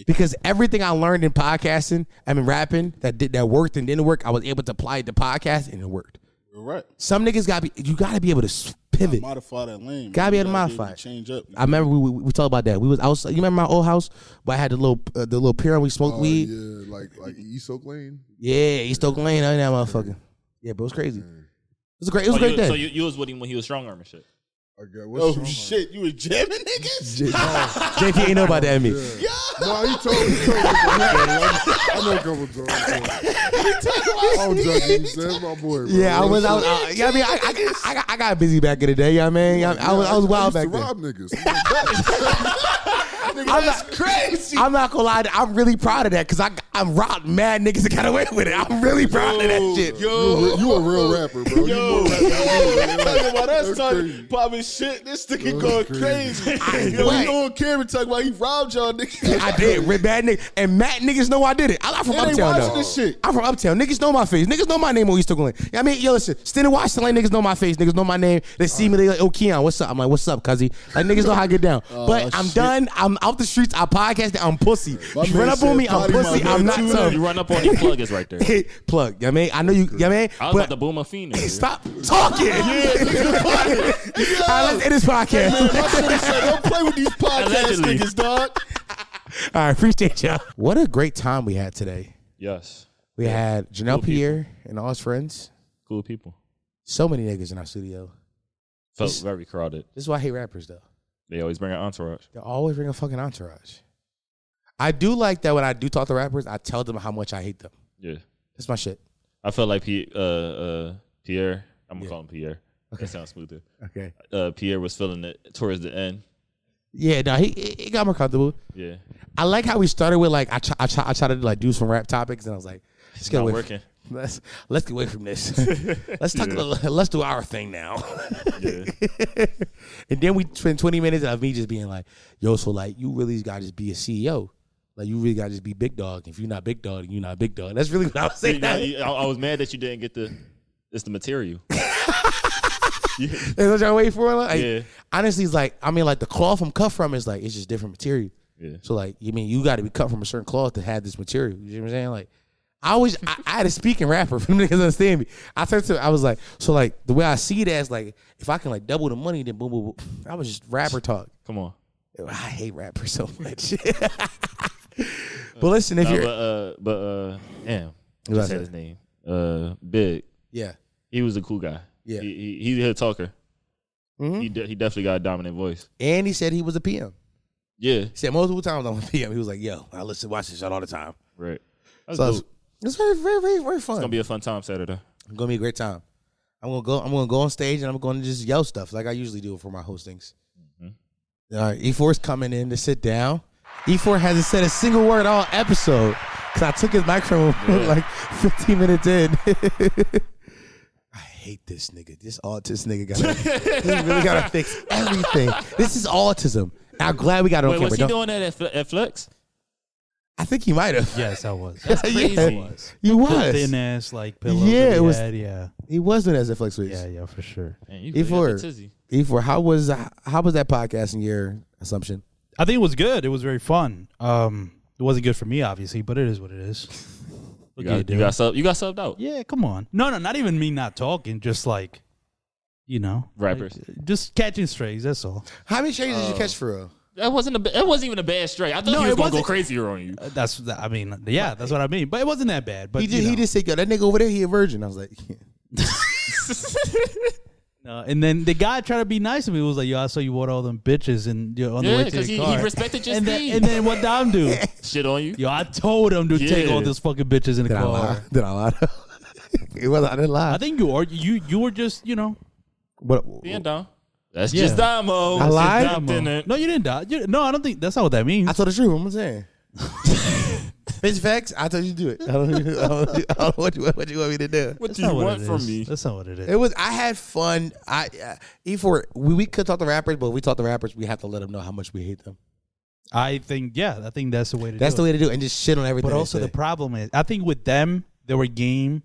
A: Because everything I learned in podcasting, I mean rapping, that did that worked and didn't work, I was able to apply it to podcast and it worked.
D: All right.
A: Some niggas got be you got to be able to s- pivot.
D: Modify that lane.
A: Gotta be
D: man.
A: able to
D: You
A: modify it.
D: Change up.
A: I remember we, we we talked about that. We was outside. You remember my old house, where I had the little uh, the little pier and we smoked
E: Oh,
A: weed.
E: yeah, like like East Oak Lane.
A: Yeah, East Oak Lane, I ain't that motherfucker. Yeah, bro, it was crazy. It was a great. It was
B: Oh,
A: a great
B: you,
A: day.
B: so you, you was with him when he was strong arm and shit.
E: I got what's
D: Oh
E: wrong?
D: shit, you was jamming niggas?
A: JP ain't know about that. Me.
E: No, he told me. He told me I know a couple drugs. I don't judge him. That's my boy. Bro.
A: Yeah, I
E: Real
A: was. I was.
E: shit.
A: I, yeah, I mean, I, I, I, got, I got busy back in the day. You know what I mean, I, I was. I was wild
E: I
A: back
E: used
A: then.
E: to rob niggas.
A: I'm not, crazy. I'm not gonna lie. I'm really proud of that because I I'm robbed mad niggas that got away with it. I'm really proud of that shit.
E: you, a, you a real rapper, bro. You
D: Yo,
E: more rapper than me, bro.
D: talking about us
E: That's
D: talking
E: crazy.
D: popping shit. This nigga
E: That's
D: going
E: crazy.
D: crazy. you know,
A: Right.
D: we on camera talking about he robbed y'all niggas.
A: I did. Red bad niggas and mad niggas know I did it. I, I'm from
D: And they
A: uptown
D: watching
A: though.
D: this shit.
A: I'm from uptown. Niggas know my face. Niggas know my name on East Oakland. You know what I mean, yo, listen. Stand and watch lane. Niggas know my face. Niggas know my name. They see me. They like, oh Keon, what's up? I'm like, what's up, cuzzy? Like niggas know how I get down.
E: Oh,
A: but I'm done. I'm out the streets. I podcast. I'm pussy.
E: My
A: you
E: man
A: run up on
E: said
A: me. I'm
E: potty
A: pussy.
E: mouth
A: I'm not
E: man, too.
A: tough.
B: You run up on the plug is right there.
A: Plug. You know what I mean, I know you. You know what I mean,
B: I was
A: but
B: about to boom a fiend.
A: Hey, Stop talking. All right, let's end this podcast.
D: Don't play with these podcast
B: Allegedly.
D: niggas, dog.
A: All right, appreciate y'all. What a great time we had today.
B: Yes,
A: We had Janelle Pierre and all his friends.
B: cool people.
A: So many niggas in our studio.
B: Felt very crowded.
A: This is why I hate rappers, though.
B: They always bring an entourage.
A: They always bring a fucking entourage. I do like that when I do talk to rappers, I tell them how much I hate them.
B: Yeah,
A: That's my shit.
B: I felt like P, uh, uh, Pierre. I'm gonna call him Pierre. That sounds smoother.
A: Okay.
B: Uh, Pierre was feeling it towards the end.
A: Yeah, no, he, he got more comfortable.
B: Yeah,
A: I like how we started with like I try, I try, I try to like do some rap topics, and I was like, let's get
B: not
A: away.
B: working.
A: Let's let's get away from this. let's talk. a little- let's do our thing now. and then we spend twenty minutes of me just being like, "Yo, so like you really got to just be a CEO. Like you really got to just be big dog. If you're not big dog, then you're not big dog. That's really what I was
B: You
A: saying.
B: know, you- I, I was mad that you didn't get the. It's the material.
A: That's what y'all wait for. Like,
B: Yeah.
A: honestly, it's like I mean, like the cloth I'm cut from is like it's just different material.
B: Yeah.
A: So like, you mean you got to be cut from a certain cloth to have this material? You know what I'm saying? Like, I always I, I had a speaking rapper from niggas understand me. I turned to I was like, so like the way I see it as like if I can like double the money, then boom, boom, boom. I was just rapper talk.
B: Come on.
A: I hate rappers so much. but listen, if
B: Uh,
A: you're
B: but uh, but uh, damn,
A: Who
B: I
A: I
B: said
A: said?
B: his name. Uh, Big.
A: yeah,
B: He was a cool guy.
A: Yeah.
B: he, he, he's a talker.
C: Mm-hmm.
B: He de- he definitely got a dominant voice.
A: and he said he was a PM.
B: Yeah,
A: He said multiple times I'm a PM. He was like, yo, I listen, watch this shit all the time.
B: right. That's
A: So
B: dope.
C: uh,
A: it's, it's very, very, very, very fun.
B: It's gonna be a fun time Saturday.
A: It's gonna be a great time. I'm gonna go. I'm gonna go on stage and I'm gonna just yell stuff like I usually do for my hostings.
B: Mm-hmm.
A: All right, E4 is coming in to sit down. E4 hasn't said a single word all episode because I took his microphone like 15 minutes in. I hate this nigga. This autist nigga got. he really gotta fix everything. This is autism. I'm glad we got it on
B: Wait,
A: camera.
B: was he
A: Don't-
B: doing that at, Fle- at Flex?
A: I think he might have.
C: Yes, I was. That's
A: crazy.
C: I was.
A: He
C: Thin
A: was.
C: ass like pillow.
A: Yeah, it was-
C: Yeah,
A: He was doing as a flex weeks.
C: yeah, yeah, for sure.
B: Man, you
A: E4.
B: really got the tizzy.
A: E4, how was how was that podcast in your assumption?
C: I think it was good. It was very fun. Um, it wasn't good for me, obviously, but it is what it is.
B: You
C: Look
B: got,
C: at
B: you
C: dude.
B: got sub. You got subbed out.
C: Yeah, come on. No, no, not even me not talking. Just like, you know,
B: Rappers.
C: like, just catching strays. That's all.
A: Oh, How many strays did you catch for real?
B: That wasn't a. ba- That wasn't even a bad strike. I thought
C: No,
B: he was gonna
C: it
B: go
C: wasn't. Uh,
B: crazier on you.
C: That's that- I mean, yeah, that's what I mean. But it wasn't that bad. But
A: He just,
C: you
A: he
C: know.
A: just said, "Yo, that nigga over there, he a virgin." I was like, yeah.
C: Uh, and then the guy tried to be nice to me. He was like, "Yo, I saw you bought all them bitches and you know, on the
B: Yeah,
C: way to
B: because
C: the
B: he,
C: car."
B: he respected your
C: and, then,
B: speed.
C: and then what Dom do?
B: Shit on you.
C: Yo, I told him to take
B: Yeah.
C: all those fucking bitches in the
A: "Did I
C: car.
A: lie? Did I lie?" it was I didn't lie.
C: I think you are you you were just you know
A: What-
B: Being dumb. That's
C: Yeah.
B: just Damo.
A: I lied?
B: That's just dumb, innit?
C: no you didn't die You- no I don't think that's not what that means
A: I told the truth. I'm saying. Bitch facts. I told you to do it. I don't, I don't, I don't know what you, what you want me to do.
B: What
C: that's
B: do
C: not
B: you
C: what
B: want
C: it
B: from
C: is.
B: me?
C: that's not what it is
A: It was. I had fun. I uh, E4. We, we could talk to rappers, but if we talk to rappers, we have to let them know how much we hate them.
C: I think yeah I think that's the way to
A: That's
C: do
A: the way
C: it.
A: to do it, and just shit on everything.
C: but
A: they
C: also the
A: say.
C: problem is I think with them they were game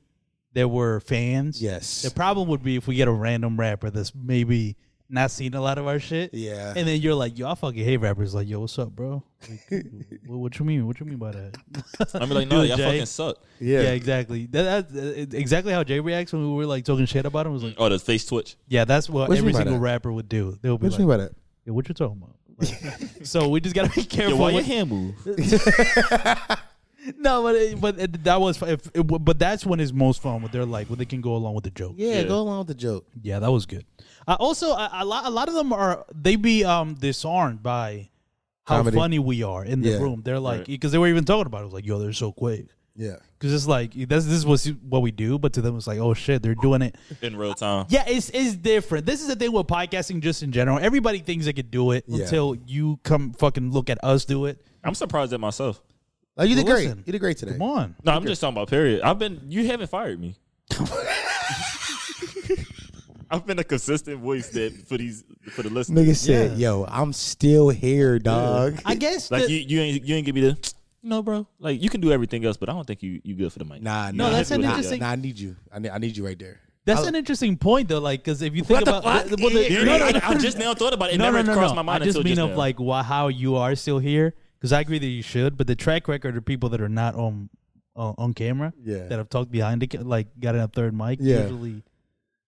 C: they were fans
A: Yes.
C: the problem would be if we get a random rapper that's maybe not seen a lot of our shit
A: Yeah.
C: and then you're like yo I fucking hate rappers like yo what's up bro Like, what, what you mean what you mean by that
B: I'm like, no,
C: Dude,
B: y'all
C: Jay.
B: fucking suck.
C: yeah, exactly that, that's uh, exactly how Jay reacts when we were like talking shit about him was like
B: Oh, the face twitch.
C: Yeah, that's what,
A: What you mean
C: every
A: by
C: single
A: that?
C: rapper would do. They'll be
A: What you
C: like,
A: mean by that?
C: "Yeah, "What you talking about?" Like, so we just gotta be careful.
B: Yo, why your
C: with-
B: hand move?
C: no, but it, but it, that was if, it, but that's when it's most fun. When they're like, when they can go along with the joke. Yeah,
A: Yeah, go along with the joke.
C: that was good. Uh, also, a, a lot a lot of them are they be um disarmed by how
A: Comedy.
C: funny we are in the
A: Yeah.
C: room. They're like because they were even talking about it. it was like, "Yo, they're so quick."
A: Yeah.
C: Because it's like that's this is what's- what we do, but to them it's like, "Oh shit, they're doing it."
B: In real time.
C: Yeah, it's, it's different. This is the thing with podcasting, just in general. Everybody thinks they could do it
A: Yeah.
C: until you come fucking look at us do it.
B: I'm surprised at myself.
A: Like, Oh, you did great.
C: Listen.
A: You did great today.
C: Come on.
B: No, I'm just talking about period. I've been you haven't fired me. I've been a consistent voice that for these for the listeners.
A: Nigga said, "Yo, I'm still here, dog."
C: I guess.
B: Like
C: the-
B: you, you ain't you ain't give me the no, bro. Like you can do everything else, but I don't think you you good for the mic.
A: Nah,
B: You
A: nah,
B: know,
C: that's
B: I
C: an
B: feel like-
C: interesting-
A: Nah, I need you. I need, I need you right there.
C: that's
A: I-
C: an interesting point, though. Like, because if you think
A: What the
C: about,
A: fuck?
C: well, the-
B: Yeah,
C: no, no,
B: I,
C: no,
B: I just now thought about it. It
C: no,
B: never
C: no, no,
B: crossed
C: no.
B: my mind
C: I just
B: until
C: mean
B: just
C: of
B: now.
C: like why, how you are still here. Because I agree that you should, but the track record of people that are not on on on camera,
A: Yeah.
C: that have talked behind the ca- like got in a third mic,
A: Yeah.
C: usually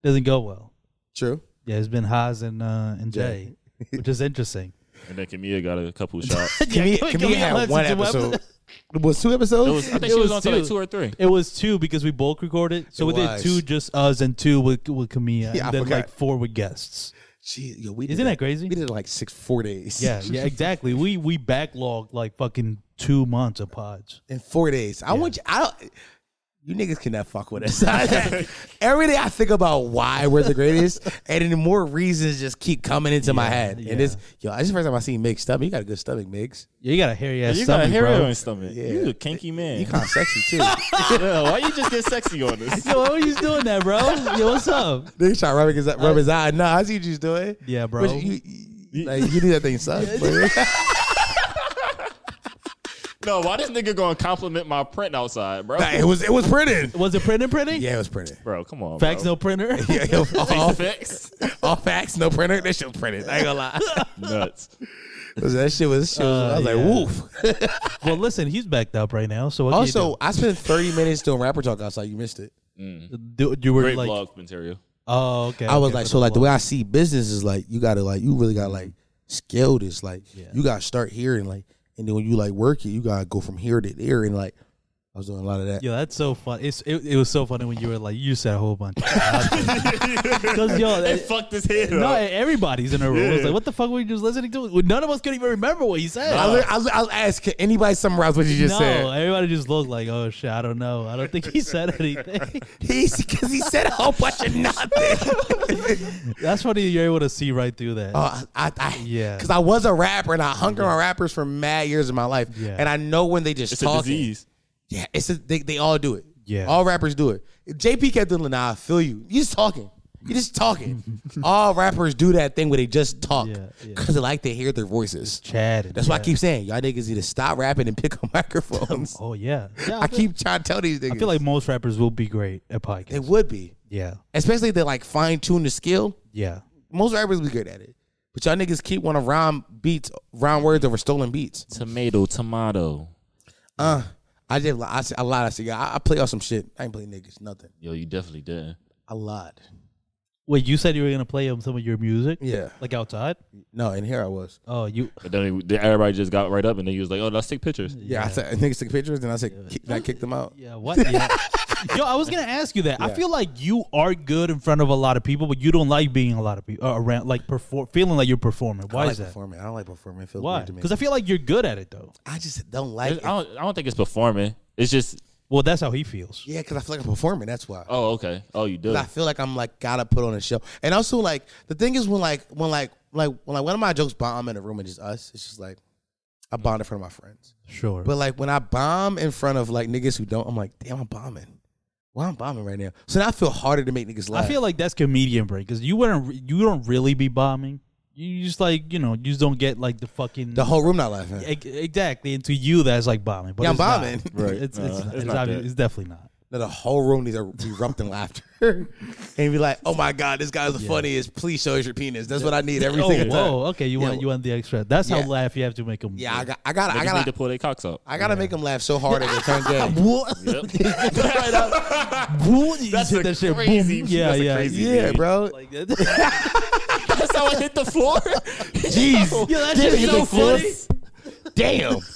C: doesn't go well.
A: true.
C: Yeah, it's been Haas and uh, and Jay, which is interesting.
B: and then Camille got a couple shots.
C: Yeah,
A: Can we,
C: can
A: can
C: we- can
A: we
C: we
A: have
C: listen
A: one
C: to what
A: episode? Was two episodes?
B: It was, I think
C: It
B: she
C: was
B: was on to like
C: two.
B: two or three.
C: It was two because we bulk recorded. So
A: It
C: we
A: was.
C: did two just us and two with with Camilla.
A: Yeah, I
C: and then
A: forgot.
C: like four with guests.
A: Gee, yo, we did
C: Isn't that crazy?
A: We did it like six, four days.
C: Yeah, yeah, exactly. We we backlogged like fucking two months of pods.
A: in four days. I want you. I don't. You niggas cannot fuck with us. Every day I think about why we're the greatest, and then more reasons just keep coming into my head. And it's yo, this is the first time I see Migs stomach. You got a good stomach, Migs.
C: Yeah, you got a hairy ass
B: You got
C: stomach,
B: a hair
C: bro.
B: on your stomach. You a kinky man.
A: You kind of sexy too.
B: Yeah, why you just get sexy on us?
C: Yo, why are you doing that, bro? Yo, what's up?
A: Nigga try to rub his rub his eye. Nah, I see what you doing.
C: Yeah, bro.
A: But you, you, like, you do that thing suck. bro.
B: No, why this nigga gonna compliment my print outside, bro?
A: Nah, it was it was printed.
C: Was it printing printing?
A: Yeah, it was printed.
B: Bro, come on.
C: Facts
B: bro.
C: no printer.
A: Yeah, yo, all,
B: Facts.
A: all facts, no printer. That shit was printed. I ain't gonna lie.
B: Nuts.
A: That shit was. That shit was I was
C: Uh, yeah.
A: like, woof.
C: well, listen, he's backed up right now. So what can you
A: Also, I spent 30 minutes doing rapper talk outside. You missed it.
C: do? Do- you were
B: Great
C: like,
B: vlog material.
C: oh, okay.
A: I was
C: okay,
A: like,
C: for
A: so like the
C: vlog.
A: way I see business is like you gotta like you really gotta like scale this. Like you gotta start here and like and then when you like work it, you gotta go from here to there and like I was doing a lot of that.
C: Yo, that's so fun. It's it, it was so funny when you were like you said a whole bunch. Because yo,
B: They fucked his head
C: no,
B: up.
C: everybody's in a room. It's like what the fuck were you just listening to? None of us could even remember what he said.
A: I, li- I, li- I was asked, can anybody summarize what you just
C: no,
A: said?
C: everybody just looked like, oh shit, I don't know. I don't think he said anything.
A: He's because he said a whole bunch of nothing.
C: That's funny. You're able to see right through that.
A: Uh, I, I,
C: Yeah.
A: because I was a rapper and I hung around rappers for mad years of my life,
C: Yeah.
A: and I know when they just
B: It's
A: talking.
B: a disease.
A: Yeah, it's a, they they all do it.
C: Yeah.
A: all rappers do it. JP kept doing, nah, I feel you. You just talking. You just talking. all rappers do that thing where they just talk
C: Yeah,
A: because
C: yeah.
A: they like to hear their voices.
C: Chad. and-
A: That's why I keep saying y'all niggas need to stop rapping and pick up microphones.
C: Oh yeah. yeah I,
A: I
C: feel,
A: keep trying to tell these niggas.
C: I feel like most rappers will be great at podcast.
A: they would be,
C: Yeah.
A: especially if they like fine tune the skill.
C: Yeah.
A: Most rappers be good at it, but y'all niggas keep want to rhyme beats, rhyme words over stolen beats.
B: Tomato, tomato.
A: Uh, I did. li- I, s- I lied. I said, yeah, I, I play off some shit. I ain't play niggas, nothing.
B: Yo, you definitely did.
A: I lied.
C: Wait, you said you were gonna play um, some of your music,
A: Yeah.
C: like outside.
A: No, and here I was.
C: Oh, you
B: But then they- everybody just got right up and then he was like, "Oh, let's take pictures."
A: Yeah, I, said, I niggas took pictures, and I said, kick, and I kicked them out.
C: yeah what? Yeah. Yo, I was gonna ask you that. I feel like you are good in front of a lot of people, but you don't like being a lot of people uh, around, like perform, feeling like you're performing. Why
A: I
C: is
A: like
C: that?
A: performing. I don't like performing. It feels
C: Why?
A: weird to me.
C: Because I feel like you're good at it though.
A: I just don't
B: I
A: like. It.
B: don't, I don't think it's performing. It's just,
C: Well, that's how he feels.
A: yeah, because I feel like I'm performing. That's why.
B: oh, okay. Oh, you do.
A: But I feel like I'm like gotta put on a show. And also like the thing is when like when like like when like one of my jokes bomb in a room and just us, it's just like I bomb in front of my friends.
C: Sure.
A: But like when I bomb in front of like niggas who don't, I'm like, damn, I'm bombing. Why I'm bombing right now? So now I feel harder to make niggas laugh.
C: I feel like that's comedian break because you wouldn't, re- you don't really be bombing. You just like you know, you just don't get like the fucking
A: the whole room not laughing.
C: E- exactly. And to you, that's like bombing. But
A: Yeah, I'm
C: it's not.
A: bombing.
B: Right.
C: It's it's,
B: Uh,
C: not.
B: it's
C: it's,
B: not
C: obvious-
B: that.
C: it's definitely not.
A: Now the whole room needs to erupt in laughter and be like, oh my god, this guy's the funniest. Please show us your penis. That's what I need every
C: Oh,
A: single time.
C: whoa. Okay, you
A: Yeah,
C: want you want the extra. That's
A: yeah.
C: how laugh you have to make them.
A: Yeah, I got, I got,
B: I
A: I
B: just need to
A: got,
B: pull their cocks out.
A: I gotta make them laugh so hard it turn gay.
C: What? Boom, you
B: That's
C: hit
B: a
C: that shit.
B: crazy-
C: Boom. Yeah,
B: that's a
C: yeah,
B: crazy
C: yeah.
A: Yeah, bro.
C: Like that.
B: That's how I hit the floor.
A: Jeez.
C: Yo,
A: Damn,
C: that shit
A: you
C: is so
A: look
C: funny.
A: full. Damn.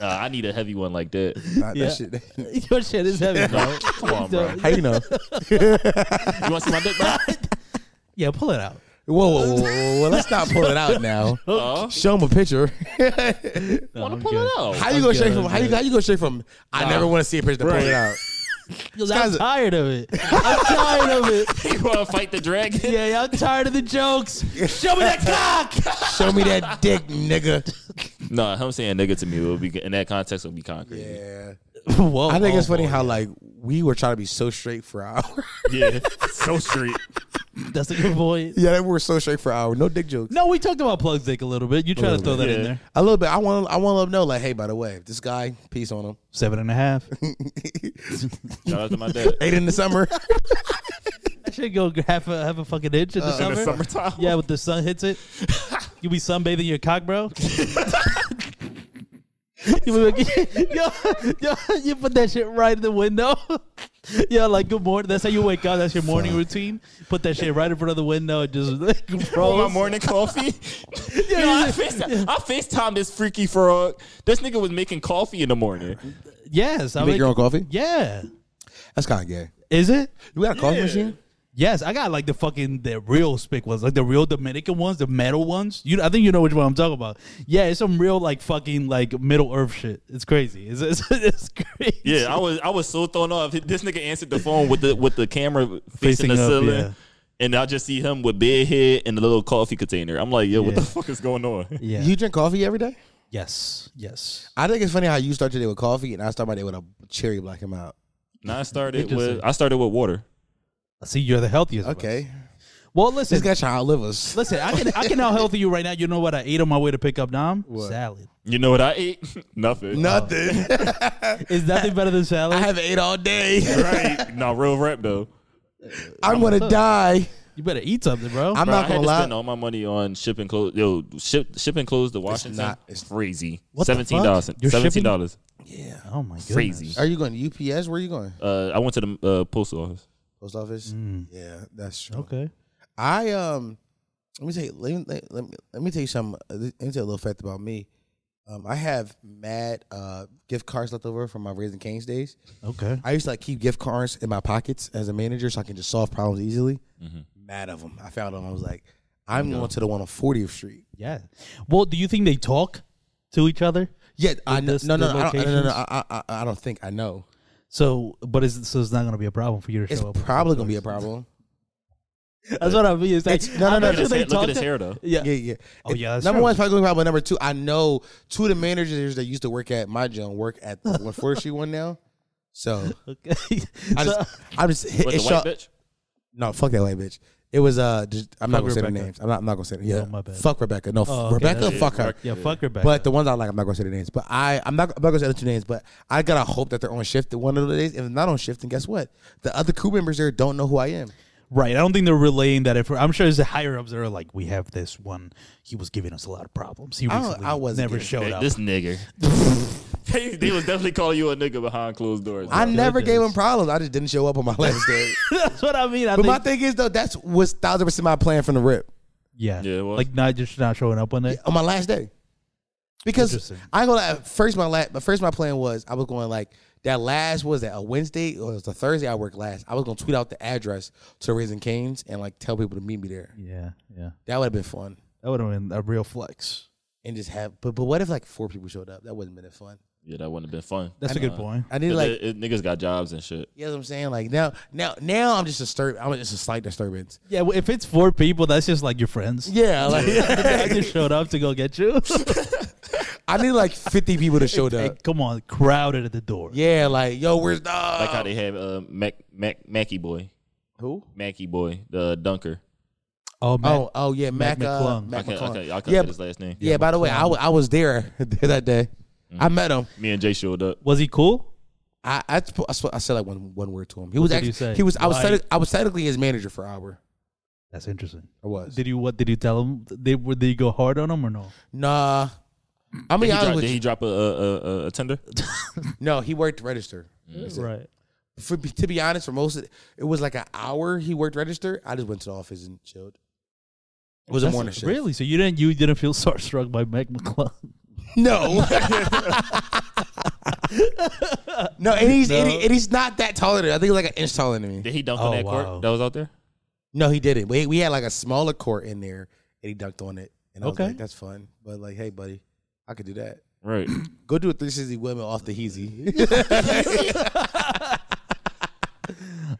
B: Nah, I need a heavy one like that.
C: Yeah. Your shit is heavy, bro. Come
B: on, bro.
A: How you know?
B: You want to see my dick, bro?
C: Yeah, pull it out.
A: Whoa, whoa, whoa, whoa, whoa. Well, Let's not pull it out now.
B: Oh,
A: Show him a picture.
C: No, I'm
B: pull
C: good.
B: it out.
A: How you go straight from? How you how you go straight from? I never want to see a picture to pull it out.
C: Yo,
A: guy's
C: I'm
A: a-
C: tired of it. I'm tired of it.
B: You want to fight the dragon?
C: Yeah, yeah, I'm tired of the jokes. Show me that cock.
A: Show me that dick, nigga.
B: No, him saying nigga to me would be in that context would be concrete.
A: Yeah.
C: Whoa.
A: I think
C: oh,
A: it's funny
C: boy.
A: how like we were trying to be so straight for our.
B: Yeah, so straight.
C: That's a good point.
A: yeah, we were so straight for our. No dick jokes.
C: No, we talked about plug dick a little bit. You try to throw that in
B: Yeah.
C: there.
A: A little bit. I want. I want to let them know. Like, hey, by the way, this guy, peace on him.
C: Seven and a half.
B: Shout out to my dad.
A: Eight in the summer.
C: I should go half a half a fucking inch
A: Uh,
C: in the summer.
B: summertime.
C: Yeah, with the sun hits it. You be sunbathing your cock, bro. you be like, yo, yo, you put that shit right in the window. yeah, like good morning. That's how you wake up. That's your morning routine. Put that shit right in front of the window and just like,
B: Oh,
C: bro.
B: my morning coffee. no, I FaceTime, I FaceTime this freaky frog. This nigga was making coffee in the morning.
C: Yes, I
A: Make
C: make-
A: your own coffee.
C: Yeah,
A: That's kind of gay.
C: is it?
A: You got a coffee machine?
C: Yes, I got like the fucking the real spick ones, like the real Dominican ones, the metal ones. You, I think you know which one I'm talking about. Yeah, it's some real like fucking like Middle Earth shit. It's crazy. It's, it's, it's crazy.
B: Yeah, I was I was so thrown off. This nigga answered the phone with the with the camera facing,
C: Facing
B: the
C: up,
B: ceiling.
C: yeah.
B: And I just see him with big head and a little coffee container. I'm like, yo, what the
C: Yeah.
B: fuck is going on?
C: yeah.
A: You drink coffee every day?
C: yes. Yes.
A: I think it's funny how you start your day with coffee and I start my day with a cherry black him out.
B: Now I started
C: Interesting.
B: with I started with water.
C: See, you're the healthiest. of us.
A: Okay.
C: Well, listen,
A: This guy trying to outlive us.
C: listen. I can I can outhealthy you right now. You know what I ate on my way to pick up Dom? Salad.
B: You know what I ate? Nothing.
A: Nothing.
C: Is nothing better than salad?
A: I haven't ate all day.
B: Right. no, real rap though.
A: I'm gonna die.
C: you better eat something, bro.
A: I'm
B: Bro, I
A: not
B: had
A: gonna
B: to spend
A: lie.
B: all my money on shipping clothes. Yo, ship shipping clothes to Washington.
A: not-
B: it's crazy.
C: What the
B: Seventeen dollars.
C: fuck? You're shipping-
B: Seventeen dollars.
C: oh my god.
B: Crazy.
A: Are you going to UPS? Where are you going?
B: Uh, I went to the uh, post office.
A: Post office. Yeah, that's true.
C: Okay.
A: I um, let me tell you. Let me let, let me let me tell you something. uh, Let me tell you a little fact about me. Um, I have mad uh gift cards left over from my Raising Cane's days.
C: Okay.
A: I used to like keep gift cards in my pockets as a manager, so I can just solve problems easily.
C: Mm-hmm.
A: Mad of them. I found them. I was like, I'm going to the one on 40th Street.
C: Yeah. Well, do you think they talk to each other?
A: Yeah, I know.
C: this-
A: No, no,
C: the
A: no, I don't, no, no, no.
C: locations?
A: I, I, I I don't think I know.
C: So, but it's so it's not gonna be a problem for you to
A: It's
C: show up.
A: probably gonna be a problem.
C: That's what I mean. It's like,
A: It's- no, no,
C: I'm
A: no, no.
C: not sure
B: Look at
C: they
B: his hair- look
C: talk
B: at his
C: to-
B: hair though.
C: Yeah.
A: Yeah, yeah.
C: Oh, yeah, that's
A: number
C: true.
A: one is probably going to problem. Number two, I know two of the managers that used to work at my gym work at the one forty Street one now. So
C: Okay.
A: I
C: So-
A: just, I'm just. Hit,
B: What, the
A: it's
B: white
A: y'all-
B: bitch?
A: No, fuck that white bitch. It was uh, just, I'm not
C: Fuck
A: gonna say the
C: Rebecca.
A: names. I'm not. I'm not gonna say. Them. Yeah,
C: Oh, my bad.
A: fuck Rebecca. No,
C: Oh, okay,
A: Rebecca,
C: that's
A: fuck her.
C: yeah, fuck Rebecca.
A: But the ones I like, I'm not gonna say the names. But I, I'm not, I'm not gonna say the two names. But I gotta hope that they're on shift one of the days. If they're not on shift, then guess what? The other crew members there don't know who I am.
C: right, I don't think they're relaying that. If I'm sure it's the higher ups that are like, we have this one. He was giving us a lot of problems. He
A: I don't-
C: recently
A: I wasn't
C: never
A: giving-
C: showed
B: Hey,
C: up.
B: This nigger. They, they was definitely calling you a nigga behind closed doors.
A: I
B: bro.
A: never gave him problems. I just didn't show up on my last day.
C: That's what I mean. I
A: But
C: think,
A: my thing is though, that's was thousand percent my plan from the rip
C: yeah,
B: Yeah, it was.
C: like not just not showing up on it.
A: on my last day, because
C: Interesting.
A: I ain't gonna lie, first my last, but first my plan was I was going like that last was that a Wednesday or it was a Thursday I worked last. I was gonna tweet out the address to Raising Canes and like tell people to meet me there.
C: Yeah, yeah.
A: That would have been fun.
C: That would have been a real flex.
A: And just have, but but what if like four people showed up? That wouldn't have been fun.
B: Yeah, that wouldn't have been fun.
C: That's a good point.
A: I need like
B: It- it- niggas got jobs and shit.
A: You know what I'm saying? Like now, now, now I'm just disturbed. I'm just a slight disturbance.
C: Yeah, well, if it's four people, that's just like your friends.
A: Yeah, like
C: I just showed up to go get you.
A: I need like 50 people to show
C: Hey,
A: up.
C: come on, crowded at the door.
A: Yeah, like yo, where's the
B: Like how they have uh, Mac Mac Mackie boy,
A: who?
B: Mackie boy, the dunker.
C: Oh man,
A: Oh, oh yeah, Mac,
C: Mac
A: uh,
C: McClung.
A: Mac
B: Okay,
A: McClung.
B: okay, I can't
A: yeah,
B: get his last name.
A: yeah. By the way, I, wa- I was there that day.
B: Mm-hmm.
A: I met him.
B: Me and Jay showed up.
C: was he cool?
A: I I, sp- I, sp- I said like one one word to him. He was
C: did
A: actually
C: you say?
A: he was I was
C: Why?
A: technic- I was technically his manager for an hour.
C: That's interesting.
A: I was
C: Did you what? Did you tell him? They were did you go hard on him or no?
A: nah. I mean,
B: Did he,
A: I
B: drop,
A: was
B: did he drop a a, a, a tender?
A: no. He worked register.
B: Mm-hmm.
C: Right.
A: For, to be honest, for most of it, it was like an hour. He worked register. I just went to the office and chilled. It was a
C: That's-
A: morning shift.
C: Really? So you didn't you didn't feel starstruck by Mac McClung?
A: No. no, and he's and,
C: No.
A: he, and he's not that taller. Than, I think he's like an inch taller than me.
B: Did he dunk
C: Oh,
B: on that
C: wow.
B: court that was out there?
A: No, he didn't. We we had like a smaller court in there, and he dunked on it. And I was
C: Okay.
A: like, that's fun. But like, hey, buddy, I could do that.
B: Right.
A: Go do a 360 women off the heezy.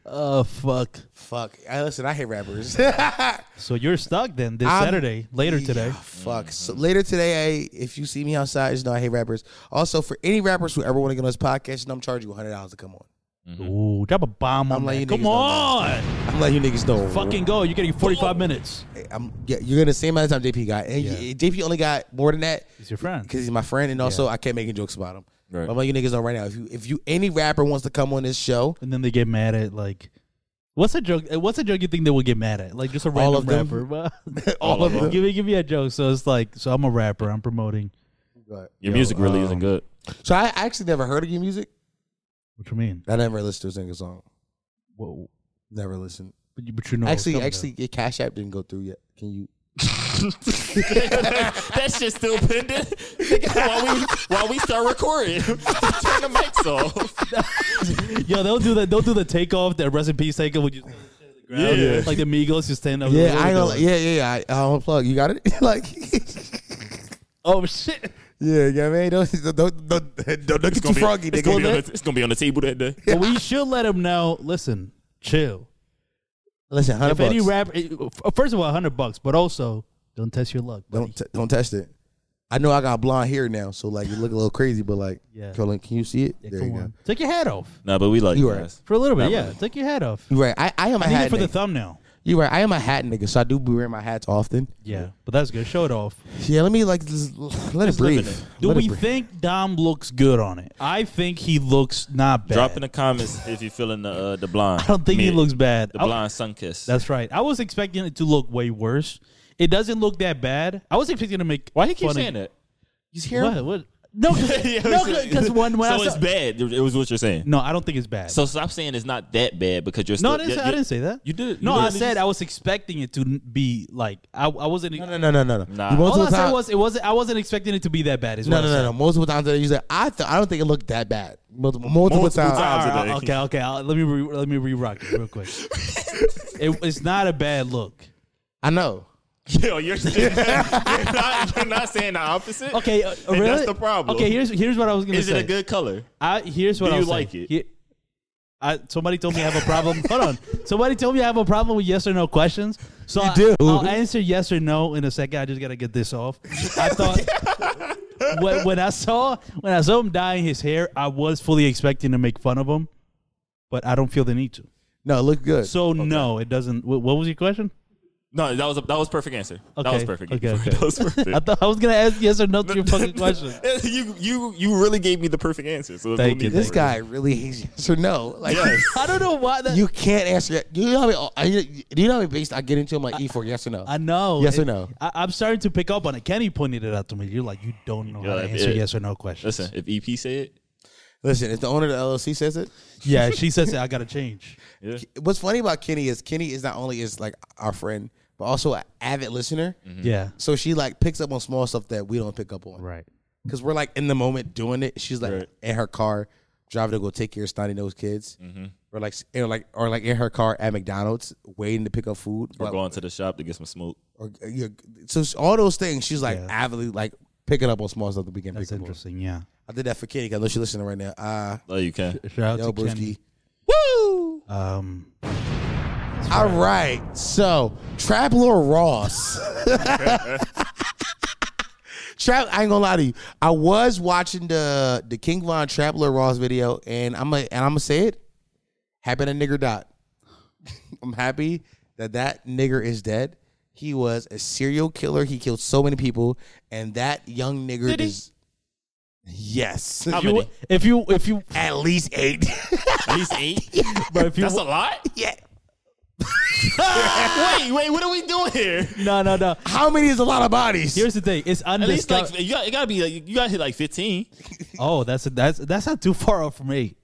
C: Oh fuck!
A: Fuck. I, listen, I hate rappers.
C: So you're stuck then this
A: I'm-
C: Saturday later today.
A: Yeah, fuck. So later today, I, if you see me outside, just know I hate rappers. Also, for any rappers who ever want to get on this podcast, you know I'm charging you $100 to come on. Mm-hmm.
C: Ooh, drop a bomb
A: I'm
C: on
A: letting
C: that.
A: you niggas
C: Come
A: know
C: on,
A: I'm letting you niggas know.
C: fucking go! You're getting 45 minutes.
A: I'm, yeah, you're gonna same amount of time JP got. And
C: Yeah.
A: y- JP only got more than that
C: He's your friend.
A: because he's my friend, and also I kept making jokes about him.
B: Right.
A: But I'm letting you niggas know right now. If you if you any rapper wants to come on this show,
C: And then they get mad at like, what's a joke? uh, What's a joke you think they will get mad at? Like just a random
A: of them.
C: rapper. but-
A: all of them.
C: give me give me a joke. So it's like, so I'm a rapper. I'm promoting.
B: Your music really isn't good.
A: So I actually never heard of your music.
C: What you mean?
A: I never listened to a single song.
C: Whoa.
A: Never listened.
C: But you, but you know, it's
A: actually,
C: coming,
A: actually, your Cash App didn't go through yet. Can you?
B: that shit's still pending. Nigga, while we while we start recording, turn the mics off.
C: though. yo, they'll do that. They'll do the takeoff. The rest in peace takeoff. Would you?
B: Yeah.
C: Like the Migos just stand up.
A: Yeah, I
C: What we
A: ain't gonna,
C: doing?
A: yeah, yeah, yeah. I, I'll unplug. You got it? like,
C: Oh shit.
A: yeah, yeah, man. Don't don't don't, don't look too
B: Gonna be-
A: froggy,
B: it's gonna be on
A: nigga.
B: the- it's gonna be on the table that day.
C: But we should let him know. Listen, chill.
A: Listen, hundred
C: If any
A: bucks.
C: rapper, first of all, hundred bucks, but also don't test your luck. Buddy.
A: Don't t- don't test it. I know I got blonde hair now, so like you look a little crazy, but like,
C: Yeah.
A: Colin, can you see it?
C: Yeah,
A: there
C: come
A: you
C: on. Take your hat off
B: Nah, but we like
A: You
B: you
A: right.
B: guys.
C: for a little bit.
B: Not
C: yeah,
B: really.
C: take your hat off.
A: go. You right. I, I am a
C: I need it
A: hat.
C: for the
A: Nigga.
C: thumbnail.
A: you right. I am a hat nigga, so I do be wearing my hats often.
C: Yeah, but that's good. Show it off.
A: Yeah. Let me like just, let it breathe.
C: Do
A: Let it
C: we
A: breathe.
C: think Dom looks good on it? I think he looks not bad.
B: Drop in the comments if you're feeling the uh, the blind.
C: I don't think he
B: Mid-
C: looks bad.
B: the
C: I-
B: blind sun kiss.
C: that's right. I was expecting it to look way worse. It doesn't look that bad. I was expecting to make.
B: why he keep
C: fun of-
B: saying that. He's
C: What? What? No,
B: Yeah,
C: because one when
B: so
C: I
B: it's
C: saw-
B: bad. It was what you're saying.
C: No, I don't think it's bad.
B: So stop saying it's not that bad because you're still.
C: No, I didn't, say, I
B: you're-
C: didn't say that.
B: You did.
C: No,
B: You
C: I
B: did.
C: said I was expecting it to n- be like I, I wasn't.
A: No, no, no, no, no.
B: Nah.
A: You most
C: All I
A: of the
C: said
A: time,
C: was it wasn't. I wasn't expecting it to be that bad. Is
A: no,
C: what
A: no,
C: I
A: no,
C: said.
A: no. Most of the times that I use it, I th- I don't think it looked that bad. Multiple, multiple,
B: Multiple
A: times.
B: times.
C: All right,
B: Sounds
C: all right,
B: like-
C: Uh, okay, okay. I'll, let me re, let me re-rock it real quick. it, it's not a bad look.
A: I know.
B: Yo, you're, you're, not, you're not saying the opposite.
C: Okay, uh,
B: And
C: really?
B: that's the problem.
C: Okay, here's here's what I was gonna
B: Is
C: say.
B: it a good color?
C: I, here's what
B: Do
C: I
B: you
C: was
B: like
C: saying.
B: it?
C: He- I, somebody told me I have a problem. Hold on. Somebody told me I have a problem with yes or no questions. So I,
A: do.
C: I'll answer yes or no in a second. I just gotta get this off. I thought when, when I saw when I saw him dyeing his hair, I was fully expecting to make fun of him, but I don't feel the need to.
A: No, it looked good.
C: So no, it doesn't. wh- What was your question?
B: No, that was a, that was perfect answer. That was
C: Okay,
B: perfect.
C: okay,
B: answer.
C: okay.
B: That was perfect.
C: I thought I was gonna ask yes or no to your fucking question.
B: you you you really gave me the perfect answer. So
C: Thank you,
A: This guy really hates yes or no. Like
C: I don't know why that.
A: you can't answer. it. Do you know how many? I- Do you know how many based I get into on my E for yes or no?
C: I know.
A: Yes or
C: It-
A: no?
C: I, I'm starting to pick up on it. Kenny pointed it out to me. You're like, you don't know
B: Yeah,
C: how to
B: like,
C: answer
B: it-
C: yes or no questions.
B: Listen, if E EP say it,
A: Listen, if the owner of the LLC says it,
C: Yeah, she says it. I gotta change.
A: what's funny about Kenny is Kenny is not only is like our friend, but also an avid listener.
B: Mm-hmm.
C: Yeah.
A: So she like picks up on small stuff that we don't pick up on.
C: Mm-hmm. Right.
A: Because we're like in the moment doing it. She's like
B: Right.
A: in her car driving to go take care of snotty nosed kids.
C: Mm-hmm.
A: Or like you know, like or like in her car at McDonald's waiting to pick up food.
B: we're
A: But-
B: going to the shop to get some smoke.
A: or- you- so she- all those things, she's like
C: Yeah.
A: avidly like picking up on small stuff that we can
C: That's
A: pick up on.
C: interesting. Yeah.
A: I did that for Kenny. 'cause I know she's listening right now. Uh,
B: Oh, you can.
C: Shout out
A: yo,
C: to Kenny.
A: Brewski. Woo!
C: Um,
A: All right. So, Trap Lord Ross. Trap, I ain't gonna lie to you. I was watching the the King Von Trap Lord Ross video, and I'm gonna and I'm gonna say it. Happy that nigger died. I'm happy that that nigger is dead. He was a serial killer. He killed so many people, and that young nigger is. Yes,
C: you, if you if you
A: at least eight.
B: At least eight.
C: but if you
B: That's a lot.
A: yeah.
B: wait, wait. What are we doing here?
C: no no no.
A: How many is a lot of bodies?
C: Here's the thing. It's
B: At least
C: undiscovered.
B: like you got, it gotta be like you gotta hit like fifteen,
C: oh, that's that's that's not too far off from eight.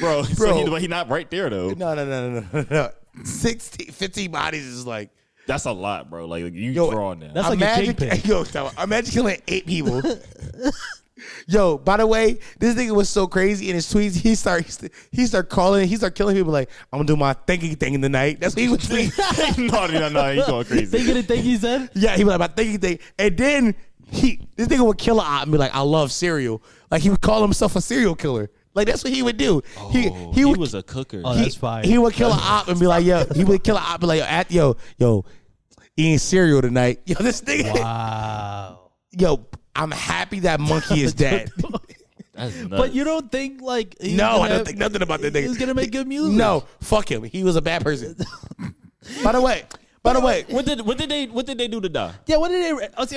B: bro. So
A: Bro.
B: he, but he not right there though.
A: No, no, no, no, no, no. 16, 15 bodies is like.
B: That's a lot, bro. Like you
A: Yo,
B: drawing that.
C: That's like a
A: imagine,
C: jig pig.
A: yo, stop. imagine killing eight people. yo, by the way, this nigga was so crazy in his tweets. He start he start calling, he start killing people. Like I'm gonna do my thinking thing in the night. That's what he was tweet.
B: no, no, no, you going
C: They
B: crazy.
C: gonna think he said.
A: yeah, he was like my thinking thing, and then he this nigga would kill a op and be like, I love cereal. Like he would call himself a serial killer. Like that's what he would do. he
B: He
A: he would
B: was a cooker.
C: Oh,
A: he,
C: that's fire.
A: he would kill an op and be like, yo, he would kill an op and be like, yo, at, yo, yo, eating cereal tonight. Yo, this nigga,
C: wow.
A: yo, I'm happy that monkey is dead.
B: That's nuts.
C: But you don't think like he's
A: no,
C: gonna
A: I don't
C: have-
A: think nothing about that nigga.
C: He's gonna make good music.
A: No, fuck him. He was a bad person. by the way, by the way,
B: what did what did they what did they do to die?
C: Yeah, what did they? I was-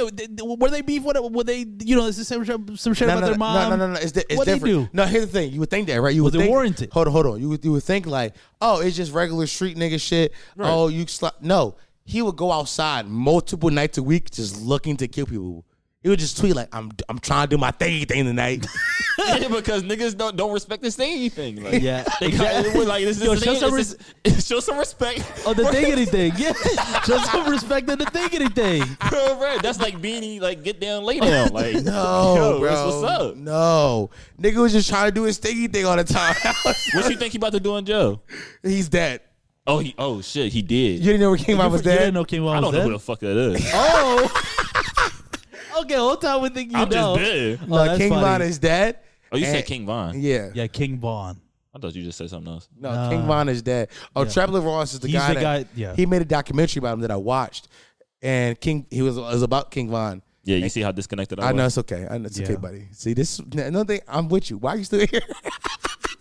C: Were they beef? What were they? You know, is this some, shit- some shit
A: no,
C: about
A: no,
C: their
A: no,
C: mom?
A: no, no, no, it's, di- it's
C: What'd he
A: different.
C: do?
A: No, here's the thing. You would think that, right? You
C: Was
A: would
C: it
A: think,
C: warranted?
A: Hold on, hold on. You would, you would think like, oh, it's just regular street nigga shit. Oh, you sli-. no. He would go outside multiple nights a week, just looking to kill people. He would just tweet like, "I'm I'm trying to do my thingy thing tonight."
B: yeah, because niggas don't don't respect this thing thing. Like,
C: Yeah.
B: they got, it was like this. this
C: Yo,
B: thing,
C: show some
B: this- show some respect.
C: Oh, the thingity thing. Yeah, show some respect to the thingity thing.
B: Right, That's like beanie. Like get down, lay down. Like
A: No,
B: yo,
A: bro.
B: that's what's up?
A: No, nigga was just trying to do his thingy thing all the time.
B: What you think he about to do in jail?
A: He's dead.
B: Oh, he oh shit, he did.
A: You didn't know where King Von was
C: You didn't
A: dead.
C: know King
B: I
C: Von was
B: don't know who
C: dead.
B: the fuck that is.
C: Oh. okay, whole time we think you
B: I'm
C: know.
B: just dead.
C: Oh,
A: No,
C: that's
A: Uh, King
C: funny.
A: Von is dead.
B: Oh, you
A: And-
B: said King Von.
A: Yeah.
C: Yeah, King Von.
B: I thought you just said something else.
A: No, King Von is dead. Oh, Traveler Ross is the
C: He's
A: guy
C: the
A: that
C: guy- yeah.
A: he made a documentary about him that I watched, and King he was it was about King Von.
B: Yeah, you see how disconnected I,
A: I know
B: was.
A: it's okay. I know it's okay,
C: Yeah.
A: buddy. See this another thing. I'm with you. Why are you still here?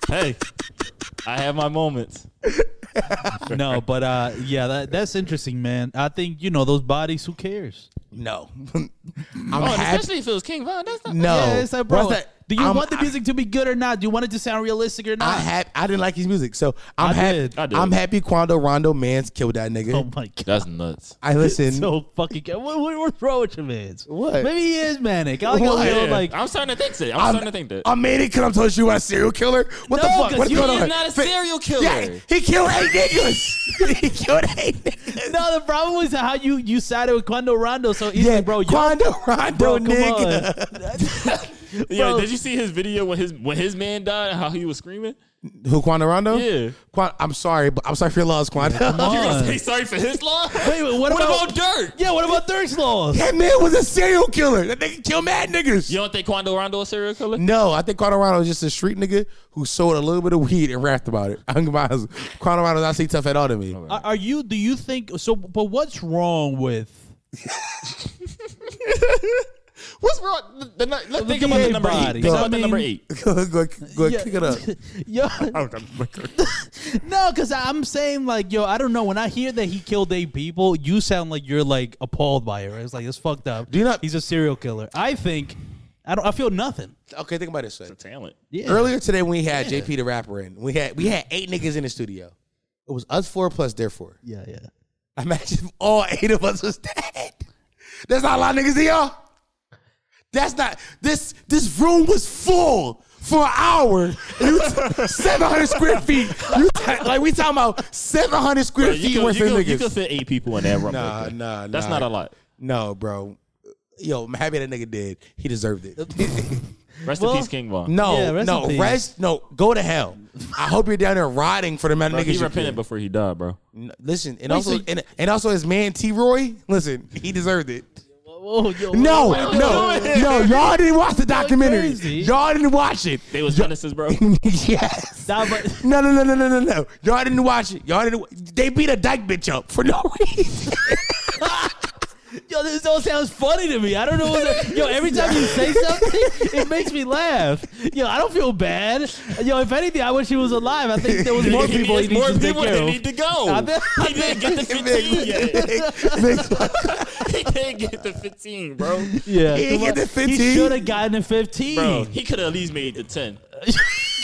B: Hey, I have my moments.
C: No, but uh, yeah, that, that's interesting, man. I think you know those bodies. Who cares?
A: no, I'm
B: Oh, and
A: happy.
B: especially if it was King Von. That's not.
A: No,
C: Yeah, it's like, bro,
A: What's that?
C: do you
A: I'm-
C: want the
A: I-
C: music to be good or not? Do you want it to sound realistic or not?
A: I had I didn't like his music, so I'm
C: I
A: happy.
C: did.
B: I did.
A: I'm happy Quando Rondo Mans killed that nigga.
C: oh my god.
B: That's nuts.
A: I listen.
C: So fucking. What, what, what's wrong with your man?
A: What?
C: Maybe he is manic. I like,
A: What?
C: a little,
B: Yeah,
C: like
B: I'm starting to think that. I'm,
A: I'm-
B: starting to think that.
A: I made it because I'm telling you about a serial killer. What the
C: No,
A: fuck?
C: 'cause
A: What's
C: you
A: going
C: is
A: on?
B: not a
A: Fi-
B: serial killer.
A: Yeah, he killed eight niggas. he killed eight niggas.
C: no, the problem is how you you sided with Quando Rondo so easily,
A: yeah,
C: bro. You,
A: Quando Rondo,
C: bro, come
A: nigga.
C: on.
B: Yo,
C: Bro,
B: did you see his video when his when his man died? How he was screaming.
A: Who Quando Rondo?
B: Yeah.
A: Quan- I'm sorry, but I'm sorry for your loss, Quando.
C: come
B: You're gonna
C: on.
B: say sorry for his loss?
C: Wait, wait, what
B: what
C: about-
B: about, Dirk?
C: Yeah, what about Dirk's laws?
A: that man was a serial killer. That nigga killed mad niggas.
B: You don't think Quando Rondo a serial killer?
A: No, I think Quando Rondo was just a street nigga who sold a little bit of weed and rapped about it. I'm about Quando Rondo not see tough at all to me.
C: Are, are you? Do you think so? But what's wrong with?
B: What's wrong? The, the, let's think about
C: VA
B: the number
C: body.
B: eight. Think about
A: I
B: the number
C: mean-
B: eight.
A: go go, go
C: Yeah.
A: kick it up.
C: yo, no, because I'm saying like, yo, I don't know. When I hear that he killed eight people, you sound like you're like appalled by it. Right? It's like it's fucked up.
A: Do you not-
C: He's a serial killer. I think I don't. I feel nothing.
A: Okay, think about this. Son.
B: Talent.
C: Yeah.
A: Earlier today, when we had JP the rapper in, we had we had eight niggas in the studio. It was us four plus their four.
C: Yeah, yeah.
A: Imagine if all eight of us was dead. That's not a lot of niggas in y'all. That's not this. This room was full for an hour. Seven hundred square feet. You ta- like we talking about seven hundred square
B: Bro,
A: feet
B: you, could,
A: worth
B: you,
A: of
B: could, you
A: niggas.
B: could fit eight people in that room.
A: Nah,
B: like that.
A: nah,
B: That's
A: nah.
B: not a lot.
A: no, bro. Yo, I'm happy that nigga did. He deserved it.
B: Rest
C: Well,
B: in peace, King Von.
A: No,
C: Yeah, rest in
A: no,
C: peace.
A: rest, no, go to hell. I hope you're down there rotting for the amount of
B: Bro,
A: niggas.
B: he
A: you
B: repented
A: killed.
B: before he died, bro.
A: N- Listen, and also, and, and also, his man T. Roy. Listen, he deserved it.
C: Whoa, yo,
A: No, no, no, y'all didn't watch the documentary.
C: crazy.
A: Y'all didn't watch it.
B: They was witnesses, bro.
A: yes.
C: Nah, but-
A: No, no, no, no, no, no, no. Y'all didn't watch it. Y'all didn't. They beat a dyke bitch up for no reason.
C: Yo, this all sounds funny to me. I don't know. What yo, every time you say something, it makes me laugh. Yo, I don't feel bad. Yo, if anything, I wish he was alive. I think there was more people he
B: There's
C: needs
B: more people
C: to take care
B: that
C: of.
B: need to go.
C: I bet-
B: he didn't get the 15 yet. He didn't get the 15, bro.
C: Yeah,
A: He didn't
C: come
A: get
C: on.
A: the 15?
C: He should have gotten the fifteen.
B: Bro, he could have at least made the 10.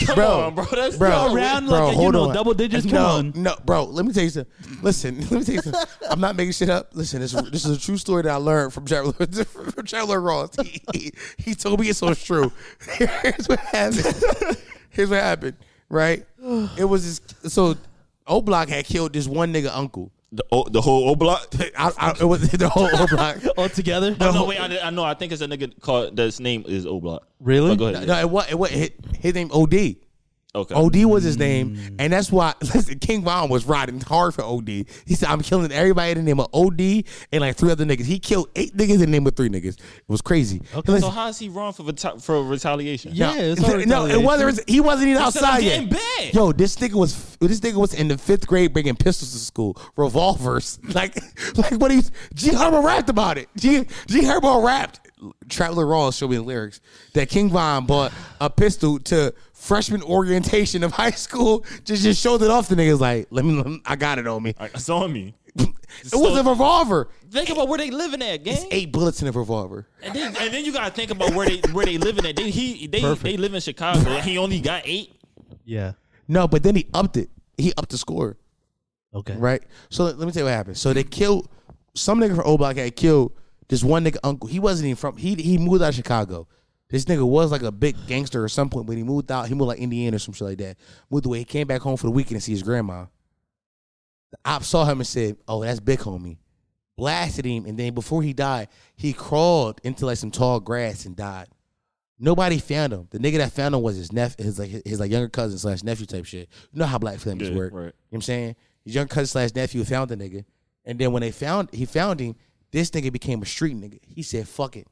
B: Come
A: Bro,
B: on, bro. That's
A: bro,
C: around
A: bro,
C: like a, you
A: hold
C: know,
A: on.
C: double digits, come
A: No,
C: on.
A: no, bro. Let me tell you something. Listen, let me tell you something. I'm not making shit up. Listen, this, this is a true story that I learned from Traveler from Traveler Ross. He, he, he told me it's so true. Here's what happened. Here's what happened. Right? It was this, so. O Block had killed this one nigga uncle.
B: The, the whole O block?
A: I, I, it was the whole O Block.
C: all together.
B: Oh, no, wait, I, I know. I think it's a nigga called, that's name is O block.
C: Really?
B: But go ahead.
A: No, it was, it was his, his name OD.
B: Okay.
C: Oh,
A: OD was his name, and that's why listen, King Von was riding hard for OD. He said, "I'm killing everybody in the name of OD and like three other niggas." He killed eight niggas in the name of three niggas. It was crazy. Okay,
B: So how is he wrong for reti- for retaliation?
C: Yeah, it's all
A: no, it wasn't. He wasn't even
B: said, "I'm
A: outside yet.
B: getting bad.
A: Yo, this nigga was this nigga was in the fifth grade bringing pistols to school, revolvers. Like, like what he G Herbo rapped about it. G G Herbo rapped. Traveler Ross showed me the lyrics that King Von bought a pistol to freshman orientation of high school. Just just showed it off to niggas. Like, let me, let me- I got it on me.
B: I, it's on me.
A: It was a revolver.
B: Think about where they living at, gang.
A: It's eight bullets in a revolver.
B: And then, and then you gotta think about where they where they living at. They he they they live in Chicago. and He only got eight.
C: Yeah.
A: No, but then he upped it. He upped the score.
C: Okay.
A: right? So let me tell you what happened. So they killed some nigga from O Block had killed this one nigga uncle. He wasn't even from he he moved out of Chicago. This nigga was like a big gangster at some point, but he moved out. He moved like Indiana or some shit like that. Moved away. He came back home for the weekend to see his grandma. The op saw him and said, "Oh, that's big homie." Blasted him, and then before he died, he crawled into like some tall grass and died. Nobody found him. The nigga that found him was his nephew, his like his like younger cousin slash nephew type shit. You know how black families
B: Yeah,
A: work.
B: right.
A: You know what I'm saying? His young cousin slash nephew found the nigga. And then when they found he found him, this nigga became a street nigga. He said, fuck it.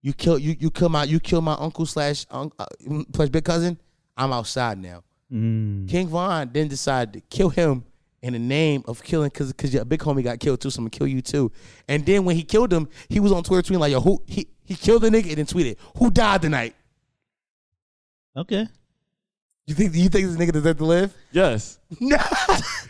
A: You kill you you kill my you kill my uncle slash un, uh, slash big cousin. I'm outside now.
C: Mm.
A: King Von then decided to kill him in the name of killing because because your big homie got killed too, so I'm gonna kill you too. And then when he killed him, he was on Twitter tweeting like, "Yo, who he he killed the nigga?" and then tweeted, "Who died tonight?"
C: Okay.
A: You think you think this nigga deserved to live?
B: Yes.
A: No,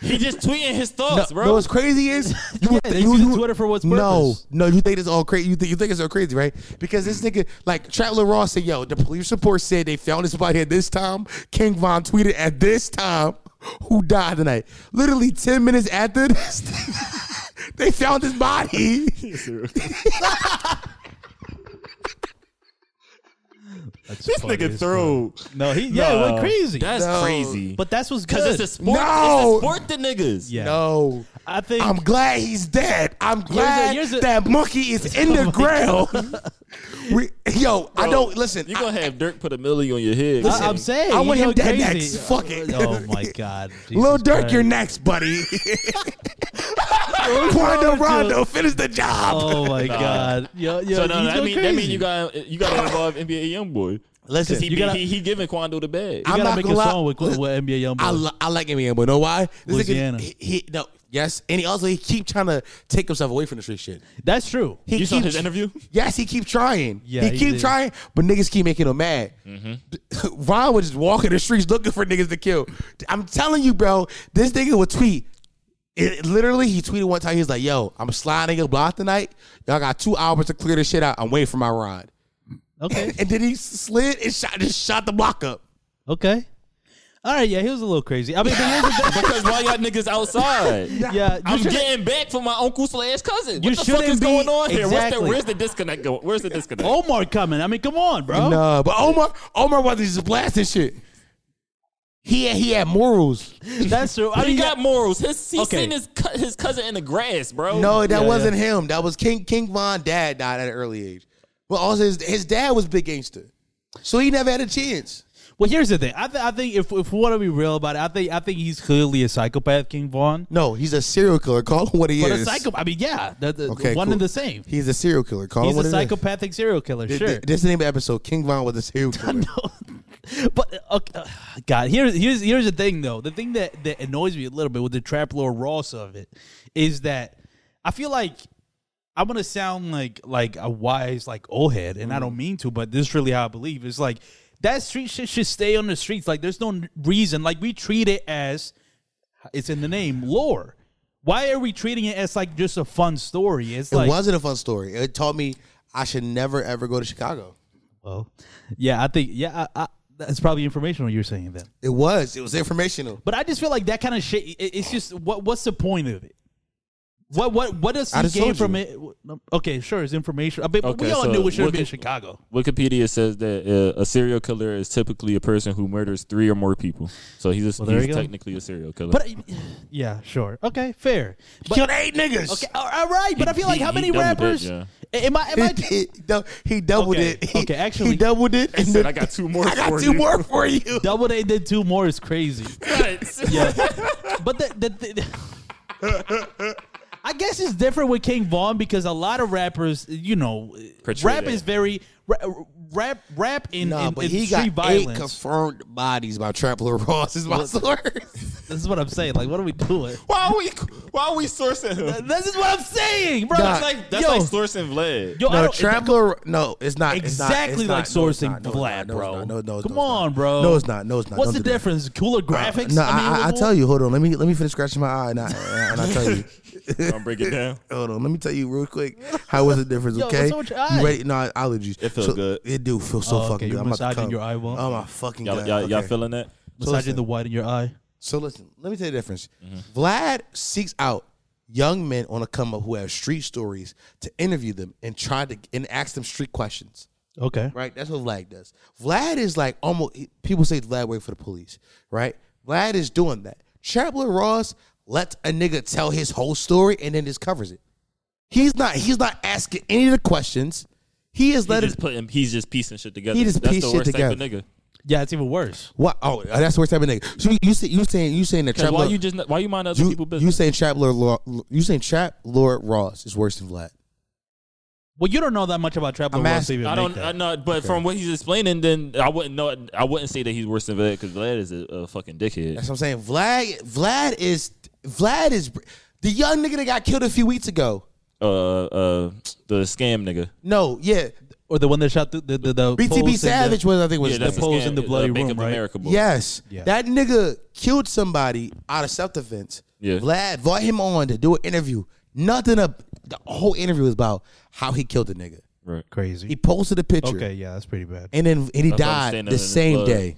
B: He just tweeting his thoughts,
A: no.
B: bro.
A: no, What's crazy is you would
C: Yeah,
A: thi-
C: they use Twitter for what's
A: no,
C: purpose.
A: no. You think it's all crazy? You think you think it's all crazy, right? Because this nigga, like Traveler Ross said, "Yo, the police report said they found this body at this time." King Von tweeted at this time, "Who died tonight?" Literally ten minutes after this, they found this body.
B: this nigga throw.
C: No, he yeah, it went
B: Nah.
C: crazy.
B: That's
A: No.
B: crazy.
C: but that's what's
B: because
C: good.
B: it's a sport.
A: No.
B: It's a sport to niggas.
C: yeah.
A: No,
C: I think
A: I'm glad he's dead. I'm glad
C: here's a- Oh
A: that monkey is in the ground. We, yo, I
B: Bro,
A: don't listen.
B: You gonna have Dirk put a millie on your head?
C: I, am
B: gang.
C: saying
A: I want
C: you know,
A: him dead next.
C: crazy.
A: Fuck it.
C: Oh my god.
A: Little
C: Jesus
A: Dirk, you're
C: Christ.
A: next, buddy. Rondo,
C: with you?
A: Rondo, finish the job.
C: Oh my god. Yo, yo,
B: So no,
C: he's
B: that
C: going
B: mean
C: crazy.
B: that mean you got you got to involve NBA YoungBoy.
A: Listen,
B: He,
C: You gotta-
B: he, he giving Quando the bag.
C: You
A: I'm
C: gotta
A: not
C: make a
A: gonna lie.
C: song with, with NBA Youngboy.
A: I, li- I like NBA, but know why? This nigga-
C: Louisiana.
A: he, he- no, yes, and he also he keep trying to take himself away from the street shit.
C: That's true.
A: He
B: you saw
A: keep-
B: his interview?
A: Yes, he keep trying.
C: Yeah,
A: he,
C: he
A: keep
C: did. Mm-hmm.
A: trying, but niggas keep making him mad. Ron was just walking the streets looking for niggas to kill. I'm telling you, bro, this nigga would tweet. It, literally, he tweeted one time. He was like, "Yo, I'm sliding a block tonight. Y'all got two hours to clear this shit out. I'm waiting for my ride."
C: Okay.
A: And then he slid and shot, just shot the block up.
C: Okay. All right. Yeah, he was a little crazy. I mean, but here's the thing.
B: Because why y'all niggas outside?
C: yeah, you
B: I'm
C: shouldn't-
B: getting back for my uncle slash cousin.
C: You
B: What the fuck
C: shouldn't
B: is going
C: be-
B: on here? Where's,
C: Exactly.
B: the, where's the disconnect? Go? Where's the disconnect?
C: Omar coming. I mean, come on, bro.
A: No, but Omar, Omar wasn't just blasting shit. He had, he had morals.
C: That's true. I
B: he
C: mean,
B: got
C: yeah,
B: morals. His, he
C: Okay.
B: seen his cu- his cousin in the grass, bro.
A: No, that
C: Yeah,
A: wasn't him. That was King King Von. Dad died at an early age, but also his, his dad was big gangster, so he never had a chance.
C: well, here's the thing. I, th- I think if if we want to be real about it, I think I think he's clearly a psychopath, King Vaughn.
A: No, he's a serial killer. Call him what he
C: But
A: is.
C: a psychopath. I mean, yeah, the, the,
A: Okay,
C: one
A: cool.
C: and the same.
A: He's a serial killer. Call him
C: He's
A: what
C: a
A: it is.
C: psychopathic serial killer.
A: Th-
C: sure.
A: th- This is the name of the episode. King Von was a serial killer.
C: but okay, uh, God, here's here's here's the thing though. The thing that that annoys me a little bit with the trap lord Ross of it is that I feel like I'm gonna sound like like a wise like old head, and I don't mean to, but this is really how I believe. It's like that street shit should stay on the streets. Like there's no n- reason. Like we treat it as it's in the name lore. Why are we treating it as like just a fun story? It's
A: it
C: like
A: wasn't a fun story. It taught me I should never ever go to Chicago.
C: well, yeah, I think yeah, I, I, that's probably informational. You're saying that.
A: It was. It was informational.
C: But I just feel like that kind of shit. it- It's just what what's the point of it? What what what does
A: I
C: he
A: just
C: gain
A: told
C: from it? Okay, sure, it's information. I mean, but we
B: Okay,
C: all
B: so
C: knew it should have
B: what
C: been
B: could-
C: Chicago.
B: Wikipedia says that uh, a serial killer is typically a person who murders three or more people. So he's, a,
C: there you
B: he's
C: go.
B: technically a serial killer.
C: But yeah, sure, okay, fair. But,
A: Killed eight niggas.
C: okay, all- all right. But I feel like
B: he-
C: how many
B: he doubled it,
C: rappers?
B: yeah.
C: Am I am
A: He,
C: I?
A: did, dou- he doubled
C: Okay,
A: it. He,
C: okay,
A: he
C: actually-
A: doubled it. and
B: said,
A: then-
B: "I got two more
A: I got
B: for
A: two
B: you."
A: more for you.
C: Double they did two more is crazy. Yeah. but the, the, the- I guess it's different with King Vaughn because a lot of rappers, you know,
B: Portray
C: rap
B: that.
C: is very ra- rap rap in,
A: Nah,
C: in,
A: but
C: in
A: he got
C: street
A: eight
C: violence.
A: confirmed bodies by Traveler Ross. Is my source.
C: this is what I'm saying. Like, what are we doing?
B: why are we why are we sourcing him?
C: this is what I'm saying, bro.
A: Nah,
C: It's
B: Like that's
C: yo,
B: like sourcing Vlad.
C: yo, I
A: No,
C: don't-
A: Traveler. No, it's not it's not-
C: exactly
A: it's not,
C: like
A: no, it's
C: sourcing
A: not, no, it's
C: Vlad,
A: not, no, it's
C: bro.
A: not, No, no, it's-
C: come
A: no, it's not.
C: on, bro.
A: No, it's not. No, it's not.
C: What's
A: Don't
C: the
A: do that.
C: difference? Cooler graphics.
A: No, I, I, I
C: mean,
A: tell you. Hold on. Let me let me finish scratching my eye, and I and I tell you.
B: I'm breaking down.
A: Hold on, let me tell you real quick. How was the difference?
C: Yo,
A: Okay,
C: what's up with your eye?
A: you ready? No allergies. It
B: feels good.
A: It do feel so
C: Oh, okay,
A: fucking
C: you
A: good. I'm about to
C: massaging
A: come.
C: your eye well?
A: Oh my fucking
B: Y'all,
A: god.
B: y'all, y'all
A: Okay.
B: feeling that?
C: massaging
A: listen.
C: the white in your eye.
A: So listen, let me tell you the difference.
B: Mm-hmm.
A: Vlad seeks out young men on a come up who have street stories to interview them and try to and ask them street questions.
C: Okay.
A: Right? That's what Vlad does. Vlad is like almost he- people say Vlad wait for the police, right? Vlad is doing that. Chaplain Ross lets a nigga tell his whole story and then just covers it. He's not he's not asking any of the questions. He is
B: He's
A: letting
B: just putting he's just piecing shit together.
A: He just
B: that's
A: piece
B: the
A: shit
B: worst type of
A: together.
B: nigga.
C: Yeah, it's even worse.
A: what oh that's the worst type of nigga. So you, you say you saying you saying that
B: 'Cause Why
A: Chaplain
B: you just not- why you mind other
A: you,
B: people
A: you
B: business?
A: saying Trap Lord, Lo- you saying Trap Lord Ross is worse than Vlad?
C: Well, you don't know that much about trap.
A: I'm
C: Lord Ross
A: asking-
C: to even
B: I
C: make
B: don't
C: that.
B: I know, but from what he's explaining, then I wouldn't know. I wouldn't say that he's worse than Vlad because Vlad is a, a fucking dickhead.
A: That's what I'm saying. Vlad, Vlad is Vlad is the young nigga that got killed a few weeks ago.
B: Uh, uh, the scam nigga.
A: No, yeah,
C: or the one that shot the the, the, the poles in
A: BTB
C: the-
A: Savage was I think was
B: Yeah,
A: his
B: that's
A: name.
B: a
C: pose
B: scam,
C: in the
B: uh,
C: bloody
B: Bank
C: room,
B: of
C: right?
B: America boy.
A: yes,
C: Yeah.
A: that nigga killed somebody out of self defense.
B: Yeah.
A: Vlad brought him on to do an interview. Nothing up. The whole interview was about how he killed the nigga.
B: Right.
A: He
C: crazy.
A: posted a picture.
C: Okay, yeah, that's pretty bad.
A: And then and he
B: why I'm
A: died
B: standing
A: the
B: in his
A: same
B: blood.
A: day.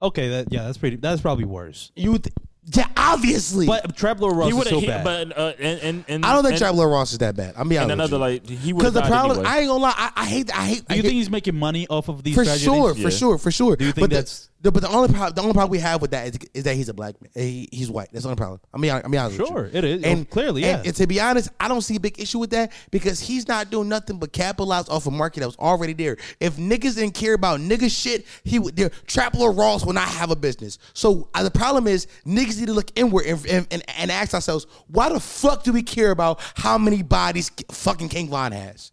C: Okay, that yeah, that's pretty. That's probably worse.
A: You, th- yeah, obviously.
C: But Trapler Ross
B: He
C: is
B: would
C: so
B: have,
C: bad.
B: but uh, and, and and
A: I don't think
B: and-
A: Trap Lord Ross is that bad. I'm be honest.
B: And
A: with you.
B: another like he would
A: Because
B: have
A: the
B: died
A: problem,
B: anyway.
A: I ain't gonna lie, I, I hate, I hate.
C: Do
A: I
C: you
A: hate-
C: think he's making money off of these
A: for
C: tragedies?
A: sure, for
B: Yeah.
A: sure, for sure? Do
C: you think
A: but the,
C: that's-
A: the, but the only problem, the only problem we have with that is, is that he's a black man. He, he's white. That's the only problem. I mean, I, I mean, honest with you.
C: Sure, it is. Oh, clearly,
A: and-
C: yeah.
A: And to be honest, I don't see a big issue with that because he's not doing nothing but capitalize off a market that was already there. If niggas didn't care about nigga shit, he would. their- Trapler Ross would not have a business. So uh, the problem is niggas need to look inward and, and, and, and ask ourselves, why the fuck do we care about how many bodies fucking King Von has?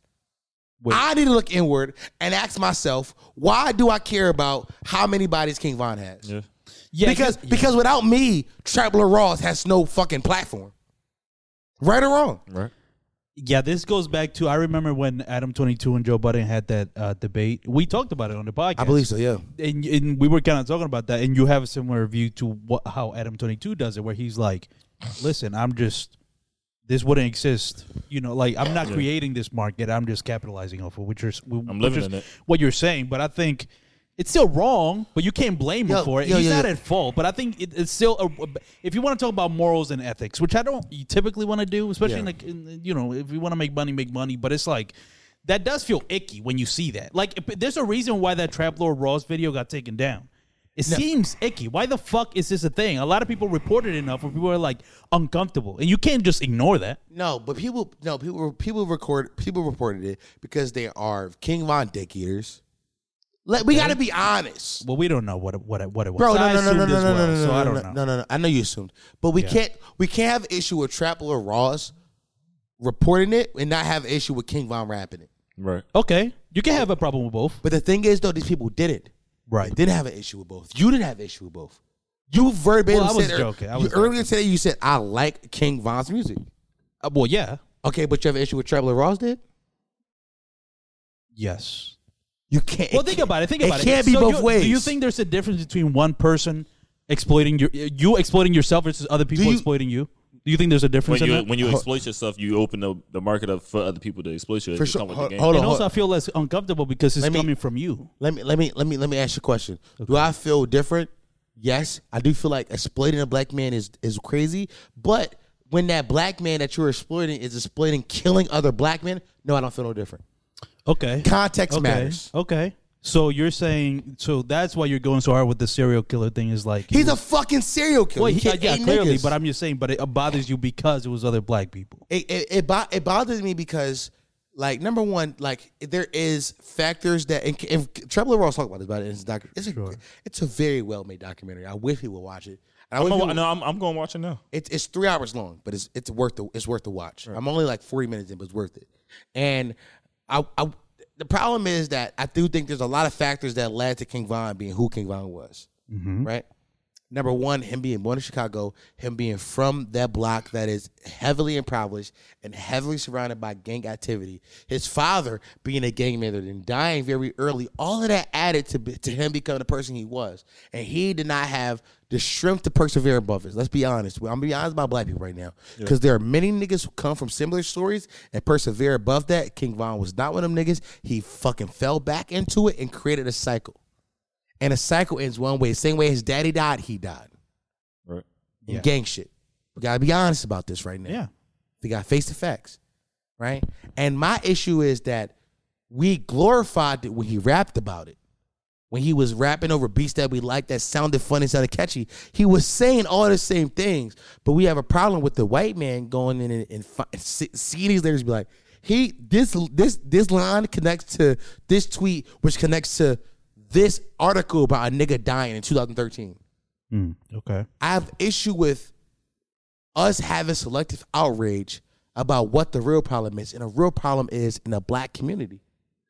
A: I need to look inward and ask myself, why do I care about how many bodies King Von has?
C: Yeah,
A: because
C: you-
A: because without me, Trapler Ross has no fucking platform. Right or wrong?
B: Right.
C: yeah, this goes back to I remember when Adam Twenty Two and Joe Budden had that uh, debate. We talked about it on the podcast.
A: I believe so. Yeah.
C: and, and we were kind of talking about that, and you have a similar view to what, how Adam Twenty Two does it, where he's like, "Listen, I'm just this wouldn't exist, you know, like I'm not creating this market, I'm just capitalizing off of what you're,
B: I'm
C: which
B: living
C: is
B: in it.
C: what you're saying." But I think it's still wrong, but you can't blame
A: Yo,
C: him for it.
A: Oh, yo,
C: he's
A: yo,
C: not
A: yo.
C: at fault, but I think it, it's still a, if you want to talk about morals and ethics, which I don't typically want to do, especially in like in, you know if you want to make money, make money. But it's like that does feel icky when you see that. Like if- there's a reason why that Trap Lord Ross video got taken down. It seems icky. Why the fuck is this a thing? A lot of people reported enough where people are like uncomfortable, and you can't just ignore that.
A: No, but people no people people record people reported it because they are King Von dick eaters. Let, we got to be honest,
C: Well, we don't know what it- what it- what it was.
A: bro. No,
C: I
A: no, no, no,
C: assumed
A: no,
C: as
A: no,
C: well,
A: no, no,
C: so I
A: no,
C: don't
A: no,
C: know.
A: no, no, no. I know you assumed, but we can't we can't have issue with Trapler Ross reporting it and not have issue with King Von rapping it.
B: Right.
C: Okay, you can have a problem with both,
A: But the thing is, though, these people did it.
C: Right.
A: They didn't have an issue with both. You didn't have an issue with both. You verbatim
C: Well, I was
A: said
C: joking. I
A: you-
C: was
A: earlier today. You said I like King Von's music.
C: Uh, well, yeah,
A: Okay, but you have an issue with Trapler Ross did.
C: yes.
A: You can't.
C: Well, think about it. Think about it.
A: It can't be
C: So
A: both
C: you-
A: ways.
C: Do you think there's a difference between one person exploiting your you exploiting yourself versus other people
A: you-
C: exploiting you? Do you think there's a difference
B: When
C: in
B: you
C: that?
B: when you exploit yourself, you open the, the market up for other people to exploit you. It
A: For
B: just
A: sure.
B: come with the
A: Hold,
B: game.
A: hold on.
C: and also, I
A: hold-
C: feel less uncomfortable because it's
A: Let me-
C: coming from you.
A: Let me let me let me let me ask you a question. Do I feel different? Yes, I do feel like exploiting a black man is is crazy. But when that black man that you're exploiting is exploiting killing other black men, no, I don't feel no different.
C: Okay.
A: Context
C: okay.
A: matters.
C: Okay. So you're saying so that's why you're going so hard with the serial killer thing is like
A: He's
C: you-
A: a fucking serial killer.
C: well,
A: He
C: he-
A: killed
C: yeah
A: eight
C: clearly,
A: niggas.
C: but I'm just saying, but it uh, bothers you because it was other black people.
A: it it it, bo- it bothers me because like number one, like there is factors that and if Trevor Ross talked about this about it in his doc, it's a it's a very well made documentary. I wish he would watch it. I
B: I'm
A: wish he
B: gonna,
A: would-
B: wa- Oh, no, I'm, I'm going to watch it now.
A: It's it's three hours long, but it's it's worth the it's worth the watch. I'm only like 40 minutes in, but it's worth it. And I, I the problem is that I do think there's a lot of factors that led to King Von being who King Von was. Right? Number one, him being born in Chicago, him being from that block that is heavily impoverished and heavily surrounded by gang activity. His father being a gang member and dying very early. All of that added to be- to him becoming the person he was, and he did not have the strength to persevere above it. Let's be honest. I'm gonna be honest about black people right now, because there are many niggas who come from similar stories and persevere above that. King Von was not one of them niggas. He fucking fell back into it and created a cycle and a cycle ends one way. Same way his daddy died, he died.
B: Right.
A: In gang shit. We gotta be honest about this right now.
C: Yeah.
A: We gotta face the facts. Right? And my issue is that we glorified it when he rapped about it. When he was rapping over beats that we liked that sounded funny, sounded catchy, he was saying all the same things. But we have a problem with the white man going in and, and, fi- see- seeing these lyrics, be like, he this this this line connects to this tweet, which connects to this article about a nigga dying in 2013.
C: Hmm. Okay.
A: I have issue with us having selective outrage about what the real problem is, and a real problem is in the black community.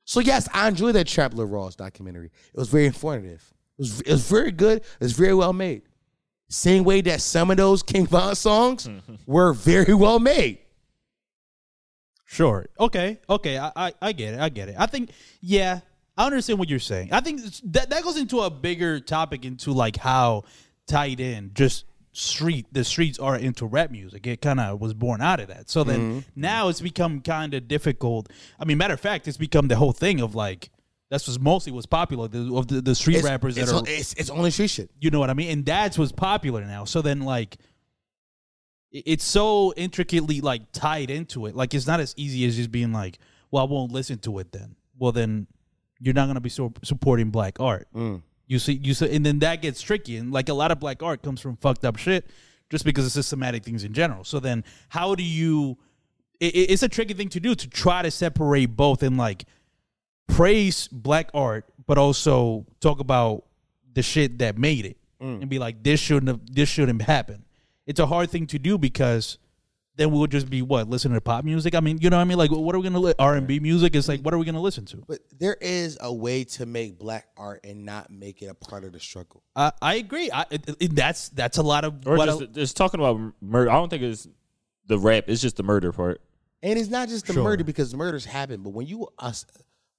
A: So yes, I enjoyed that Trapler Rawls documentary. It was very informative. It was, it was very good. It was very well made. Same way that some of those King Von songs were very well made.
C: Sure. Okay. Okay. I, I, I get it. I get it. I think, yeah, I understand what you're saying. I think it's- that, that goes into a bigger topic into like how tied in just street, the streets are into rap music. It kind of was born out of that. So then
A: Mm-hmm.
C: now it's become kind of difficult. I mean, matter of fact, it's become the whole thing of like, that's what's mostly what's popular the, of the, the street
A: It's-
C: rappers that
A: it's,
C: are
A: it's, it's only street shit.
C: you know what I mean? And that's what's popular now. So then, like, it- it's so intricately like tied into it. Like, it's not as easy as just being like, "Well, I won't listen to it." Then, well, then you're not gonna be so supporting black art. You see, you see, and then that gets tricky. And like, a lot of black art comes from fucked up shit, just because of systematic things in general. So then, how do you? It, it- it's a tricky thing to do to try to separate both and like praise black art, but also talk about the shit that Mm. made it and be like, this shouldn't have, this shouldn't happen. It's a hard thing to do because then we would just be what listening to pop music. I mean, you know what I mean? Like, what are we gonna li- R and B music? It's like, what are we gonna listen to?
A: But there is a way to make black art and not make it a part of the struggle.
C: I, I agree. I, it, it- that's that's a lot of
B: Or
C: what a-
B: just, just talking about murder. I don't think it's the rap. It's just the murder part.
A: And it's not just the
C: Sure.
A: murder because murders happen, but when you us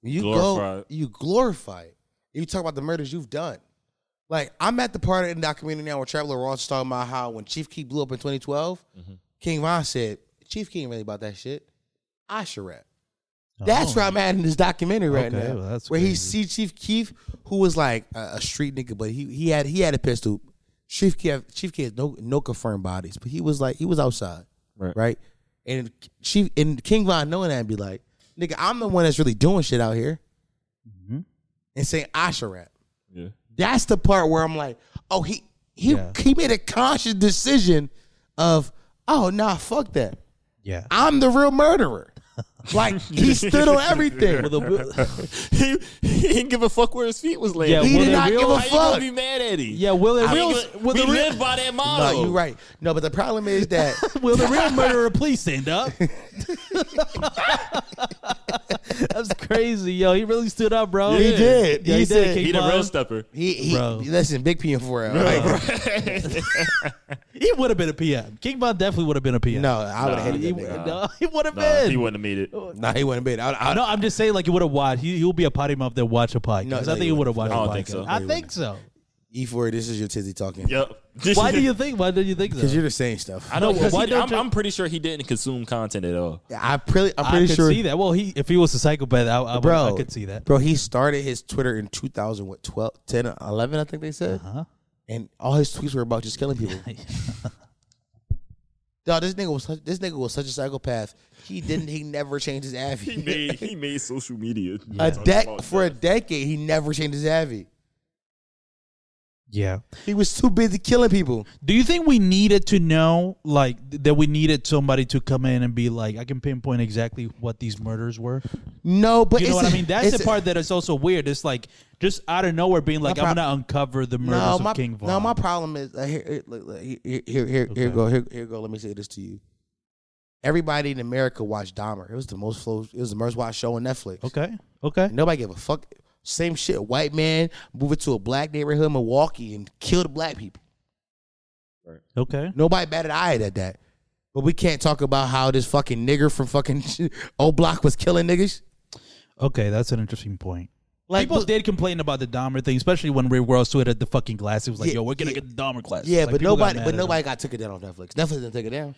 A: when you
B: Glorify
A: go
B: it.
A: you glorify it. You talk about the murders you've done. Like I'm at the part in that community now where Traveler Ross was talking about how when Chief Key blew up in 2012,
B: Mm-hmm.
A: King Von said, Chief Key ain't really about that shit. I should rap. That's where I'm at in this documentary right
C: Oh. Okay,
A: now,
C: well, that's
A: where he
C: crazy.
A: see Chief Keef, who was like a, a street nigga, but he he had he had a pistol. Chief Keef, Chief Keef had no no confirmed bodies, but he was like he was outside, right? And Chief and King Von knowing that and be like, nigga, I'm the one that's really doing shit out here,
C: Mm-hmm.
A: and saying I should rap.
B: Yeah.
A: That's the part where I'm like, oh, he he
C: Yeah.
A: he made a conscious decision of, oh nah, fuck that.
C: yeah.
A: I'm the real murderer. Like he stood on everything.
C: Well, the-
B: he, he didn't give a fuck where his feet was laying.
C: Yeah,
B: Yeah,
C: He
A: he
C: Will
A: did
C: they
A: not give
C: real?
A: a
B: How you gonna
A: fuck.
B: be mad at him?
C: yeah, will the
B: I
C: real
B: mean,
C: will
B: we
C: the real,
B: live by that
A: No,
B: motto.
C: Oh.
A: you're right. No, but the problem is that
C: will the real murderer please stand up? that's crazy, yo. He really stood up, bro.
A: he did.
C: Yeah, he, did.
A: said-
B: He
C: King
B: the
C: Von.
B: real stepper.
A: He, he
C: Bro.
A: listen, big PM4L. Like,
C: He would have been a PM. King Von definitely would have been a PM.
A: no, I would
B: Nah,
A: have hated
C: he,
A: that nigga.
C: no, he would have
B: Nah,
C: been.
B: he wouldn't have made it.
A: Nah, he wouldn't been. I, I,
C: no, I'm just saying, like, you would have watched. He, he'll be a potty mouth that watch a podcast.
A: No,
C: I
A: no,
C: think
A: he
C: he would have watched
B: I
C: a
B: don't think
C: podcast.
B: so.
C: I think so.
A: E4, E this is your tizzy talking.
B: Yep.
C: Why do you think? Why do you think
A: Because
C: that?
A: you're the same stuff.
B: I know.
C: No, 'cause
B: why
C: he-
B: don't
C: I'm-
B: I'm,
C: I'm
B: pretty sure he didn't consume content at all.
A: I pretty, I'm
C: I
A: pretty
C: could
A: sure.
C: see that. Well, he if he was a psychopath, I, I, would-
A: Bro,
C: I could see that.
A: Bro, he started his Twitter in 2000, what, 12, 10, 11, I think they said. Uh-huh. And all his tweets were about just killing people. Dog, this nigga was such, this nigga was such a psychopath. He didn't. He never changed his avi.
B: He made he made social media
A: a dec for a decade. He never changed his avi.
C: Yeah.
A: He was too busy killing people.
C: Do you think we needed to know, like, th- that we needed somebody to come in and be like, I can pinpoint exactly what these murders were?
A: No, but
C: You know
A: it's-
C: what I mean? That's
A: it's-
C: the part that is also weird. It's like just out of nowhere being like,
A: My
C: I'm
A: prob-
C: gonna uncover the murders
A: No,
C: of
A: my
C: King Von.
A: no, my problem is uh, here, here, look, look, here, here, here, here go, here, here go. Let me say this to you. Everybody in America watched Dahmer. It was the most flow. It was the most watched show on Netflix.
C: okay, okay.
A: Nobody gave a fuck. Same shit. White man moving to a black neighborhood, in Milwaukee, and killed black people.
C: Okay.
A: Nobody batted an eye at that. But we can't talk about how this fucking nigger from fucking old block was killing niggas.
C: Okay, that's an interesting point.
A: Like,
C: People
A: but-
C: did complain about the Dahmer thing, especially when Ray Ross tweeted the fucking glass. It was like,
A: Yeah,
C: "Yo, we're gonna
A: yeah.
C: get the Dahmer class."
A: Yeah,
C: Like,
A: but
C: people got
A: nobody,
C: mad
A: but
C: at
A: nobody
C: him.
A: got took it down off Netflix. Netflix didn't take it down.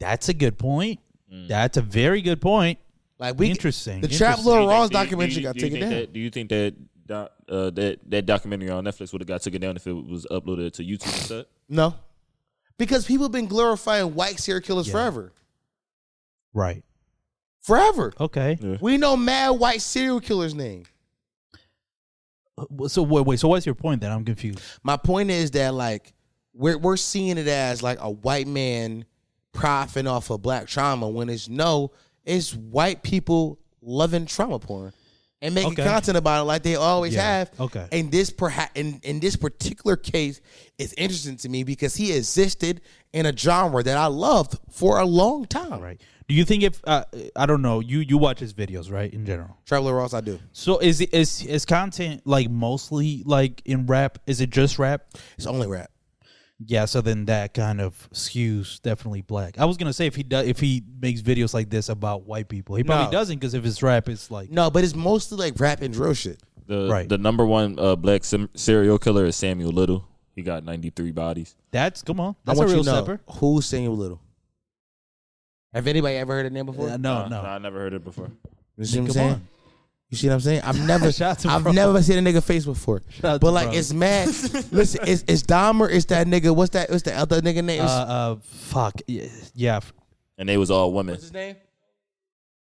C: That's a good point. That's a very good point.
A: Like we
C: Interesting,
A: The
C: interesting.
A: Trap Lil Raw's
B: Do you- do you-
A: documentary got
B: do you
A: taken
B: think
A: down.
B: That, do you think that doc, uh, that that documentary on Netflix would have got taken down if it was uploaded to YouTube instead?
A: no, because people been glorifying white serial killers forever,
C: Right.
A: forever.
C: Okay.
A: We know mad white serial killer's name.
C: Uh, So wait, wait. So what's your point? Then I'm confused.
A: My point is that like we're we're seeing it as like a white man profiting off of black trauma when it's no, it's white people loving trauma porn and making
C: Okay.
A: content about it like they always
C: Yeah.
A: have.
C: Okay.
A: And this perhaps in, in this particular case is interesting to me because he existed in a genre that I loved for a long time.
C: Right. Do you think if uh, I don't know you you watch his videos right in general?
A: Traveler Ross, I do.
C: So is it is is content like mostly like in rap? Is it just rap?
A: It's only rap.
C: Yeah, so then that kind of skews definitely black. I was gonna say if he does if he makes videos like this about white people, he probably
A: No.
C: doesn't because if it's rap, it's like
A: No, but it's mostly like rap and drill shit.
B: The
C: Right.
B: the number one uh, black sim- serial killer is Samuel Little. He got 93 bodies.
C: that's come on,
A: I
C: that's a
A: want
C: real
A: you to know
C: stepper.
A: who's Samuel Little. Have anybody ever heard the name before?
C: Uh, no,
B: Uh,
C: no,
B: I never heard it before.
A: You see what I'm
C: Come
A: saying?
C: on.
A: You see what I'm saying? I've never,
C: Shout out to
A: I've
C: bro.
A: never seen a nigga face before.
C: out to
A: but like,
C: bro.
A: it's mad. Listen, it's it's Dahmer. It's that nigga. What's that? What's that other nigga name?
C: Uh, uh, fuck, yeah, yeah.
B: And they was all women.
A: his name?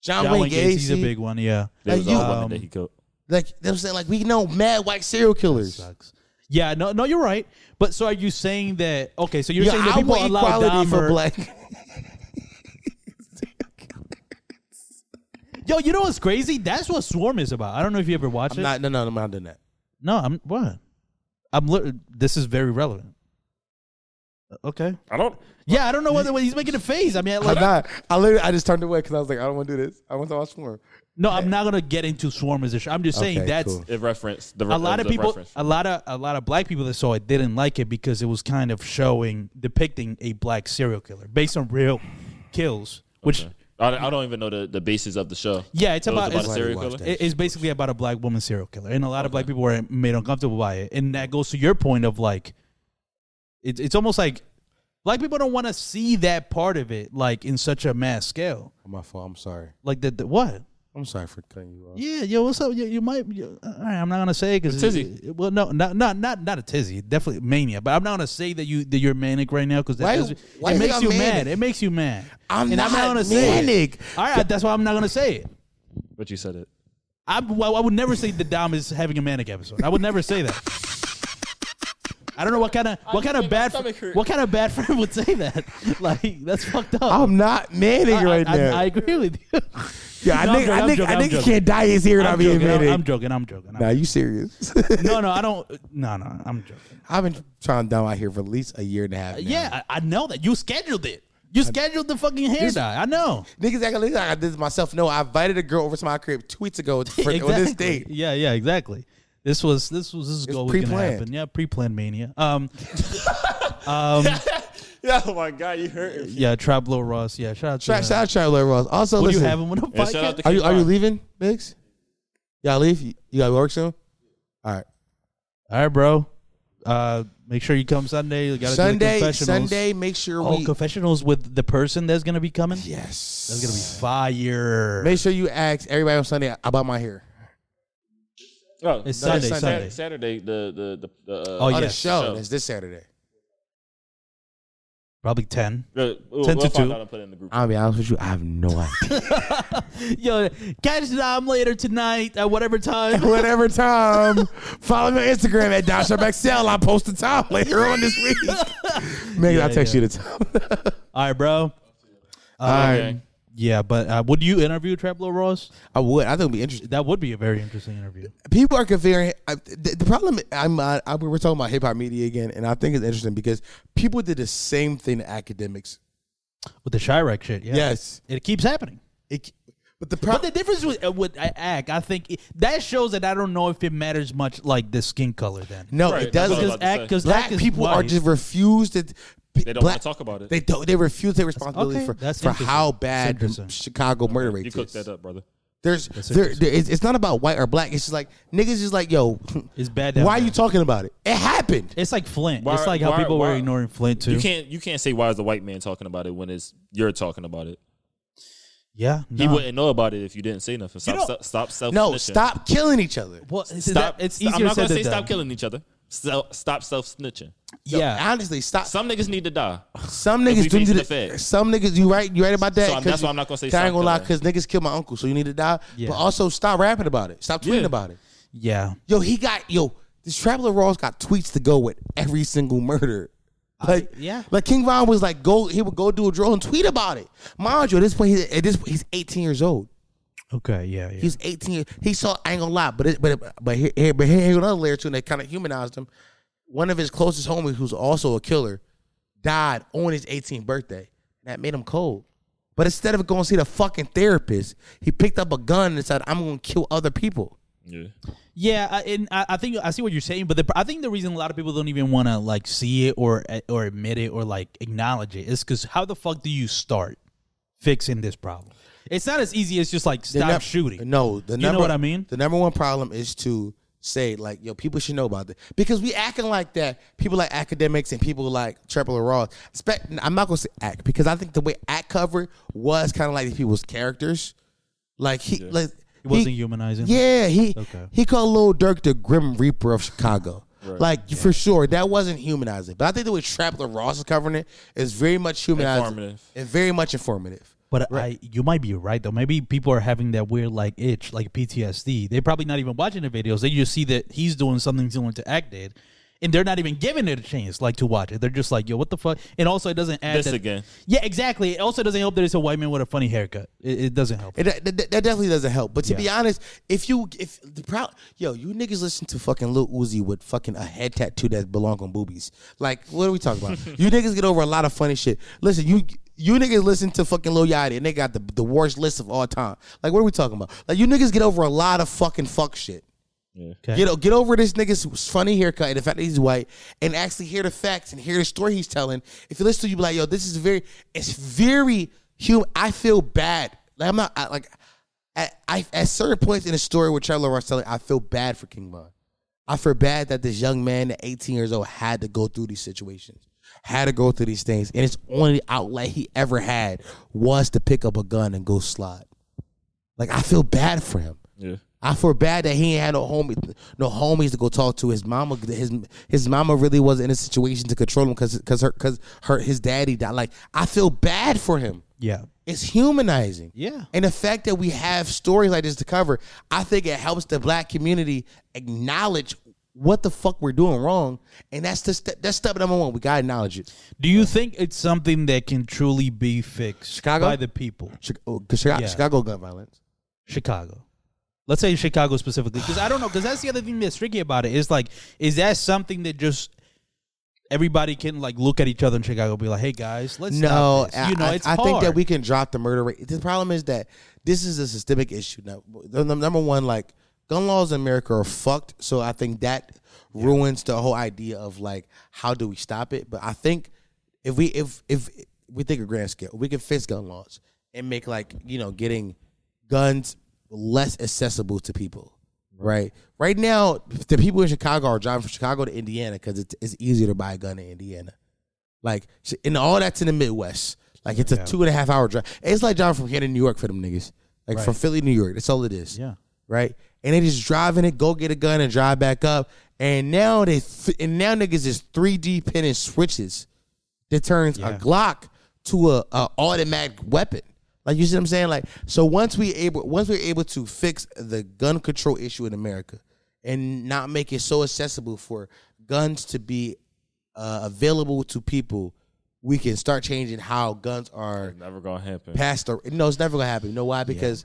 A: John,
C: John
A: Wayne
C: Wayne Gacy.
A: Gacy's
C: he's a big one. Yeah,
B: They was
A: you-
B: all women
C: Um,
B: that he killed.
A: Like, you know what I'm saying? Like, we know mad white serial killers.
C: sucks. Yeah, no, no, you're right. But so are you saying that? Okay, so you're
A: Yeah,
C: saying that people allow Dahmer.
A: for black.
C: Yo, you know what's crazy? That's what Swarm is about. I don't know if you ever watched
A: I'm
C: it.
A: not, no, no, no, I'm not doing that.
C: no, I'm what? I'm. Li- this is very relevant. Uh, Okay.
B: I don't.
C: Yeah, I don't know whether he's making a face. I mean, I like,
A: I'm not. I literally, I just turned away because I was like, I don't want to do this. I want to watch more.
C: no, I'm not gonna get into swarm as a sh- I'm just saying
A: Okay,
C: that's
A: cool.
B: It reference the
C: a lot of
B: the
C: people,
B: reference.
C: a lot of a lot of black people that saw it didn't like it because it was kind of showing depicting a black serial killer based on real kills, which
B: I, I don't even know the, the basis of the show.
C: Yeah, it's
B: It was
C: about-
B: a
C: it's-
B: serial killer.
C: it- it's basically about a black woman serial killer, and a lot of black people were made uncomfortable by it, and that goes to your point of like, it's it's almost like black people don't want to see that part of it like in such a mass scale,
A: Oh, My fault. I'm sorry.
C: like the, the what.
A: I'm sorry for cutting you off.
C: Yeah, yo, what's up? You, you might. You, all right, I'm not gonna say because
B: tizzy.
C: Well, no, not not not not a tizzy. Definitely mania. But I'm not gonna say that you that you're manic right now because
A: Why-
C: that
A: why
C: it
A: is
C: makes
A: y'all
C: you mad.
A: manic?
C: It makes you mad.
A: I'm
C: and I'm not
A: not
C: gonna say it.
A: manic.
C: All right, that's why I'm not gonna say it.
B: But you said it.
C: I well, I would never say the Dom is having a manic episode. I would never say that. I don't know what kind of what kind of bad fr- what kind of bad friend would say that. Like that's fucked up.
A: I'm not manning
C: I,
A: right
C: I,
A: now.
C: I agree with you.
A: yeah, I
C: No, I'm
A: think I
C: joking,
A: think
C: I'm
A: I think you
C: joking,
A: can't dye his ear without
C: I'm
A: being
C: joking, I'm, I'm
A: manic.
C: joking. I'm joking. I'm
A: Nah, you serious?
C: No, no, I don't. No, no, I'm joking.
A: I've been trying to down out here for at least a year and a half. Now.
C: Yeah, I, I know that you scheduled it. You scheduled the fucking hair dye. I know.
A: niggas act like I did this myself. No, I invited a girl over to my crib two weeks ago for,
C: exactly.
A: on this date.
C: Yeah, yeah, exactly. This was this was this is what was gonna
A: pre-planned.
C: happen. Yeah, pre-planned mania. Um,
B: Yeah, oh my god, you hurt. him.
C: yeah, Trablo Ross. Yeah, shout out to
A: Shout,
C: him.
A: shout out Traveler Ross. Also,
C: What do you
A: listen,
C: have him on the
B: Yeah, shout out
C: podcast?
B: to
A: are you are you
B: K-pop.
A: leaving, Biggs? Y'all leave? You, you got to work soon. All right.
C: All right, bro. Uh, make sure you come Sunday. You gotta do the
A: Sunday,
C: confessionals.
A: Sunday. Make sure
C: All
A: we.
C: confessionals with the person that's gonna be coming.
A: yes.
C: That's gonna be fire.
A: Make sure you ask everybody on Sunday about my hair.
B: Oh,
C: It's
B: no,
C: Sunday,
B: Sat-
C: Sunday.
B: Saturday. The the the. the uh,
C: Oh,
A: on
C: yes,
A: the show.
B: show.
A: That's this Saturday.
C: Probably ten.
B: the- we'll,
C: 10 to
B: we'll find
C: 2.
B: out and put it in the group.
A: I'll be honest with you. I have no idea.
C: Yo, catch Dom later tonight at whatever time.
A: Whatever time. Follow me on Instagram at Don Sharp XL. I'll post the time later on this week. Megan, I'll text you the time.
C: All right, bro. Um,
A: All right.
B: Okay.
C: Yeah, but uh, would you interview Traplo Ross?
A: I would. I think it'd be interesting.
C: That would be a very interesting interview.
A: People are comparing. I, the, the problem, I'm, uh, I, I, we're talking about hip hop media again, and I think it's interesting because people did the same thing to academics.
C: With the Chirac shit, yeah.
A: Yes.
C: It keeps happening.
A: It, but the
C: But
A: problem.
C: the difference with, uh, with uh, ACK, I think it, that shows that I don't know if it matters much like the skin color then.
A: No,
B: Right,
A: it
B: that's what I was
A: doesn't.
B: about to say.
C: Because
A: Black people are just refused to.
B: They don't
A: black-
B: want to talk about it.
A: They don't. They refuse their responsibility
C: okay,
A: for,
C: that's
A: for
C: interesting.
A: how
C: That's
A: bad the
C: interesting.
A: Chicago murder rate
B: you
A: is.
B: cooked that up, brother.
A: There's there, there it's, it's not about white or black. It's just like niggas is like, yo,
C: It's bad down
A: Why are
C: there.
A: you talking about it? It happened.
C: It's like Flint.
B: Why-
C: it's like how
B: why-
C: people were
B: why-
C: ignoring Flint too.
B: You can't you can't say why is the white man talking about it when it's you're talking about it.
C: yeah,
B: He
C: nah.
B: wouldn't know about it if you didn't say nothing. Stop
C: know-
B: stop, stop self.
A: no, stop killing each other.
C: Well, it's,
B: Stop.
C: it's
B: stop-
C: easier
B: I'm not
C: said
B: gonna
C: than
B: say
C: done.
B: stop killing each other. So, stop self snitching.
A: Yo,
C: Yeah,
A: honestly, stop.
B: Some niggas need to die.
A: Some
B: If we
A: niggas do
B: facing
A: need
B: the
A: to.
B: Fed.
A: Some niggas, you right, you right about that.
B: So,
A: 'cause
B: that's
A: you-
B: why I'm not gonna say
A: I ain't gonna lie,
B: stop
A: because niggas killed my uncle, so you need to die.
C: Yeah.
A: But also, stop rapping about it. Stop tweeting
B: Yeah.
A: about it.
C: yeah.
A: Yo, he got yo. This Traveler Ross got tweets to go with every single murder. Like
C: Uh, yeah.
A: like King Von was like go. He would go do a drill and tweet about it. Mind you, at this point, he, at this point, he's 18 years old.
C: Okay, yeah, yeah.
A: He's 18. He saw I ain't gonna lie, but it, but it, but here, here but here here another layer too, and they kind of humanized him. One of his closest homies, who's also a killer, died on his 18th birthday. That made him cold. But instead of going to see the fucking therapist, he picked up a gun and said, "I'm gonna kill other people."
B: Yeah.
C: Yeah, I, and I, I think I see what you're saying, but the, I think the reason a lot of people don't even want to like see it or or admit it or like acknowledge it is because how the fuck do you start fixing this problem? It's not as easy as just like
A: The
C: stop
A: num-
C: shooting.
A: No, the
C: You
A: number,
C: know what I mean?
A: The number one problem is to say like, yo, people should know about this because we acting like that. People like academics and people like Trevor Ross. Spe- I'm not gonna say act because I think the way act covered was kind of like these people's characters. Like he, like
C: He wasn't humanizing.
A: Yeah, he
C: Okay.
A: he called Lil Durk the Grim Reaper of Chicago. Like for sure, that wasn't humanizing, but I think the way Trapler Ross is covering it is very much humanizing
B: Informative.
A: and very much informative.
C: But I, you might be right though. Maybe people are having that weird like itch, like PTSD. They're probably not even watching the videos. They just see that he's doing something similar to Act did, And they're not even giving it a chance, like to watch it. They're just like, "Yo, what the fuck?" And also, it doesn't add
B: This
C: that-
B: again.
C: Yeah, exactly. It also doesn't help that it's a white man with a funny haircut. It, it doesn't help.
A: It, that, that- that definitely doesn't help. But to be honest, if you if the proud yo, you niggas listen to fucking Lil Uzi with fucking a head tattoo that belong on boobies. Like, what are we talking about? you niggas get over a lot of funny shit. Listen, you you niggas listen to fucking Lil Yachty and they got the, the worst list of all time. Like, what are we talking about? Like, you niggas get over a lot of fucking fuck shit.
C: Okay.
A: Get o- get over this nigga's funny haircut and the fact that he's white, and actually hear the facts and hear the story he's telling. If you listen to, it, you be like, yo, this is very, it's very human. I feel bad. Like I'm not I, like, at, I at certain points in the story where Trevor Lawrence telling, I feel bad for King Von. I feel bad that this young man, at 18 years old, had to go through these situations, had to go through these things, and it's only outlet he ever had was to pick up a gun and go slide. Like I feel bad for him.
B: Yeah.
A: I feel bad that he ain't had no homie, no homies to go talk to. His mama, his his mama really wasn't in a situation to control him because because her because her his daddy died. Like I feel bad for him.
C: Yeah.
A: It's humanizing.
C: Yeah.
A: And the fact that we have stories like this to cover, I think it helps the black community acknowledge what the fuck we're doing wrong. And that's the step that's step number one. We gotta acknowledge it.
C: Do you think it's something that can truly be fixed
A: Chicago?
C: by the people?
A: Chicago, oh, 'cause Chicago,
C: Yeah.
A: Chicago gun violence.
C: Chicago. Let's say Chicago specifically, because I don't know, because that's the other thing that's tricky about it. Is like, is that something that just everybody can like look at each other in Chicago, and be like, "Hey guys, let's
A: No,
C: stop this." you know,
A: I,
C: it's
A: I think that
C: hard.
A: we can drop the murder rate. The problem is that this is a systemic issue. Now, the, the number one, like gun laws in America are fucked. So I think that ruins the whole idea of like how do we stop it. But I think if we if if we think of grand scale, we can fix gun laws and make like you know getting guns less accessible to people. Right, right now the people in Chicago are driving from Chicago to Indiana because it's, it's easier to buy a gun in Indiana. Like, sh- and all that's in the Midwest. Like, it's a two and a half hour drive. It's like driving from here to New York for them niggas. Like, from Philly to New York. That's all it is.
C: Yeah.
A: Right? And they just driving it, go get a gun and drive back up. And now they, th- and now niggas is 3D pinning switches that turns a Glock to a, a automatic weapon. Like you see what I'm saying? Like so once we able once we're able to fix the gun control issue in America and not make it so accessible for guns to be uh, available to people, we can start changing how guns are
B: Never gonna happen.
A: passed. Or, no, it's never gonna happen. You know why? Because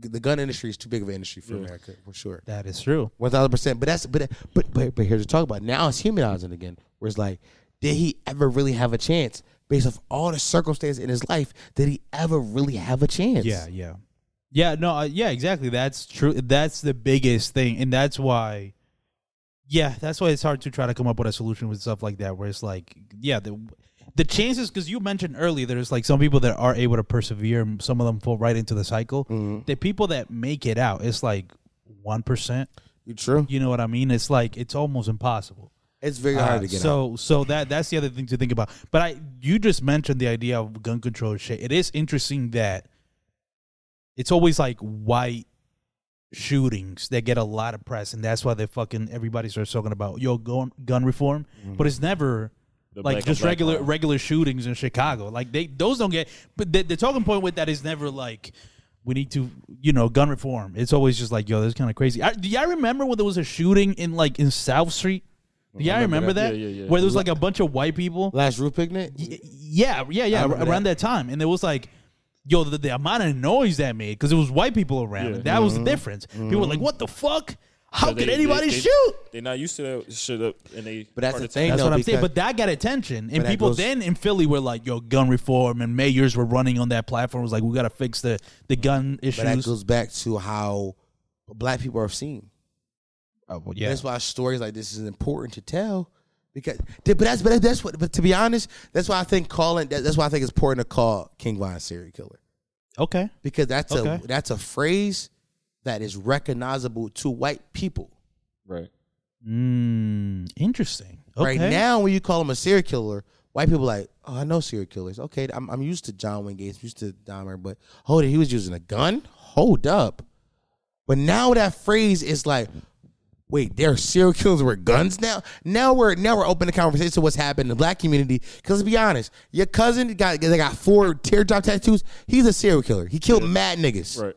A: the gun industry is too big of an industry for America for sure.
C: that is true.
A: One thousand percent. But that's but but but but here's the talk about. Now it's humanizing again. Where it's like, did he ever really have a chance based off all the circumstances in his life? Did he ever really have a chance?
C: Yeah, yeah, yeah. No, uh, yeah, exactly. That's true. That's the biggest thing, and that's why. Yeah, that's why it's hard to try to come up with a solution with stuff like that, where it's like, yeah, the the chances because you mentioned earlier there's like some people that are able to persevere, and some of them fall right into the cycle. The people that make it out, it's like one percent.
A: you true.
C: You know what I mean? It's like it's almost impossible.
A: It's very
C: Uh,
A: hard to get out.
C: so so that that's the other thing to think about. But I you just mentioned the idea of gun control shit. It is interesting that it's always like white shootings that get a lot of press, and that's why they fucking everybody starts talking about yo gun gun reform.
A: Mm-hmm.
C: But it's never
B: The black
C: like
B: on
C: just
B: black
C: regular
B: crime.
C: regular shootings in Chicago. Like they those don't get. But the, the talking point with that is never like. We need to, you know, gun reform. It's always just like, yo, that's kind of crazy. I, do y'all remember when there was a shooting in like in South Street? Do y'all remember, that?
B: Yeah, yeah, yeah.
C: Where there was like a bunch of white people.
A: Last roof picnic.
C: Y- Yeah, yeah, yeah.
A: remember
C: Around that. time, and it was like, yo, the, the amount of noise that made because it was white people around. That was the difference. People were like, what the fuck? How could
B: They-
C: anybody
B: they- they-
C: shoot?
B: They're not used to that shit up, and they.
A: But that's
B: part
A: the
B: of town.
A: thing,
C: That's
A: though,
C: what I'm saying.
A: because-
C: But that got attention, and
A: that
C: people
A: goes-
C: then in Philly were like, "Yo, gun reform," and mayors were running on that platform. Was like, "We got to fix the the gun
A: But that
C: issues."
A: goes back to how black people are seen.
C: Oh, well, yeah,
A: That's why stories like this is important to tell. Because, but that's but that's what. But to be honest, that's why I think calling. That, that's why I think it's important to call King Von a serial killer.
C: okay,
A: because that's
C: Okay.
A: a that's a phrase that is recognizable to white people.
B: Right.
C: mm, interesting. Okay.
A: Right now, when you call them a serial killer, white people like, oh, I know serial killers. Okay, I'm, I'm used to John Wayne Gates, used to Dahmer, but hold it, he was using a gun. Hold up, but now that phrase is like, wait, there are serial killers with guns now. Now we're now we're open to conversation to what's happened in the black community. Because let's be honest, your cousin got they got four teardrop tattoos. He's a serial killer. He killed mad niggas.
B: Right.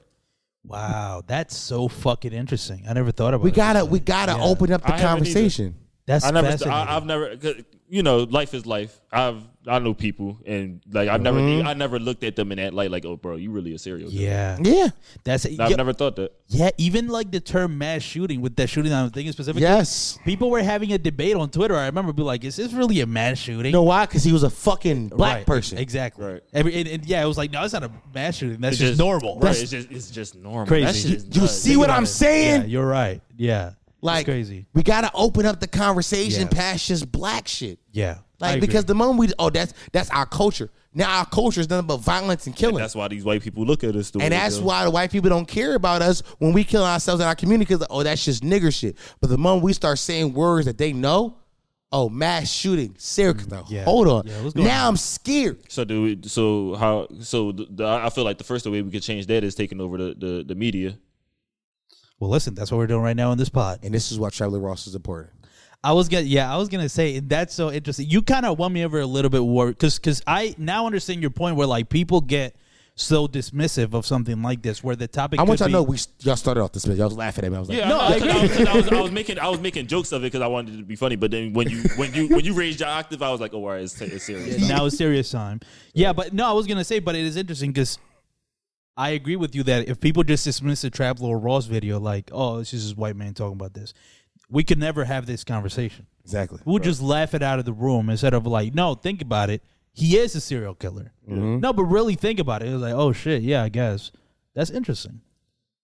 C: Wow, that's so fucking interesting. I never thought about
A: We
C: it.
A: gotta we gotta open up the
B: I haven't either.
A: conversation.
C: That's
B: I never, st-
C: fascinating.
B: I, I've never, 'cause, you know, life is life. I've, I know people, and like I've
C: Mm-hmm.
B: never, I never looked at them in that light. Like, oh, bro, you really a serial. killer.
C: yeah,
A: Yeah.
C: that's
B: I've
C: yeah,
B: never thought that.
C: yeah. Even like the term mass shooting with that shooting that I'm thinking specifically.
A: Yes.
C: people were having a debate on Twitter. I remember be like, is this really a mass shooting?
A: You know why? Because he was a fucking black
C: Right,
A: person.
C: exactly.
B: Right.
C: Every and, and yeah, it was like, no, it's not a mass shooting. That's
B: It's
C: just, normal.
B: Right. It's just, it's just normal.
C: Crazy.
B: That shit
C: You-
B: is
A: you
B: nuts.
A: see what I'm
C: Yeah,
A: saying?
C: you're right. Yeah,
A: like,
C: it's crazy.
A: we gotta open up the conversation
C: Yeah.
A: past just black shit.
C: Yeah, I
A: Like
C: agree.
A: because the moment we oh that's that's our culture. Now our culture is nothing but violence and killing.
B: That's why these white people look at us. The way
A: And
B: they
A: that's
B: do.
A: why the white people don't care about us when we kill ourselves in our community because, oh, that's just nigger shit. But the moment we start saying words that they know, oh, mass shooting, serial killer.
C: Mm, yeah.
A: Hold on.
C: Yeah, what's going
A: now
C: on?
A: I'm scared.
B: So do we, so how so the, the, I feel like the first way we could change that is taking over the the, the media.
C: well, listen, that's what we're doing right now in this pod.
A: And this is why Traveler Ross is important.
C: I was gonna, yeah, I was gonna say that's so interesting. You kind of won me over a little bit, war, because because I now understand your point where like people get so dismissive of something like this, where the topic.
A: I want
C: could
A: y'all to
C: be-
A: know we y'all started off this minute. Y'all was laughing at me. I was like,
B: Yeah,
C: No,
B: no, I, know,
C: I
B: 'cause I, was, 'cause I, was, I was making I was making jokes of it because I wanted it to be funny. But then when you when you when you raised your octave, I was like, oh, all right, it's, it's serious.
C: Yeah, now it's serious time. Yeah, but no, I was gonna say, but it is interesting because I agree with you that if people just dismiss the Traveler or Ross video, like, oh, this is this white man talking about this, we could never have this conversation.
A: exactly.
C: We'll just laugh it out of the room instead of like, no, think about it. He is a serial killer.
A: Mm-hmm.
C: No, but really think about it. It was like, oh shit, yeah, I guess that's interesting.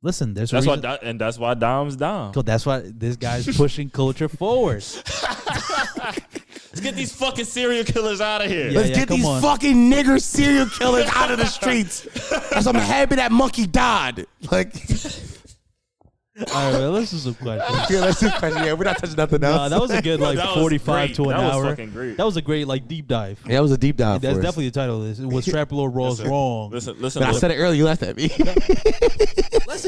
C: Listen, there's a
B: That's why
C: reason-
B: Di- and that's why Dom's Dom.
C: Cool, that's why this guy's pushing culture forward.
B: Let's get these fucking serial killers out of here.
C: Yeah,
A: Let's
C: yeah,
A: get
C: come
A: these
C: on.
A: fucking nigger serial killers out of the streets. That's why I'm happy that monkey died. Like,
C: All right, well, let's do some questions.
A: yeah, that's just crazy. Yeah, we're not touching nothing else.
C: Nah, Uh, that was a good like
B: That was
C: 45
B: great.
C: to an
B: That was
C: hour.
B: fucking great.
C: That was a great like deep dive.
A: Yeah, that was a deep dive.
C: That's
A: for us.
C: definitely the title of this. It was Trap Lord Raw's wrong. Listen,
B: Listen, listen.
A: And I
B: look,
A: said it earlier. You laughed at me.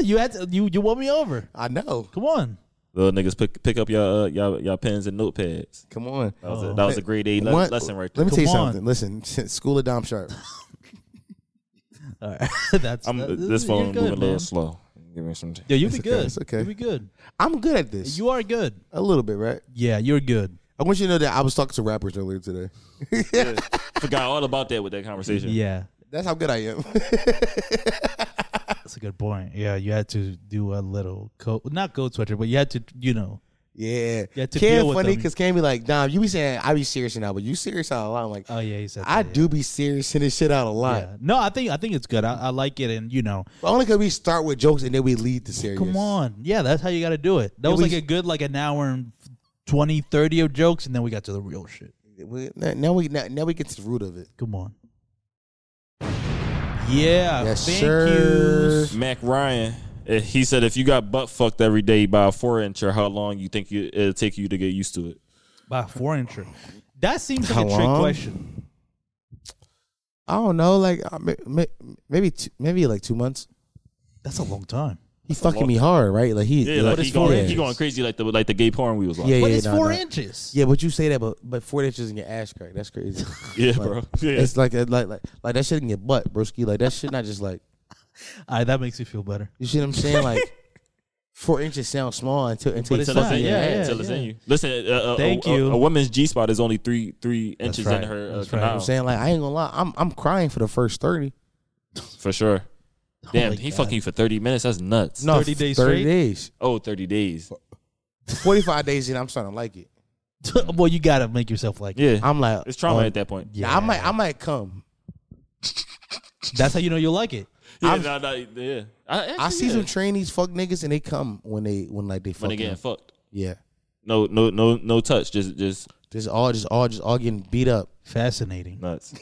C: you had to, you you won me over.
A: I know.
C: Come on.
B: little niggas, pick, pick up your uh, your your pens and notepads.
A: Come on.
C: Oh,
B: That was, a, that was a grade A le-
A: One-
B: lesson right
A: Let
B: there.
A: me tell you
C: Come on.
A: something. Listen, school of Dom Sharp.
C: All right. that's
B: I'm,
C: that-
B: this
C: you're
B: phone
C: good,
B: moving a
C: man.
B: little slow. Give me some.
C: Yeah, you
A: It's
C: be
A: okay,
C: good.
A: it's okay.
C: You be good.
A: I'm good at this.
C: You are good.
A: a little bit, right?
C: Yeah, you're good.
A: I want you to know that I was talking to rappers earlier today.
B: Forgot all about that with that conversation.
C: Yeah.
A: That's how good I am.
C: That's a good point. Yeah, you had to do a little co- not go Twitter, but you had to, you know.
A: yeah.
C: You had to
A: Cam
C: deal with
A: funny
C: them.
A: because Cam be like, Dom, you be saying I be serious now, but you serious out a lot. I'm like,
C: Oh yeah, he said.
A: I
C: that, yeah.
A: do be serious and this shit out a lot.
C: Yeah. No, I think I think it's good. I, I like it, and you know,
A: But only because we start with jokes and then we lead to serious.
C: Come on. Yeah, that's how you got to do it. That
A: Yeah,
C: was
A: we-
C: like a good like an hour and 20, 30 of jokes and then we got to the real shit.
A: We- now- now we now, now we get to the root of it.
C: Come on. Yeah.
A: Yes,
C: Uh, thank
A: sir.
C: yous.
B: Mac Ryan, uh, he said, if you got butt fucked every day by a four incher, how long you think you, it'll take you to get used to it?
C: By four incher. That seems like
A: How
C: a trick
A: long?
C: question.
A: I don't know, like uh, may- may- maybe two, maybe like two months.
C: That's a long time.
A: He fucking me hard, right? Like he,
B: Yeah, like
C: it's
B: he going,
C: four
B: he going
A: inches.
B: crazy like the like the gay porn we was
A: yeah,
B: watching.
A: yeah,
C: but it's
A: nah,
C: four
A: nah.
C: inches.
A: Yeah, but you say that, but but four inches in your ass crack, that's crazy.
B: Yeah, bro. Yeah.
A: It's like like like like that shit in your butt, broski. Like that shit not just like
C: All right, that makes you feel better.
A: you see what I'm saying. Like four inches sound small until until
C: But it's
A: it's
B: Until
C: not,
B: it's in you.
C: yeah, yeah,
B: Until it's in
C: yeah.
B: you. Listen, uh, uh,
C: Thank
B: a,
C: you.
B: A, a woman's G spot is only three three inches
C: right.
B: in her uh,
C: That's right.
B: canal.
A: I'm saying like I ain't gonna lie, I'm I'm crying for the first thirty.
B: For sure. Damn,
C: my
B: he
C: God.
B: fucking you for 30 minutes. That's nuts.
A: No,
C: 30 days
A: Thirty
C: straight?
A: days.
B: Oh, 30 days.
A: Forty five days in, I'm starting to like it.
C: well, you got to make yourself like
B: Yeah.
A: I'm like
B: it's trauma
A: oh,
B: at that point.
A: Yeah, I might I might come.
C: That's how you know you like it.
B: Yeah, nah, nah, yeah. I, actually,
A: I see
B: yeah.
A: some trainees fuck niggas and they come when they when like they
B: when they
A: fucking
B: getting
A: up.
B: fucked.
A: yeah.
B: No, no, no, no touch. Just, just
A: Just all just all just all getting beat up.
C: Fascinating.
B: nuts.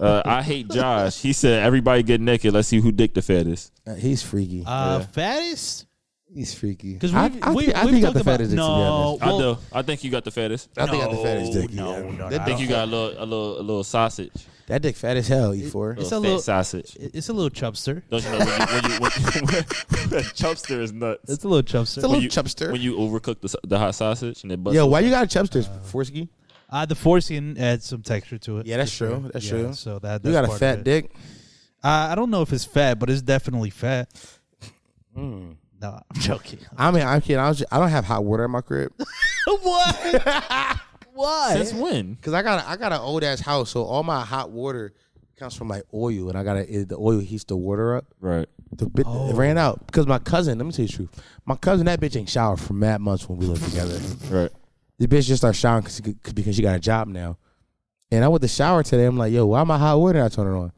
B: uh, I hate Josh. He said, "Everybody get naked. Let's see who dick the fattest."
A: Uh, he's freaky.
C: Uh, fattest?
A: he's freaky.
C: Because
A: I,
C: we,
A: I,
C: we,
A: think- I
C: we've
A: think I got
C: talked
A: the
C: about,
A: fattest dick, to be
C: no,
A: honest.
B: I
C: well,
B: do. I think you got the fattest.
A: I think I got the fattest dick.
C: No,
A: yeah.
C: no, no,
A: That
B: I
C: no.
B: think you got a little, a little, a little sausage.
A: That dick fat as hell, E4.
B: a
C: It's a
B: fat
C: little-
B: sausage.
C: It- It's a little chubster.
B: Don't you know when you, when you, when when- chubster is nuts.
C: It's a little chubster.
A: a
B: when
A: little
B: you,
A: chubster.
B: When you overcook the, sa- the hot sausage and it busts.
A: Yo, why you got chubsters, Forsky?
C: Uh, the forcing adds some texture to it.
A: Yeah, that's
C: for sure.
A: true. That's
C: Yeah,
A: true.
C: So that
A: You
C: that's
A: got a
C: part of
A: fat
C: it.
A: dick.
C: Uh, I don't know if it's fat, but it's definitely fat. No, I'm joking.
A: I mean, I'm kidding. I, was ju- I don't have hot water in my crib. what? what?
B: Since when?
A: Cause I got a, I got an old ass house, so all my hot water comes from like oil, and I got to the oil heats the water up.
B: Right.
A: The bit it ran out because my cousin. Let me tell you the truth. My cousin, that bitch ain't showered for mad months when we lived together.
B: Right.
A: The bitch just started showering 'cause she could- because she got a job now. And I went to shower today. I'm like, yo, why my hot water not turning on?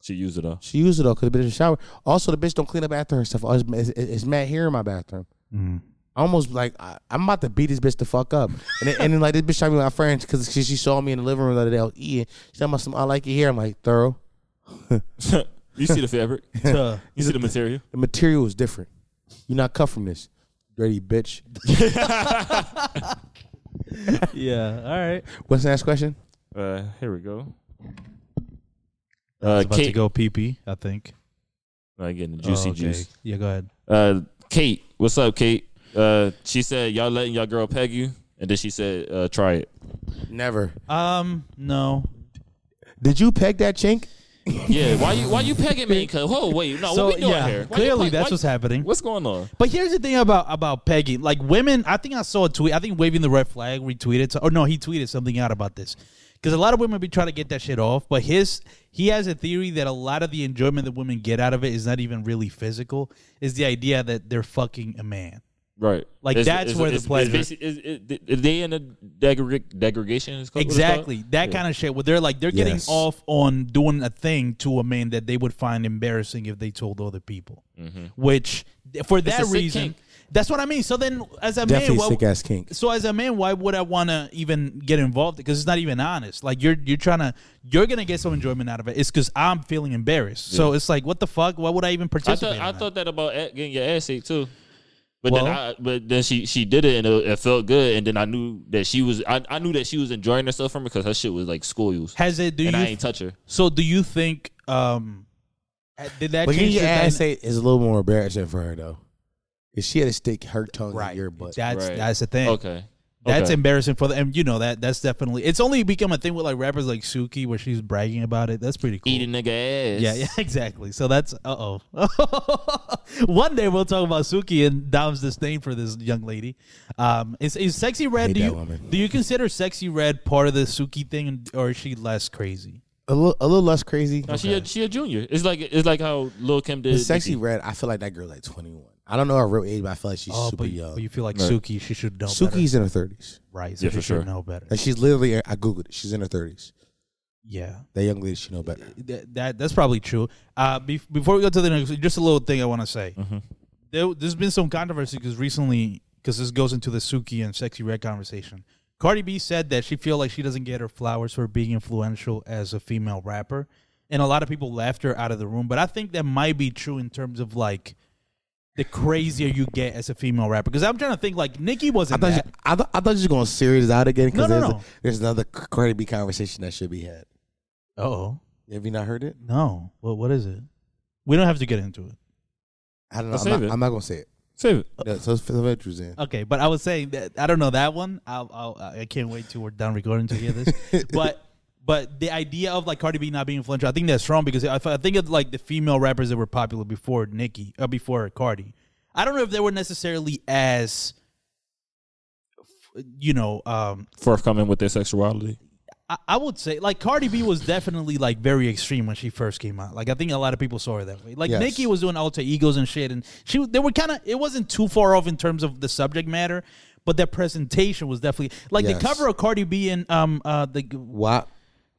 B: She used it all.
A: She used it all because the bitch in the shower. Also, the bitch don't clean up after herself. Oh, it's, it's, it's Matt here in my bathroom. I almost like I, I'm about to beat this bitch the fuck up. And then, and then like this bitch shot me with my friends because she, she saw me in the living room the other day. I was eating. She talking about some I like it here. I'm like thorough.
B: you see the fabric.
C: Tuh.
B: You see the material.
A: The material is different. You're not cut from this, dirty bitch.
C: yeah. All right.
A: What's the next question?
B: Uh, here we go. Uh,
C: About to
B: Kate,
C: go pee pee. I think.
B: I getting the juicy
C: Oh, okay.
B: juice.
C: Yeah. Go ahead.
B: Uh, Kate, what's up, Kate? Uh, she said y'all letting y'all girl peg you, and then she said uh, try it.
A: Never.
C: Um. No.
A: Did you peg that chink?
B: Yeah, why you why you pegging me? Cause oh wait, no,
C: so
B: what we doing
C: yeah.
B: here? Why you
C: Clearly,
B: peg-
C: that's
B: why-
C: what's happening.
B: What's going on?
C: But here's the thing about about Peggy. Like women, I think I saw a tweet. I think waving the red flag retweeted. So, oh no, he tweeted something out about this because a lot of women be trying to get that shit off. But his he has a theory that a lot of the enjoyment that women get out of it is not even really physical. Is the idea that they're fucking a man.
B: Right,
C: Like, that's where the pleasure-
B: Is, is, is, is they in a degreg- degradation? Is what it's called?
C: Exactly that kind of shit. Where they're like they're getting
A: Yes.
C: off on doing a thing to a man that they would find embarrassing if they told other people. Which for that
B: a sick
C: reason,
B: kink.
C: that's what I mean. So then, as a
A: Definitely
C: man,
A: sick
C: well,
A: ass kink.
C: so as a man, why would I want to even get involved? Because it's not even honest. Like you're you're trying to you're gonna get some enjoyment out of it. It's because I'm feeling embarrassed. So it's like, what the fuck? Why would I even
B: I
C: participate?
B: thought
C: in
B: I
C: that?
B: thought that about a- getting your ass ate too. But then,
C: Well-
B: I, but then she she did it and it, it felt good. And then I knew that she was I, I knew that she was enjoying herself from it because her shit was like schools.
C: Has it? Do
B: and
C: you?
B: I ain't touch her.
C: so do you think? um Did that
A: But getting
C: change
A: your
C: the dyna-
A: ass say is a little more embarrassing for her though, cause she had to stick her tongue
C: Right.
A: in your butt.
C: That's
B: Right.
C: that's the thing.
B: Okay,
C: That's
B: Okay.
C: embarrassing for them. And you know that that's definitely it's only become a thing with like rappers like Suki where she's bragging about it. That's pretty cool.
B: eat a nigga ass.
C: Yeah, yeah, exactly. So that's uh oh. One day we'll talk about Suki and Dom's disdain for this young lady. Um, is, is sexy red?
A: Hate
C: Do
A: that
C: you
A: woman.
C: do you consider sexy red part of the Suki thing, or is she less crazy?
A: a little, a little less crazy.
B: No, she a, she a junior. It's like it's like how Lil Kim did.
A: But sexy
B: Nicki.
A: red, I feel like that girl like 21. I don't know her real age, but I feel like she's
C: Oh,
A: super
C: but, you-
A: young.
C: but you feel like Suki, she should know.
A: Suki's in her 30s.
C: better. right? So
B: Yeah,
C: she
B: for
C: should
B: sure.
C: know better.
A: Like she's literally, I googled it. She's in her 30s.
C: Yeah.
A: That young lady should know better.
C: that, that that's probably true. Uh, bef- before we go to the next, just a little thing I want to say.
A: Mm-hmm.
C: There, there's been some controversy because recently, because this goes into the Suki and Sexy Red conversation. Cardi B said that she feel like she doesn't get her flowers for being influential as a female rapper, and a lot of people laughed her out of the room. But I think that might be true in terms of like the crazier you get as a female rapper. Because I'm trying to think like Nicki
A: I
C: wasn't
A: thought, you,
C: that.
A: I, thought I thought you were going to series it out again
C: No,
A: because
C: no,
A: there's,
C: no.
A: A, there's another Cardi B conversation that should be had.
C: Oh
A: Have you not heard it?
C: no, what what is it? We don't have to get into it.
A: I don't know.
B: Let's
A: I'm
B: save
A: not,
B: it.
A: I'm not going to say it.
B: Save it.
A: No, so it's for the veterans in.
C: Okay, but I was saying that I don't know that one. I'll, I'll, I can't wait till we're done recording to hear this. but but the idea of like Cardi B not being influential, I think that's wrong because I, I think of like the female rappers that were popular before Nicki, uh, before Cardi. I don't know if they were necessarily as you know um
B: Forthcoming with their sexuality.
C: I, I would say like Cardi B was definitely like very extreme when she first came out. Like I think a lot of people saw her that way. Like
A: Yes.
C: Nicki was doing alter egos and shit, and she they were kind of it wasn't too far off in terms of the subject matter, but their presentation was definitely like
A: Yes.
C: the cover of Cardi B and um uh the
A: What?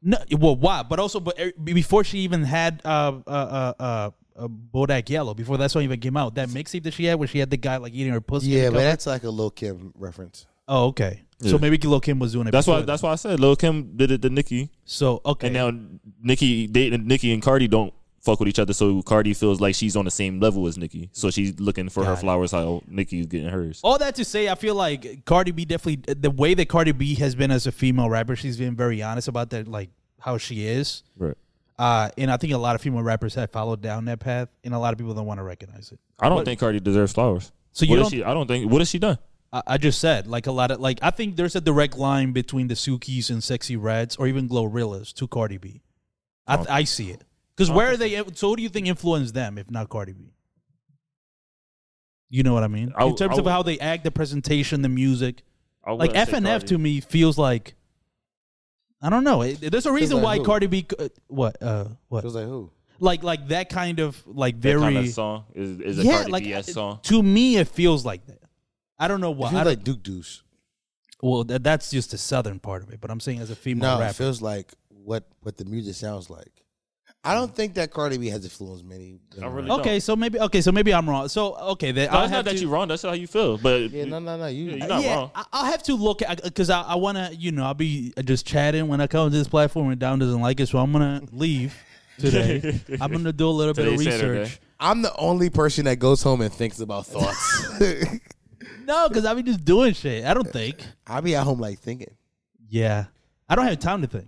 C: no well why but also but er, before she even had uh uh uh. uh uh, Bodak Yellow before that song even came out. That mixtape that she had, where she had the guy like eating her pussy. in the
A: Yeah, but
C: cover.
A: that's like a Lil Kim reference.
C: oh okay. So maybe Lil Kim was doing it.
B: That's why
C: before that.
B: that's why I said Lil Kim did it to Nicki,
C: So okay.
B: and now Nicki they Nicki and Cardi don't fuck with each other, so Cardi feels like she's on the same level as Nicki, so she's looking for her flowers how Nicki's getting hers.
C: all that to say, I feel like Cardi B definitely the way that Cardi B has been as a female rapper, she's been very honest about that, like how she is.
B: Right.
C: Uh, and I think a lot of female rappers have followed down that path, and a lot of people don't want to recognize it.
B: I don't think Cardi deserves flowers.
C: So you
B: What has
C: don't-
B: she, I don't think. What has she done?
C: I, I just said like a lot of like I think there's a direct line between the Sukis and Sexy Reds or even Glorillaz to Cardi B. I th- I see it because where are they? So who do you think influenced them if not Cardi B? You know what I mean?
B: I
C: In
B: w-
C: terms
B: I
C: of
B: w-
C: how they act, the presentation, the music.
B: I
C: Like
B: wouldn't say
C: FNF
B: Cardi.
C: to me feels like I don't know. It, there's a reason
A: like
C: why
A: who?
C: Cardi B. c- What? Uh, what?
A: was like who?
C: Like like that kind of like
B: That
C: very
B: kind of song is, is a
C: yeah.
B: Cardi
C: like
B: B
C: I-
B: song.
C: to me, it feels like that. I don't know why.
A: It
C: I
A: feels
C: don't,
A: like Duke Deuce.
C: well, that, that's just the southern part of it. But I'm saying as a female
A: No, it
C: rapper,
A: feels like what what the music sounds like. I don't think that Cardi B has influenced many.
C: Oh,
B: I really don't.
C: okay. So maybe okay. So maybe I'm wrong. So okay, then
B: No,
C: I'll
B: it's not
C: have
B: that
C: to,
B: you're wrong. That's how you feel. But
A: Yeah, no, no, no. You,
B: you're not
C: yeah,
B: wrong.
C: I- I'll have to look at because I, I want to, you know, I'll be just chatting when I come to this platform and Down doesn't like it, so I'm gonna leave today. I'm gonna do a little bit of
B: Today's
C: research.
B: Saturday.
A: I'm the only person that goes home and thinks about thoughts.
C: No, because I be just doing shit. I don't think.
A: I be at home like thinking.
C: Yeah, I don't have time to think.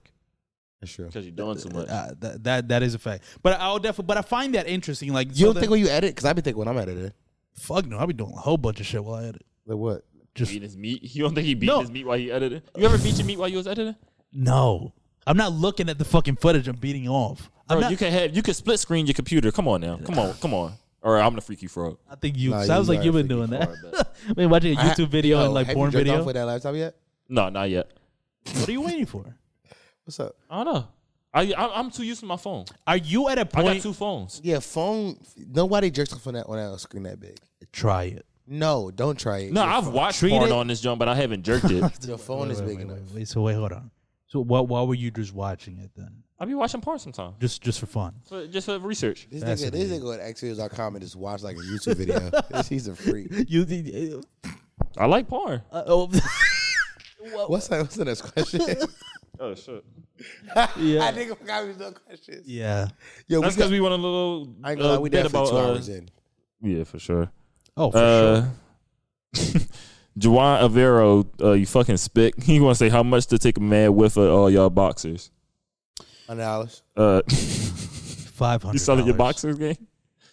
A: That's true.
B: because you're doing too much.
C: Uh, that, that that is a fact. But I'll definitely. But I find that interesting. Like
A: You
C: so
A: don't
C: that-
A: think when you edit? Because I be thinking when I'm editing.
C: fuck no, I'll be doing a whole bunch of shit while I edit.
A: Like what?
B: Beating his meat. You don't think he beat
C: No.
B: his meat while he edited? You ever beat your meat while you was editing?
C: No, I'm not looking at the fucking footage. I'm beating off. I'm
B: Bro,
C: not,
B: you can have you can split screen your computer. Come on now. Come on. Come on. All right, I'm gonna freak you frog.
C: I think you
A: Nah,
C: sounds
A: you
C: like you've been
A: are
C: doing that.
A: freaking
C: I mean, watching a
A: I-
C: YouTube video
A: Yo,
C: and like
A: have
C: porn
A: you jerked off
C: video.
A: with that laptop yet?
B: No, not yet.
C: What are you waiting for?
A: What's up?
B: I don't know. I, I I'm too used to my phone.
C: Are you at a
B: I got
C: point?
B: two phones.
A: Yeah, phone. Nobody jerks off on that on that screen that big.
C: try it.
A: No, don't try it.
B: No,
A: Your
B: I've watched
C: Treat
B: porn
C: it-
B: on this jump, but I haven't jerked it.
A: ph- your phone is big enough.
C: Wait, so wait, hold on. So what? Why were you just watching it then?
B: I be watching porn sometimes,
C: Just just for fun.
B: for, just for research.
A: This
C: That's
A: nigga, this nigga at xvideos.com and just watch like a YouTube video. This- He's a freak.
C: You.
B: I like porn.
C: Uh, oh.
A: What's that? What's the next question?
B: Oh shit!
A: I
C: yeah.
A: think I got me no questions.
C: Yeah.
A: Yo, we
B: That's
A: got,
B: because we want a little.
A: I ain't gonna
B: uh,
A: lie, we
B: bit
A: definitely
B: about
A: two
B: uh,
A: hours in.
B: yeah, for sure.
C: Oh, for
B: Uh,
C: sure.
B: Juwan Avero, uh, you fucking spick. He want to say how much to take a man with of all y'all boxers.
A: Hundred dollars.
B: Uh,
C: Five hundred.
B: you selling your boxers game?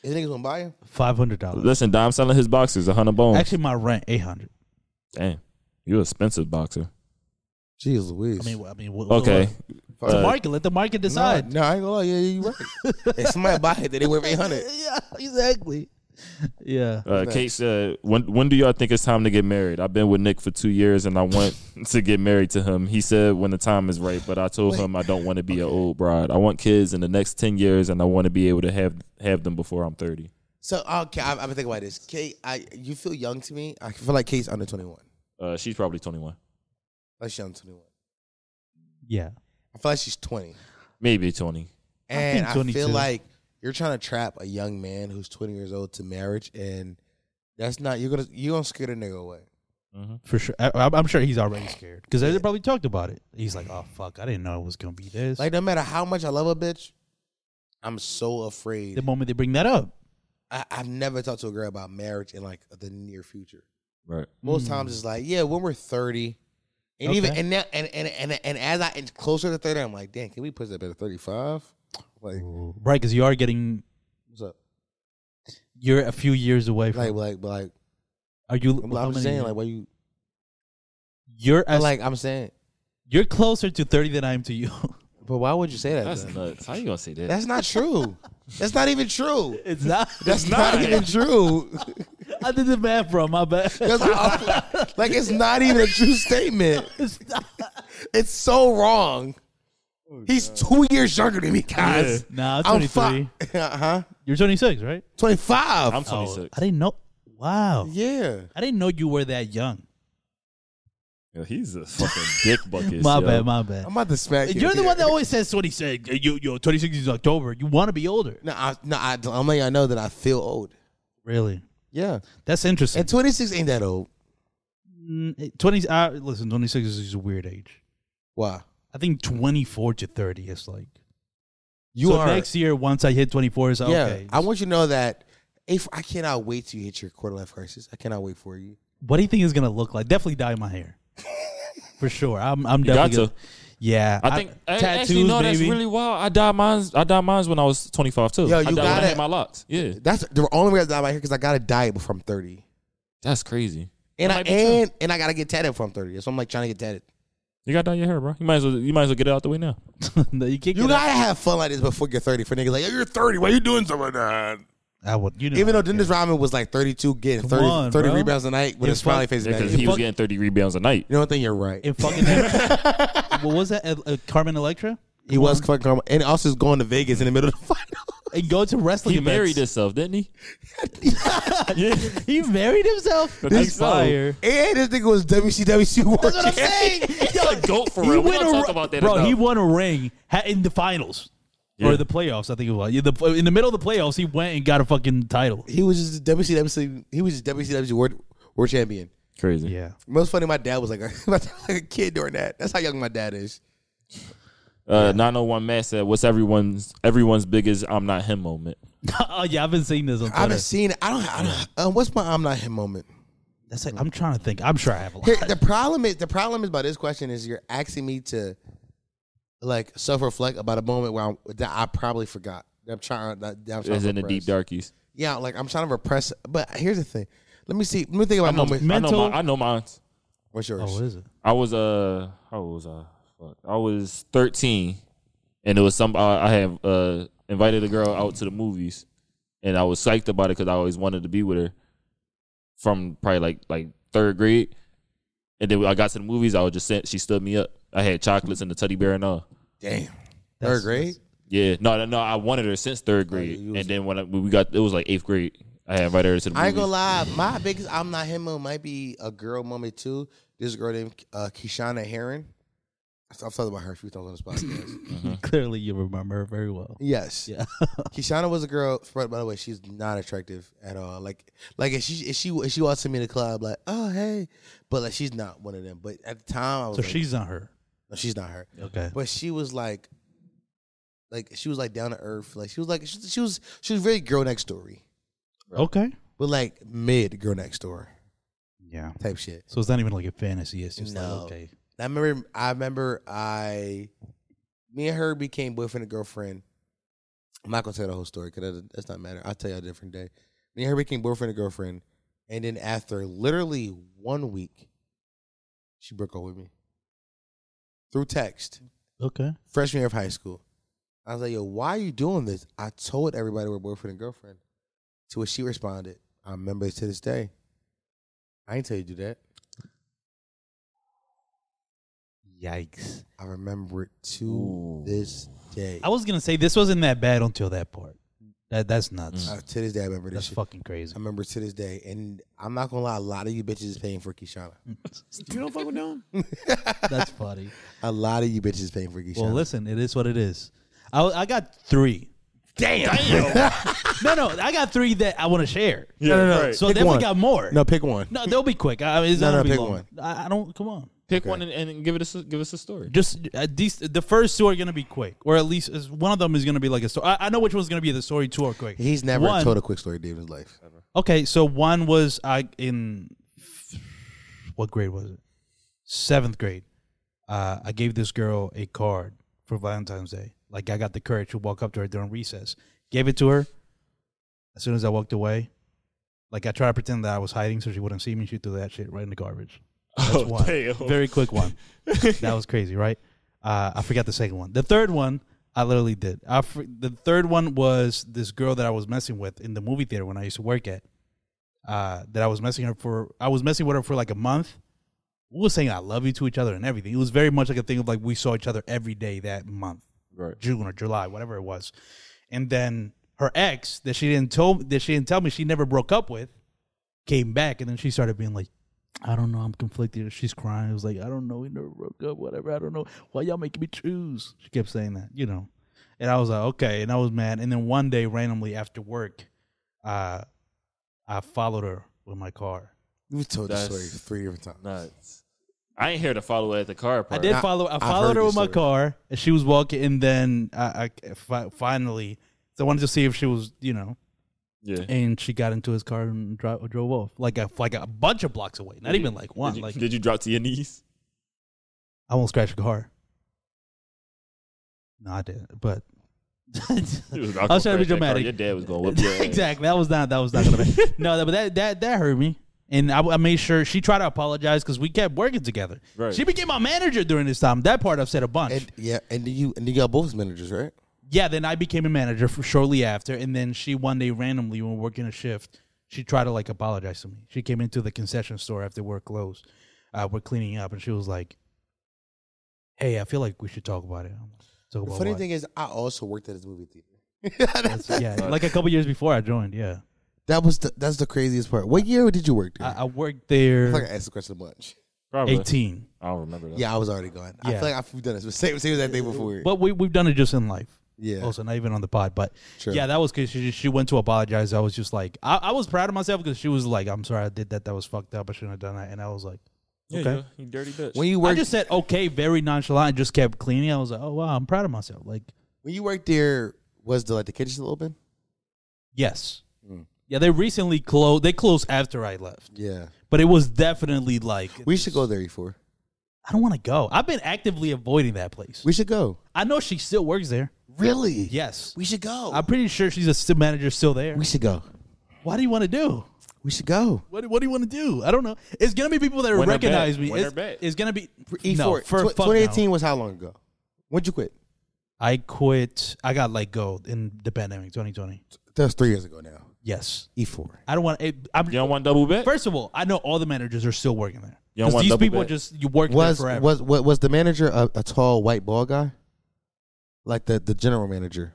A: These niggas gonna buy him.
C: Five hundred dollars.
B: Listen, Dom selling his boxers, a hundred bones.
C: Actually, my rent eight hundred.
B: Damn, you an expensive boxer.
A: Jeez Louise.
C: I mean, wh- I mean. What,
B: Okay, Uh,
C: What, the market. Let the market
A: no,
C: decide.
A: no, I ain't gonna lie. Yeah, you right. if somebody buy it, then they worth eight hundred.
C: Yeah. Exactly. Yeah.
B: uh, Kate said, "When when do y'all think it's time to get married? I've been with Nick for two years, and I want to get married to him. He said when the time is right, but I told him I don't want to be an old bride. I want kids in the next ten years, and I want to be able to have have them before I'm thirty.
A: So okay, I, I've been thinking about this. Kate, I you feel young to me. I feel like Kate's under twenty one.
B: Uh, she's probably twenty one,
A: Like she's under twenty one.
C: Yeah.
A: I feel like she's twenty,
B: maybe twenty.
A: and I, feel
C: 22.
A: like you're trying to trap a young man who's twenty years old to marriage, and that's not you're gonna you're gonna scare the nigga away.
C: For sure. I, I'm I'm sure he's already scared because they probably talked about it. He's like, oh, fuck. I didn't know it was going to be this.
A: Like no matter how much I love a bitch, I'm so
C: the
A: afraid.
C: moment they bring that up.
A: I, I've never talked to a girl about marriage in like the near future.
B: Right.
A: Most times it's like, yeah, when we're thirty, and even
C: Hmm. Okay.
A: and now and and and, and as I inch closer to thirty, I'm like, damn, can we push that up to thirty five? Like,
C: Right. Because you are getting,
A: what's up?
C: you're a few years away from.
A: Like, like, but like,
C: are you,
A: I'm,
C: how
A: I'm
C: many-
A: just saying, like, why you?
C: you're,
A: But
C: as-
A: like, I'm saying,
C: you're closer to 30 than I am to you.
A: but why would you say that?
B: That's
A: though?
B: nuts. How you gonna say that?
A: That's not true. That's not even true.
C: it's not.
A: That's not, even true.
C: I did the math, bro. My bad.
A: That's awful. like it's not even a true statement. It's, so wrong.
B: Oh,
A: He's two years younger than me, guys.
C: Nah,
A: I'm
C: 23.
A: Uh huh.
C: You're 26, right?
A: Twenty five.
B: I'm twenty six.
C: Oh, I didn't know. Wow.
A: Yeah.
C: I didn't know you were that young.
B: he's a fucking dick bucket.
C: My
B: yo.
C: bad. My bad.
A: I'm about to smack you.
C: You're the one that always says 26. You, yo, 26 is October. You want to be older.
A: No, I, no, I, I'm letting y'all know that I feel old.
C: Really?
A: Yeah.
C: That's interesting.
A: And 26 ain't that old.
C: Mm, 20 uh, listen 26 is just a weird age
A: Why?
C: i think 24 to 30 is like
A: You
C: so
A: are.
C: next year once i hit 24 is
A: yeah.
C: okay
A: I want you to know that if I cannot wait till you hit your quarter life crisis, I cannot wait for you.
C: what do you think it's gonna look like definitely dye my hair for sure i'm, I'm
B: got
C: definitely
B: to.
C: gonna, yeah
B: I think I,
C: tattoos
B: actually no,
C: baby
B: that's really wild. I dyed mines. I dyed mines when I was twenty five too.
A: Yo,
B: I
A: you
B: dyed when
A: gotta-
B: I had my locks. Yeah,
A: That's the only reason I'm out here because I got to diet before I'm 30.
B: that's crazy.
A: And
B: That
A: I
B: might be true.
A: and, and I gotta get tatted before I'm 30. So I'm like trying to get tatted.
B: You got to dye your hair, bro. You might as well. You might as well get it out the way now.
C: No, you can't
A: You
C: get
A: gotta have fun like this before you're 30. For niggas like, yo, you're 30. Why you doing something like that?
C: I would. You know,
A: Even though Dennis Rodman was like 32, getting
C: Come
A: 30,
C: on,
A: 30
C: bro.
A: rebounds a night with
C: Yeah,
A: a smiley
C: fuck-
A: face.
B: Yeah, because
A: emoji.
B: he was
C: fuck-
B: getting 30 rebounds a night.
A: You know, I think you're right.
C: in fucking what was that? Uh, uh, Carmen Electra.
A: He was fucking karma, and also is going to Vegas in the middle of the final.
C: And go to wrestling.
B: He
C: events.
B: married himself, didn't he?
C: He married himself.
B: But that's
C: fire.
A: and this nigga was WCW Super
C: That's what I'm saying.
B: He's a goat for real. We don't
C: a
B: talk
C: ri-
B: about that
C: Bro, he
B: enough.
C: won a ring ha- in the finals
B: Yeah.
C: or the playoffs. I think it was in the, in the middle of the playoffs. He went and got a fucking title.
A: He was just WCW. He was just WCW world, world champion.
B: Crazy.
C: Yeah,
A: Most funny, my dad was like a, my dad was like a kid during that. That's how young my dad is.
B: Uh, 901 Matt said, "What's everyone's everyone's biggest I'm not him moment?"
C: oh yeah, I've been seeing this on
A: I
C: Twitter.
A: haven't seen. I don't. I don't uh, what's my I'm not him moment?
C: That's like, I'm trying to think. I'm sure I have a lot.
A: Here, the problem is the problem is about this question is you're asking me to like self reflect about a moment where I'm, that I probably forgot. That I'm trying. That, that I'm trying
B: It's
A: to
B: in the deep
A: repress.
B: darkies.
A: Yeah, like I'm trying to repress. But here's the thing. Let me see. Let me think about
B: I know,
A: moments.
B: I know,
C: Mental-
B: my, I know mine.
A: What's yours?
C: Oh, what is it?
B: I was uh, how old was I? Fuck. I was 13, and it was some. I, I had uh invited a girl out to the movies, and I was psyched about it because I always wanted to be with her from probably like like third grade. And then when I got to the movies, I was just sent. She stood me up. I had chocolates and the teddy bear and all.
A: Damn.
C: That's-
A: Third grade.
B: Yeah, no, no, no. I wanted her since third grade,
A: you was-
B: and then when, I, when we got, it was like eighth grade. I had invited her to the.
A: I ain't
B: movies.
A: gonna lie, my biggest I'm not him moment might be a girl moment too. This girl named uh, Keshana Heron. I've I've talked about her a few times on this podcast.
C: Clearly, you remember her very well.
A: yes,
C: Yeah.
A: Keshana was a girl. By the way, she's not attractive at all. Like, like if she if she if she walks to me in the club, like, oh hey, but like she's not one of them. But at the time, I was
C: so
A: like,
C: she's not her.
A: no, she's not her.
C: Okay.
A: But she was like, like she was like down to earth. Like she was like she, she was she was very girl next story,
C: Okay.
A: but like mid girl next door
C: Yeah.
A: type shit.
C: So it's not even like a fantasy. It's just
A: No.
C: like okay.
A: I remember I remember I me and her became boyfriend and girlfriend. I'm not gonna tell the whole story because that, that's not matter. I'll tell you a different day. Me and her became boyfriend and girlfriend, and then after literally one week, she broke up with me through text.
C: Okay.
A: Freshman year of high school, I was like, "Yo, why are you doing this?" I told everybody we're boyfriend and girlfriend. To which she responded, "I remember this to this day. I ain't tell you to do that.
C: Yikes.
A: I remember it to this day."
C: I was gonna say this wasn't that bad until that part. That that's nuts.
A: Uh,
B: Mm.
A: to this day, I remember this
C: That's
A: shit.
C: fucking crazy.
A: I remember to this day, and I'm not gonna lie, a lot of you bitches is paying for Kishana.
C: Mm.
G: You don't fuck with them.
C: That's funny.
A: A lot of you bitches is paying for Kishana.
C: Well, listen, it is what it is. I I got three. Damn. no, no, I got three that I want to share.
B: Yeah, no, no, right.
C: So
A: Pick
C: definitely
A: one.
C: got more.
A: no, pick one.
C: no, they'll be quick. I, it's
A: No,
C: not
A: no,
C: gonna be
A: pick
C: long.
A: one.
C: I, I don't. Come on.
B: Pick one and, and give it a, give us a story.
C: Just uh, these, the first two are gonna be quick, or at least is- one of them is gonna be like a story. I, I know which one's gonna be the story. Two are quick.
A: He's never
C: One-
A: told a quick story day in his life.
C: Okay, so one was I in what grade was it? Seventh grade. Uh, I gave this girl a card for Valentine's Day. Like I got the courage to walk up to her during recess, gave it to her. As soon as I walked away, like I tried to pretend that I was hiding so she wouldn't see me. She threw that shit right in the garbage. That's one Very quick one. that was crazy, right? Uh, I forgot the second one. The third one, I literally did. I fr- the third one was this girl that I was messing with in the movie theater when I used to work at. Uh, that I was messing her for. I was messing with her for like a month. We were saying I love you to each other and everything. It was very much like a thing of like we saw each other every day that month,
B: Right.
C: June or July, whatever it was. And then her ex that she didn't told that she didn't tell me she never broke up with came back and then she started being like. I don't know. I'm conflicted. She's crying. It was like, I don't know. We never broke up, whatever. I don't know. Why y'all making me choose? She kept saying that, you know. And I was like, okay. And I was mad. And then one day, randomly after work, uh, I followed her with my car.
A: You've told this
B: That's-
A: story three different times.
B: Nuts. I ain't here to follow it at the car
C: I
B: part.
C: did
A: I-
C: follow. I
A: I've
C: followed
A: heard
C: her
A: this
C: with my
A: story.
C: car, and she was walking. And then I, I fi- finally, so I wanted to see if she was, you know.
B: Yeah.
C: And she got into his car and dro- drove off, like a like a bunch of blocks away. Not even like one.
B: Did you,
C: Like
B: did you drop to your knees?
C: I won't scratch your car. No, I didn't. But
B: I was
C: I was trying to be dramatic.
B: Your dad was going to whip your ass.
C: exactly. That was not. That was not gonna be. No, that- but that that that hurt me. And I, I made sure she tried to apologize because we kept working together.
B: Right.
C: She became my manager during this time. That part I've said a bunch.
A: And yeah, and then you and then you got both managers, right?
C: Yeah, then I became a manager for shortly after, and then she one day randomly, when working a shift, she tried to like apologize to me. She came into the concession store after we're closed, uh, we're cleaning up, and she was like, "Hey, I feel like we should talk about it." I'm like, Talk
A: The
C: about
A: funny
C: what?"
A: thing is, I also worked at this movie theater.
C: That's- yeah, like a couple years before I joined. Yeah,
A: That was the, that's the craziest part. What year did you work there?
C: I, I
A: I
C: worked
A: feel like
C: there
A: I asked the question a bunch.
B: Probably.
C: eighteen.
B: I don't remember that.
A: Yeah, I was already gone. I
C: Yeah.
A: feel like I've done this. Same, same as that day before.
C: But we we've done it just in life.
A: Yeah.
C: Also, not even on the pod, but
A: Sure.
C: yeah, that was because she she went to apologize. I was just like, I, I was proud of myself because she was like, "I'm sorry, I did that. That was fucked up. I shouldn't have done that." And I was like,
B: Yeah,
C: Okay.
B: yo, you dirty bitch.
A: when you
C: I
A: worked
C: just said okay, very nonchalant, and just kept cleaning. I was like, "Oh wow, I'm proud of myself." Like,
A: when you worked there, was the like the kitchen still open?
C: yes,
A: Mm.
C: yeah, they recently closed. They closed after I left,
A: Yeah,
C: but it was definitely like
A: we should go there. E Before
C: I don't want to go. I've been actively avoiding that place.
A: we should go.
C: I know she still works there.
A: Really?
C: Yes,
A: We should go.
C: I'm pretty sure she's a st- manager still there.
A: we should go.
C: What do you want to do?
A: We should go.
C: What, do- what do you want to do? I don't know. It's gonna be people that
B: Win or
C: recognize
B: bet.
C: me.
B: Win or
C: It's,
B: bet.
C: it's gonna be
A: E4.
C: no, for
A: E Tw-
C: fuck no.
A: 2018 was how long ago? When'd you quit?
C: I quit. I got let go in the pandemic, 2020.
A: That was three years ago now.
C: Yes,
A: E4.
C: I don't want. It, I'm,
B: you don't want double bet?
C: first of all, I know all the managers are still working there.
B: You don't
C: 'Cause
B: want
C: these
B: double
C: people
B: bet.
C: just you work
A: Was
C: there forever.
A: was was was the manager a, a tall white bald guy? Like the the general manager?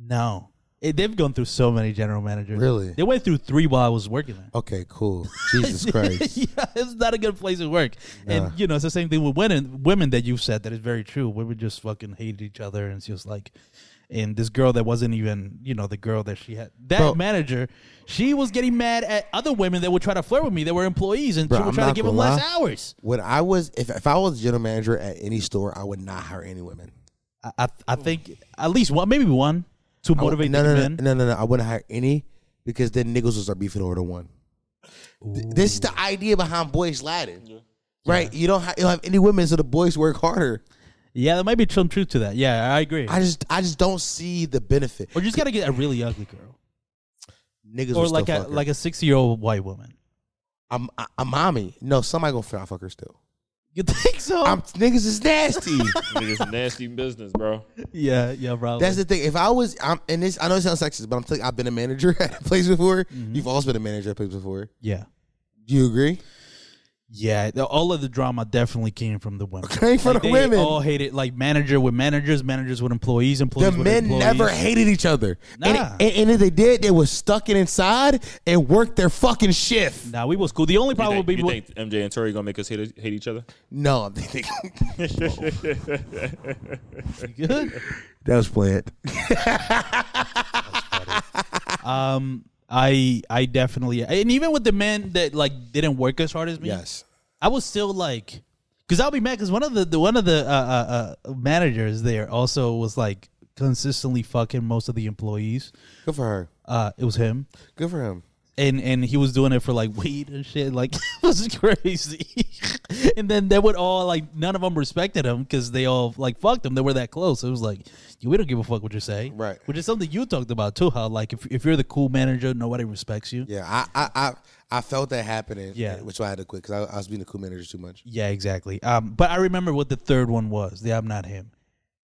C: no, It- they've gone through so many general managers.
A: Really?
C: they went through three while I was working there.
A: Okay, cool. Jesus Christ.
C: yeah, it's not a good place to work. And you know, it's the same thing with women. Women that you've said that is very true. Women just fucking hated each other, and it's just like, and this girl that wasn't even, you know, the girl that she had, that
A: Bro.
C: manager, she was getting mad at other women that would try to flirt with me. that were employees, and
A: Bro,
C: she
A: I'm
C: would try to
A: not
C: give them
A: gonna
C: less
A: lie.
C: hours.
A: When I was, if, if I was general manager at any store, I would not hire any women.
C: I, I, I think at least one, maybe one,
A: I
C: to
A: would-
C: motivate
A: no,
C: the
A: no,
C: men.
A: no, no, no, no. I wouldn't hire any because then niggas will start beefing over the one. Th- This is the idea behind Boys Latin, right? You don't ha- you don't have any women, so the boys work harder.
C: Yeah, there might be some truth to that. Yeah, I agree.
A: I just, I just don't see the benefit.
C: or you just gotta get a really ugly girl,
A: Niggas
C: or
A: will
C: like
A: still
C: a
A: fuck her.
C: like a sixty year old white woman.
A: I'm, I, am mommy. No, somebody gonna fat fuck her still.
C: You think so?
A: I'm niggas is nasty.
B: Niggas nasty business, bro.
C: yeah, yeah, probably.
A: That's the thing. If I was, I'm, and this, I know it sounds sexist, but I'm telling you, I've been a manager at a place before.
C: Mm-hmm.
A: You've also been a manager at a place before.
C: yeah.
A: Do you agree?
C: Yeah, the, all of the drama definitely came from the women.
A: Came from
C: Like,
A: the
C: they
A: women.
C: all hated like manager with managers, managers with employees, employees
A: The
C: with
A: men
C: employees.
A: never hated each other. And,
C: Nah.
A: and, and if they did, they was stuck in inside and worked their fucking shift.
C: Nah, we was cool. The only
B: You
C: problem
B: think,
C: would be
B: you think MJ and Tori gonna make us hate, hate each other?
A: No, I'm thinking
C: good.
A: that was planned.
C: Um, I I definitely and even with the men that like didn't work as hard as me.
A: Yes.
C: I was still like, because I'll be mad because one of the, the one of the uh, uh, uh, managers there also was like consistently fucking most of the employees.
A: Good for her.
C: Uh, it was him.
A: Good for him.
C: and and he was doing it for like weed and shit. Like it was crazy. and then they would all like none of them respected him because they all like fucked him. They were that close. It was like "Yeah, we don't give a fuck what you say,
A: Right.
C: Which is something you talked about too. How like if if you're the cool manager, nobody respects you.
A: Yeah, I, I, I, I felt that happening. eh,
C: Yeah.
A: which why I had to quit because I, I was being a cool manager too much.
C: Yeah, exactly. Um, but I remember what the third one was. The I'm not him.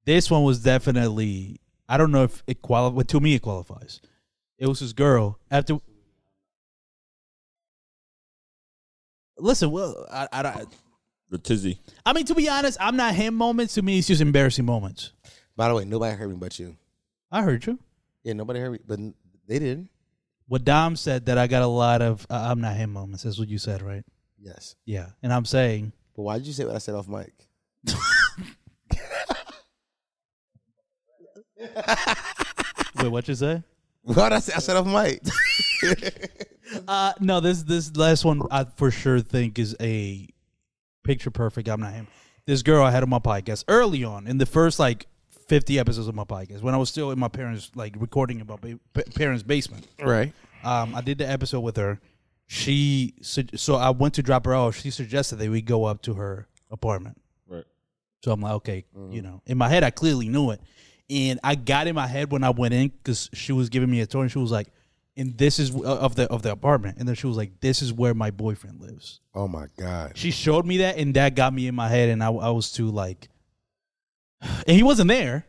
C: This one was definitely. I don't know if it qualifies. To me, it qualifies. It was his girl. After. Listen, well, I, I, don't-
B: The tizzy.
C: I mean, to be honest, I'm not him moments. To me, it's just embarrassing moments.
A: By the way, nobody heard me but you.
C: I heard you.
A: Yeah, nobody heard me, but n- they did.
C: What Dom said that I got a lot of uh, I'm not him moments. That's what you said, right?
A: Yes,
C: Yeah. And I'm saying,
A: but why did you say what I said off mic?
C: wait, what you say?
A: What did I say? I said off mic.
C: Uh, no, this this last one I for sure think is a picture perfect. I'm not him. This girl I had on my podcast early on in the first like 50 episodes of my podcast when I was still in my parents like recording in my ba- pa- parents' basement.
A: right.
C: Um, I did the episode with her. She su- so I went to drop her off. She suggested that we go up to her apartment.
B: Right.
C: So I'm like, okay, you know, in my head, I clearly knew it. And I got in my head when I went in because she was giving me a tour and she was like, and this is of the of the apartment. And then she was like, this is where my boyfriend lives.
A: Oh my god.
C: She showed me that and that got me in my head. And I, I was too like, and he wasn't there.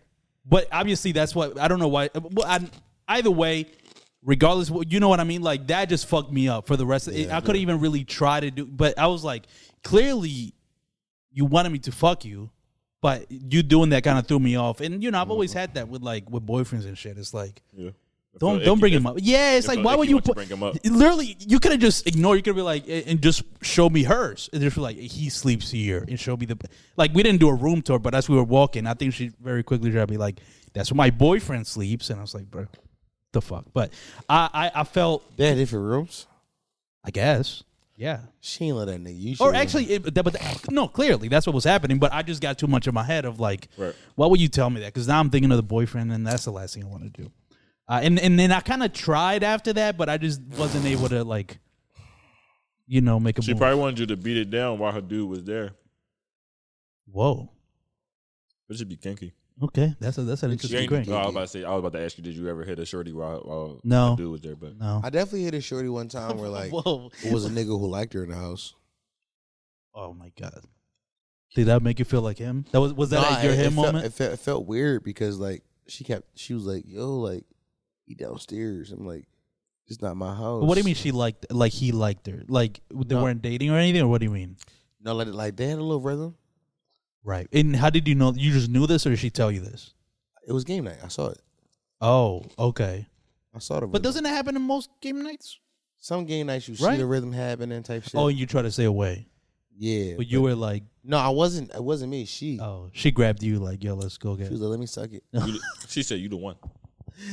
C: But obviously, that's what I don't know why. Well, I, either way, regardless, what you know what I mean. Like that just fucked me up for the rest. of it. I couldn't even really try to do. But I was like, clearly, you wanted me to fuck you, but you doing that kind of threw me off. And you know, I've always had that with like with boyfriends and shit. It's like. Don't
B: feel
C: don't
B: icky
C: bring
B: if-
C: him up. Yeah, it's
B: I
C: like
B: feel
C: why
B: icky
C: would you
B: once you
C: put?
B: bring him up.
C: Literally, you could have just ignored. You could be like, eh, and and just show me hers, and just be like he sleeps here, and show me the. Like we didn't do a room tour, but as we were walking, I think she very quickly tried to be like, "That's where my boyfriend sleeps," and I was like, "Bro, the fuck." But I I, I felt,
A: They had different rooms.
C: I guess, yeah.
A: She ain't let that nigga. You
C: Or
A: should-
C: actually, it, that, but that- no, clearly that's what was happening. But I just got too much in my head of like,
B: Right.
C: why would you tell me that? Because now I'm thinking of the boyfriend, and that's the last thing I want to do. Uh, and and then I kind of tried after that, but I just wasn't able to like, you know, make a
B: She
C: move.
B: probably wanted you to beat it down while her dude was there.
C: Whoa.
B: It should be kinky.
C: Okay, that's a, that's an
B: You
C: interesting
B: ain't-
C: thing.
B: no, I was about to say. I was about to ask you, did you ever hit a shorty while, while
C: No.
B: her dude was there? But
C: No.
A: I definitely hit a shorty one time where like
C: Whoa.
A: it was a nigga who liked her in the house.
C: Oh my god. Did that make you feel like him? That was was that
A: Nah,
C: at your
A: it- it
C: him
A: felt-
C: moment?
A: it, felt, it felt weird because like she kept she was like, "Yo, like he downstairs." I'm like, "It's not my house."
C: But what do you mean she liked like he liked her? Like they
A: No.
C: weren't dating or anything? Or what do you mean?
A: No, like, like they had a little rhythm.
C: Right. And how did you know? You just knew this, or did she tell you this?
A: It was game night. I saw it.
C: Oh, okay.
A: I saw the. Rhythm.
C: But doesn't it happen in most game nights?
A: some game nights you
C: Right?
A: see the rhythm happening type shit?
C: Oh, you try to stay away,
A: yeah.
C: but you were like,
A: no, I wasn't. It wasn't me. She.
C: oh, she grabbed you, like, yo, let's go get.
A: She was like, "Let me suck it."
B: you, she said you the one.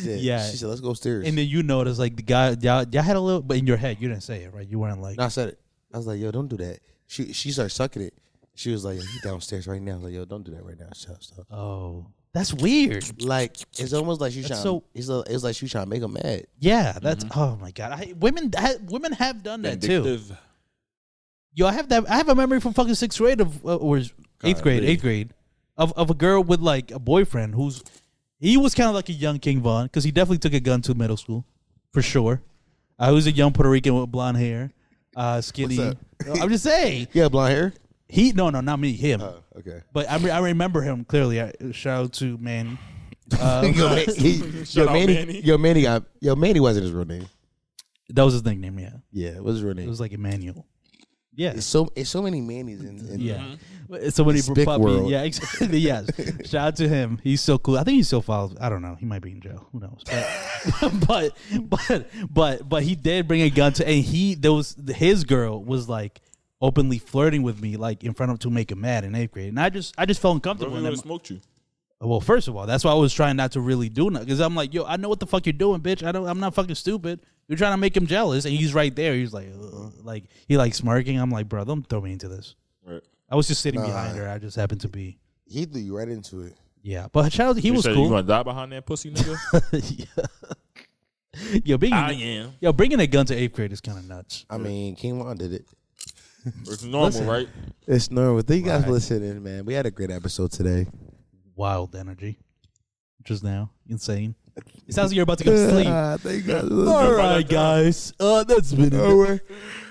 A: Yeah.
C: Yeah.
A: She said, "Let's go upstairs."
C: And then you noticed, like, the guy, y'all, y'all had a little, but in your head, you didn't say it, right? You weren't like,
A: No, I said it. I was like, yo, don't do that. She she started sucking it. She was like, yo, he downstairs right now. I was like, yo, don't do that right now. Shut up, stop.
C: oh, that's weird.
A: Like it's almost like she
C: That's
A: trying.
C: so-
A: it's, a, it's like she trying to make him mad.
C: Yeah, that's
A: Mm-hmm.
C: oh my god. I, women, ha, women have done that too.
B: Vindictive.
C: Yo, I have that. I have a memory from fucking sixth grade of uh, or eighth grade, eighth grade, of of a girl with like a boyfriend who's he was kind of like a young King Von because he definitely took a gun to middle school for sure. Uh, he was a young Puerto Rican with blonde hair, uh, skinny. No, I'm just saying
A: Yeah, blonde hair.
C: he. No, no, not me. Him.
A: Okay.
C: but I, re- I remember him clearly. I, shout out to man. Uh,
A: yo, man, he, yo, Manny, yo, Manny got yo, Manny wasn't his real name.
C: that was his nickname. Yeah,
A: Yeah, it was his real
C: it
A: name.
C: was like Emmanuel. Yeah,
A: it's so it's so many Manny's in, in
C: Yeah. It's Somebody
A: It's
C: for
A: big
C: puppy.
A: world.
C: Yeah, exactly. Yes. Shout out to him. He's so cool. I think he still follows. I don't know. He might be in jail. Who knows? But but but but, but he did bring a gun to and he there was his girl was like openly flirting with me like in front of to make him mad in eighth grade. And I just I just felt
B: Bro,
C: uncomfortable.
B: he
C: in
B: would
C: that
B: have smoked you.
C: well, first of all, that's why I was trying not to really do nothing because I'm like, yo, I know what the fuck you're doing, bitch. I don't, I'm not fucking stupid. You're trying to make him jealous, and he's right there. He's like, Ugh. like he like smirking. I'm like, bro, don't throw me into this.
B: Right.
C: I was just sitting behind her. I just happened to be,
A: He threw you right into it.
C: yeah. But shout out, he
B: You
C: was
B: said You
C: cool.
B: gonna die behind that pussy, nigga?
C: yo, being,
B: I am.
C: yo, bringing a gun to eighth grade is kind of nuts.
A: I mean, King Von did it.
B: It's normal, right?
A: It's normal. Thank you guys for listening, man. We had a great episode today.
C: Wild energy, just now, insane. It sounds like you're about to go to sleep.
A: Ah, thank you guys. For
C: All
A: listening.
C: right, guys. Uh, that's been it.
A: Alright.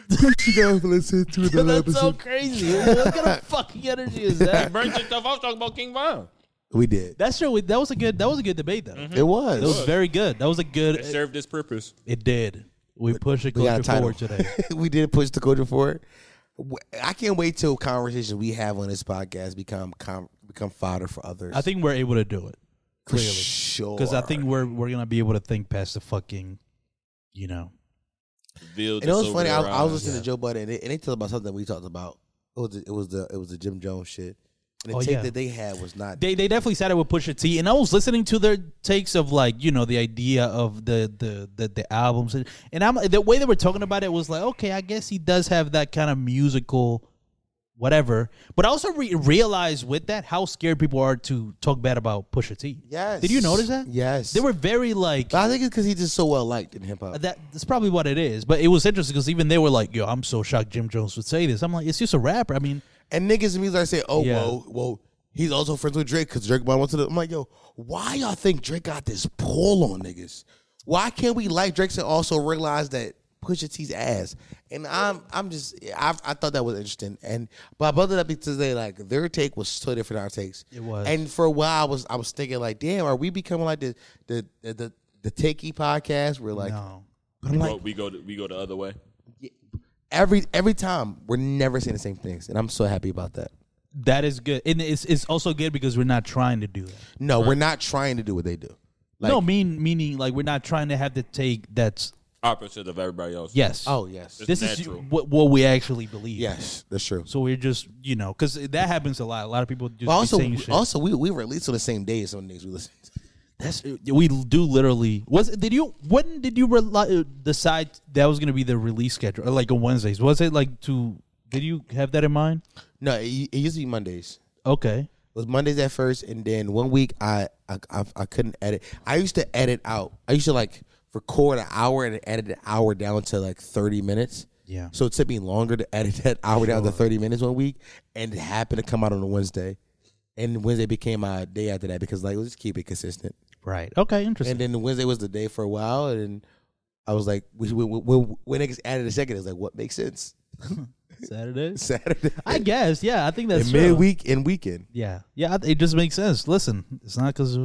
A: Thank you guys for listening to another
C: That's
A: episode.
C: so crazy. What kind of fucking energy is that?
B: Burn yourself off talking about King Von.
A: We did.
C: That's true. That was a good. That was a good debate, though.
B: Mm-hmm.
A: It was.
C: That was very good. That was a good.
B: It
C: It,
B: served its purpose.
C: did. We pushed the
A: we got a
C: culture
A: title
C: forward today.
A: we did push the culture forward. W- I can't wait till conversations we have on this podcast become com- become fodder for others.
C: I think we're able to do it
A: for
C: clearly
A: sure.
C: because I think we're we're gonna be able to think past the fucking, you know.
B: Veiled
A: and it
B: us
A: was
B: over
A: funny. I,
B: their
A: I was
B: eyes.
A: listening to Joe Budden, and they, and they talked about something we talked about. It was the, it was the it was the Jim Jones shit. And the
C: Oh,
A: take
C: yeah.
A: that they had was not.
C: They they definitely started with Pusha T, and I was listening to their takes of like you know the idea of the the the, the albums, and, and I'm the way they were talking about it was like okay, I guess he does have that kind of musical, whatever. But I also re- realized with that how scared people are to talk bad about Pusha T.
A: yes.
C: Did you notice that?
A: Yes.
C: They were very like
A: I think it's because he's just so well liked in hip hop.
C: that. That's probably what it is. But it was interesting because even they were like, "Yo, I'm so shocked Jim Jones would say this." I'm like, "It's just a rapper." I mean,
A: And niggas and me like say, oh,
C: Yeah.
A: whoa, whoa. He's also friends with Drake because Drake Bond went to the. I'm like, yo, why y'all think Drake got this pull on niggas? Why can't we like Drake and also realize that Pusha T's ass, and I'm I'm just I, I thought that was interesting, and but I brought it up because they like their take was so different than our takes. It
C: was.
A: and for a while I was I was thinking like, damn, are we becoming like the the the the, the takey podcast? We're like,
C: No.
A: but I'm like,
B: we go we go the other way.
A: every every time we're never saying the same things, and I'm so happy about that.
C: That is good, and it's it's also good because we're not trying to do that.
A: No, we're not trying to do what they do.
C: no, mean meaning like we're not trying to have the take that's
B: Opposite of everybody else.
C: yes.
A: Oh yes,
C: this is
B: natural.
C: what what we actually believe.
A: yes, that's true.
C: So we're just you know because that happens a lot. A lot of people just be
A: But also,
C: saying shit.
A: also we we released on the same day as some of the niggas we listened. to.
C: That's uh, we do literally. Was did you when did you reli- uh, decide that was going to be the release schedule? Or, Like on Wednesdays? Was it like to? Did you have that in mind?
A: No, it, it used to be Mondays.
C: Okay.
A: It was Mondays at first, and then one week I I, I I couldn't edit. I used to edit out. I used to like record an hour and edit an hour down to like thirty minutes.
C: Yeah.
A: So it took me longer to edit that hour down to thirty minutes one week, and it happened to come out on a Wednesday, and Wednesday became my day after that because like let's just keep it consistent.
C: Right. Okay. Interesting.
A: And then Wednesday was the day for a while, and I was like, we, we, we, we, when niggas added a second, it's like what makes sense.
C: Saturday.
A: Saturday,
C: I guess. Yeah. I think that's
A: and
C: true.
A: midweek and weekend.
C: Yeah. Yeah. I- It just makes sense. Listen, it's not because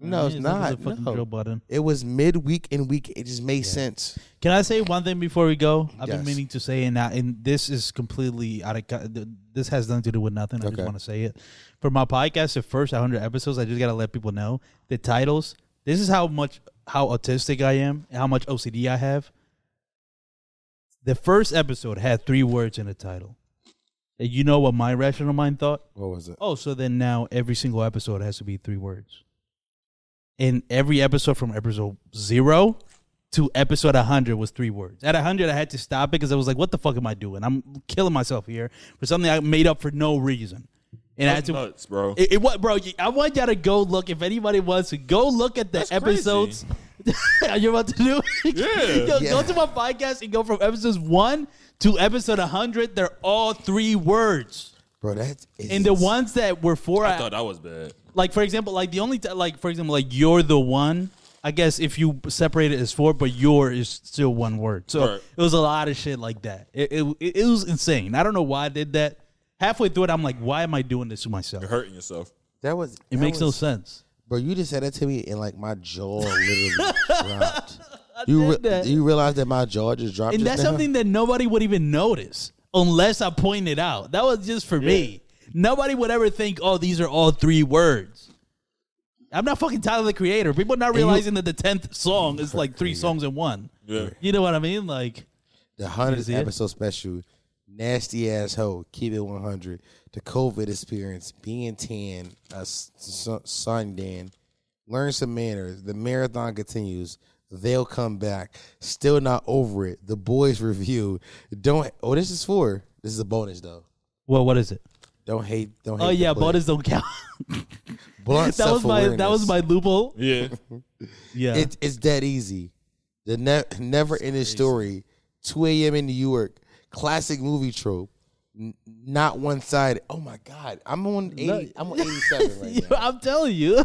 A: No, it's not.
C: fucking
A: No.
C: Joe Budden.
A: It was midweek and week. It just made sense.
C: Can I say one thing before we go? I've been
A: Yes.
C: meaning to say, and I, and this is completely out of. co- th- This has nothing to do with nothing. I just want to say it. For my podcast, the first 100 episodes, I just gotta let people know the titles. This is how much how autistic I am and how much OCD I have. The first episode had three words in the title. And you know what my rational mind thought?
H: What was it?
C: Oh, so then now every single episode has to be three words. And every episode from episode zero to episode 100 was three words. At 100, I had to stop it because I was like, what the fuck am I doing? I'm killing myself here for something I made up for no reason. And I had
B: That's
C: to.
B: nuts, bro.
C: It, it wa- bro. you- I want y'all to go look. If anybody wants to go look at the
B: That's crazy.
C: episodes, you're about to do. Yo, Go to my podcast and go from episodes one to episode 100. They're all three words.
A: Bro, that is
C: And the ones that were four,
B: I thought that was bad.
C: like for example, like the only t- like for example, like you're the one. I guess if you separate it as four, but your is still one word. So
B: Right.
C: it was a lot of shit like that. It, it it it was insane. I don't know why I did that. Halfway through it, I'm like, why am I doing this to myself?
B: You're hurting yourself.
A: that was
C: It
A: that
C: makes no
A: was-
C: sense.
A: Bro, you just said that to me and like my jaw literally dropped. You re-
C: did that.
A: do you realize that my jaw just dropped?
C: And
A: just
C: that's
A: now?
C: something that nobody would even notice unless I point it out. That was just for me. Nobody would ever think, oh, these are all three words. I'm not fucking Tyler the Creator. People not realizing that the tenth song is like three songs in one.
B: Yeah.
C: You know what I mean? Like
A: the hundredth
C: it?
A: episode special. Nasty asshole. Keep it one hundred. The COVID experience. Being tan. A s- sun sundan. Learn some manners. The marathon continues. They'll come back. Still not over it. The boys review. Don't. Oh, this is for. This is a bonus though.
C: Well, what is it?
A: Don't hate. Don't. Hate
C: Oh
A: the
C: yeah,
A: play.
C: bonus don't count.
A: Blunt
C: that was my that was
A: self-awareness.
C: my loophole.
B: Yeah.
C: Yeah.
A: It, it's that easy. The ne- never ending story. 2 a.m. in New York. Classic movie trope. N- not one sided. Oh my God. I'm on 80. I'm on 87 right
C: Yeah,
A: now.
C: I'm telling you.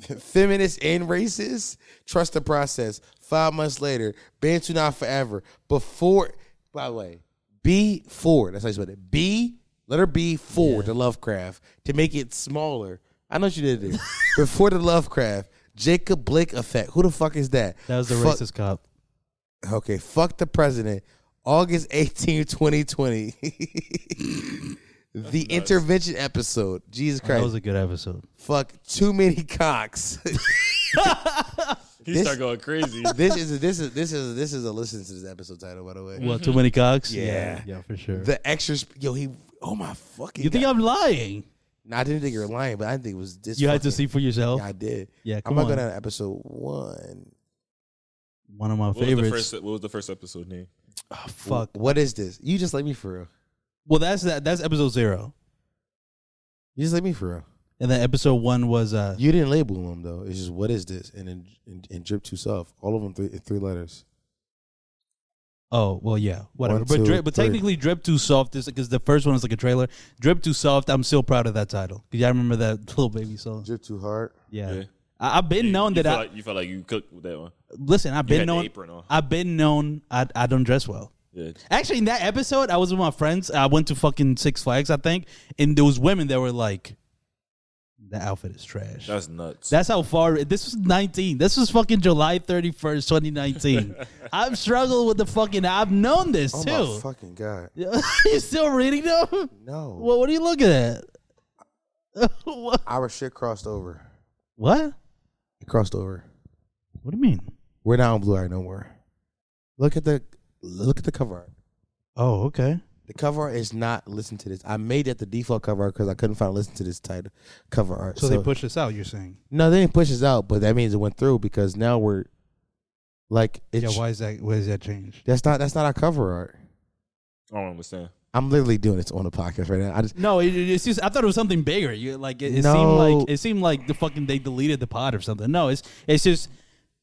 A: Feminist and racist. Trust the process. Five months later. Bantu not forever. Before. By the way, B four. That's how you spell it. B letter B four. The Lovecraft to make it smaller. I know what you did there. Before the Lovecraft. Jacob Blake effect. Who the fuck is that?
C: That was the
A: Fuck-
C: racist cop.
A: Okay, fuck the president. August 18, 2020. the intervention episode. Jesus
C: That
A: Christ.
C: was a good episode.
A: fuck too many cocks.
B: He
A: This-
B: start going crazy.
A: this is this is this is this is a listen to this episode title by the way.
C: What, too many cocks?
A: Mm-hmm. Yeah.
C: Yeah, yeah for sure.
A: The extra sp- yo he oh my fucking
C: you think
A: God.
C: I'm lying?
A: No, I didn't think you were lying, but I didn't think it was this
C: You had to see
A: fucking-
C: for yourself.
A: yeah, I did.
C: Yeah,
A: I'm
C: come
A: gonna go
C: on.
A: down to episode one.
C: One of my
B: What was, the
C: favorites.
B: first, what was the first episode name?
C: Oh, fuck.
A: What is this? You just let me for real.
C: Well, that's that. That's episode zero,
A: You just let me for real.
C: and then episode one was uh.
A: You didn't label them though. It's just what is this and and, and, and drip to self. All of them three three letters.
C: Oh well, yeah, whatever.
A: One,
C: but
A: two,
C: drip, but
A: three.
C: technically, drip too soft is because the first one is like a trailer. Drip too soft. I'm still proud of that title. Yeah, I remember that little baby song.
A: Drip too hard.
C: Yeah.
B: Yeah.
C: I, I've been known
B: you
C: that
B: feel
C: I
B: like you felt like you cooked with that one.
C: listen. I've
B: had
C: been
B: the
C: known.
B: apron on.
C: I've been known. I I don't dress well.
B: Yeah.
C: Actually, in that episode, I was with my friends. I went to fucking Six Flags, I think, and there was women that were like, "That outfit is trash." That's,
B: That's nuts.
C: how far. This was nineteen. This was fucking July thirty first, twenty nineteen. I've struggled with the fucking. I've known this
A: Oh my
C: too.
A: fucking god!
C: you still reading them?
A: No,
C: Well, what are you looking at? what?
A: our shit crossed over.
C: What
A: It crossed over.
C: do you mean?
A: We're not on Blue Eye no more. Look at the look at the cover art.
C: Oh, okay.
A: The cover art is not listen to this. I made it the default cover art because I couldn't find listen to this title cover art.
C: So, they push this out. You're saying?
A: no, they didn't push us out, but that means it went through because now we're like
C: Yeah.
A: it's
C: Why is that? Why is that changed?
A: that's not that's not our cover art.
B: I don't understand.
A: I'm literally doing this on the podcast right now. I just
C: No, it, it- it's just I thought it was something bigger. You like it, it seemed
A: No.
C: like it seemed like the fucking they deleted the pod or something. No, it's it's just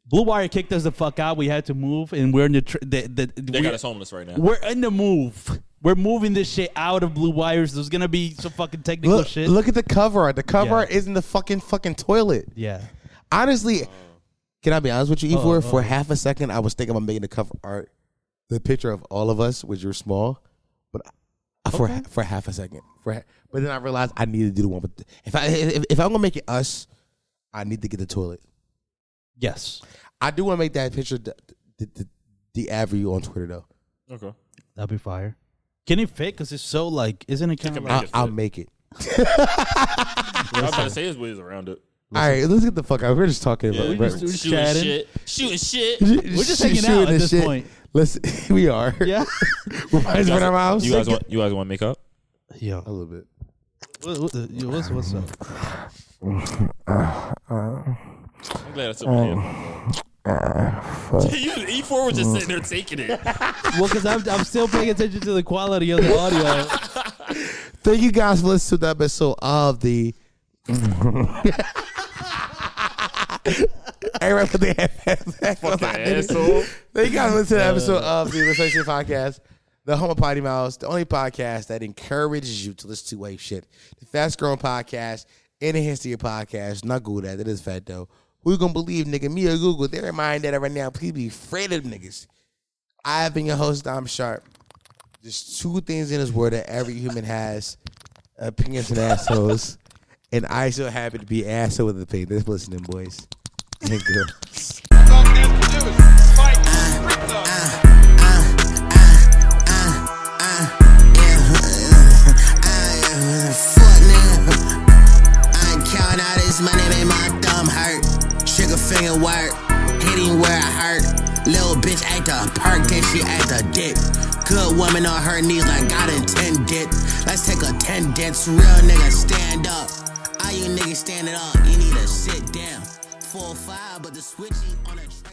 C: Blue Wire kicked us the fuck out. We had to move, and we're in the, tr- the, the
B: They
C: we're,
B: got us homeless right now.
C: we're in the move. We're moving this shit out of Blue Wires. There's gonna be some fucking technical
A: look,
C: shit.
A: look at the cover art. The cover
C: Yeah.
A: art is in the fucking fucking toilet.
C: yeah,
A: Honestly,
C: Uh,
A: can I be honest with you, Efor?
C: Oh,
A: For half a second, I was thinking about making the cover art, the picture of all of us, which were small, but I- for ha- for half a second, for ha- but then I realized I needed to do the one. But if I if, if I'm gonna make it us, I need to get the toilet.
C: yes,
A: I do want to make that picture the the, the, the ad for you on Twitter though.
B: Okay.
C: that'd be fire. Can it fit? Cause it's so like, isn't it kind of
B: Can
C: like
B: make it
A: I, will
B: fit.
A: make it.
B: I was about to say his ways around it.
A: All right, let's get the fuck out. We're just talking about.
C: we just-
A: we're
C: Just
B: Shooting
C: chatting.
B: shit. Shooting shit.
A: we're
C: just hanging out at this point.
A: Let's we are.
C: yeah?
A: We're friends with our mouths.
B: You guys want you guys want to make up?
A: a
C: Yo,
A: little bit.
C: what, what the- yo, what's what's up?
B: I'm glad I took my headphones
A: Um, ah,
B: off. You E4 was just sitting there taking it.
C: Well, cause I'm I'm still paying attention to the quality of the audio.
A: Thank you guys for listening to the episode of the. Everyone put their headphones back on.
B: asshole.
A: Thank you guys for listening to the episode of the Reflection Podcast, the Homo Potty Mouse, the only podcast that encourages you to listen to wave shit. The fast growing podcast in the history of podcasts. Not good at that. That is fat though. Who gonna believe, nigga? Me or Google? They remind that right now. Please be afraid of them niggas. I have been your host, Dom Sharp. There's two things in this world that every human has opinions and assholes. And I so happen to be asshole with the pain. Let's listen to them, boys. And girls.
I: Fuck nigga. I count all this money, made my thumb hurt. Trigger finger work, hitting where I hurt. Little bitch at the park, then she at the dick. Good woman on her knees like God intended. Let's take attendance, real nigga stand up. All you niggas standing up, you need to sit down. Four five, but the switchy on a.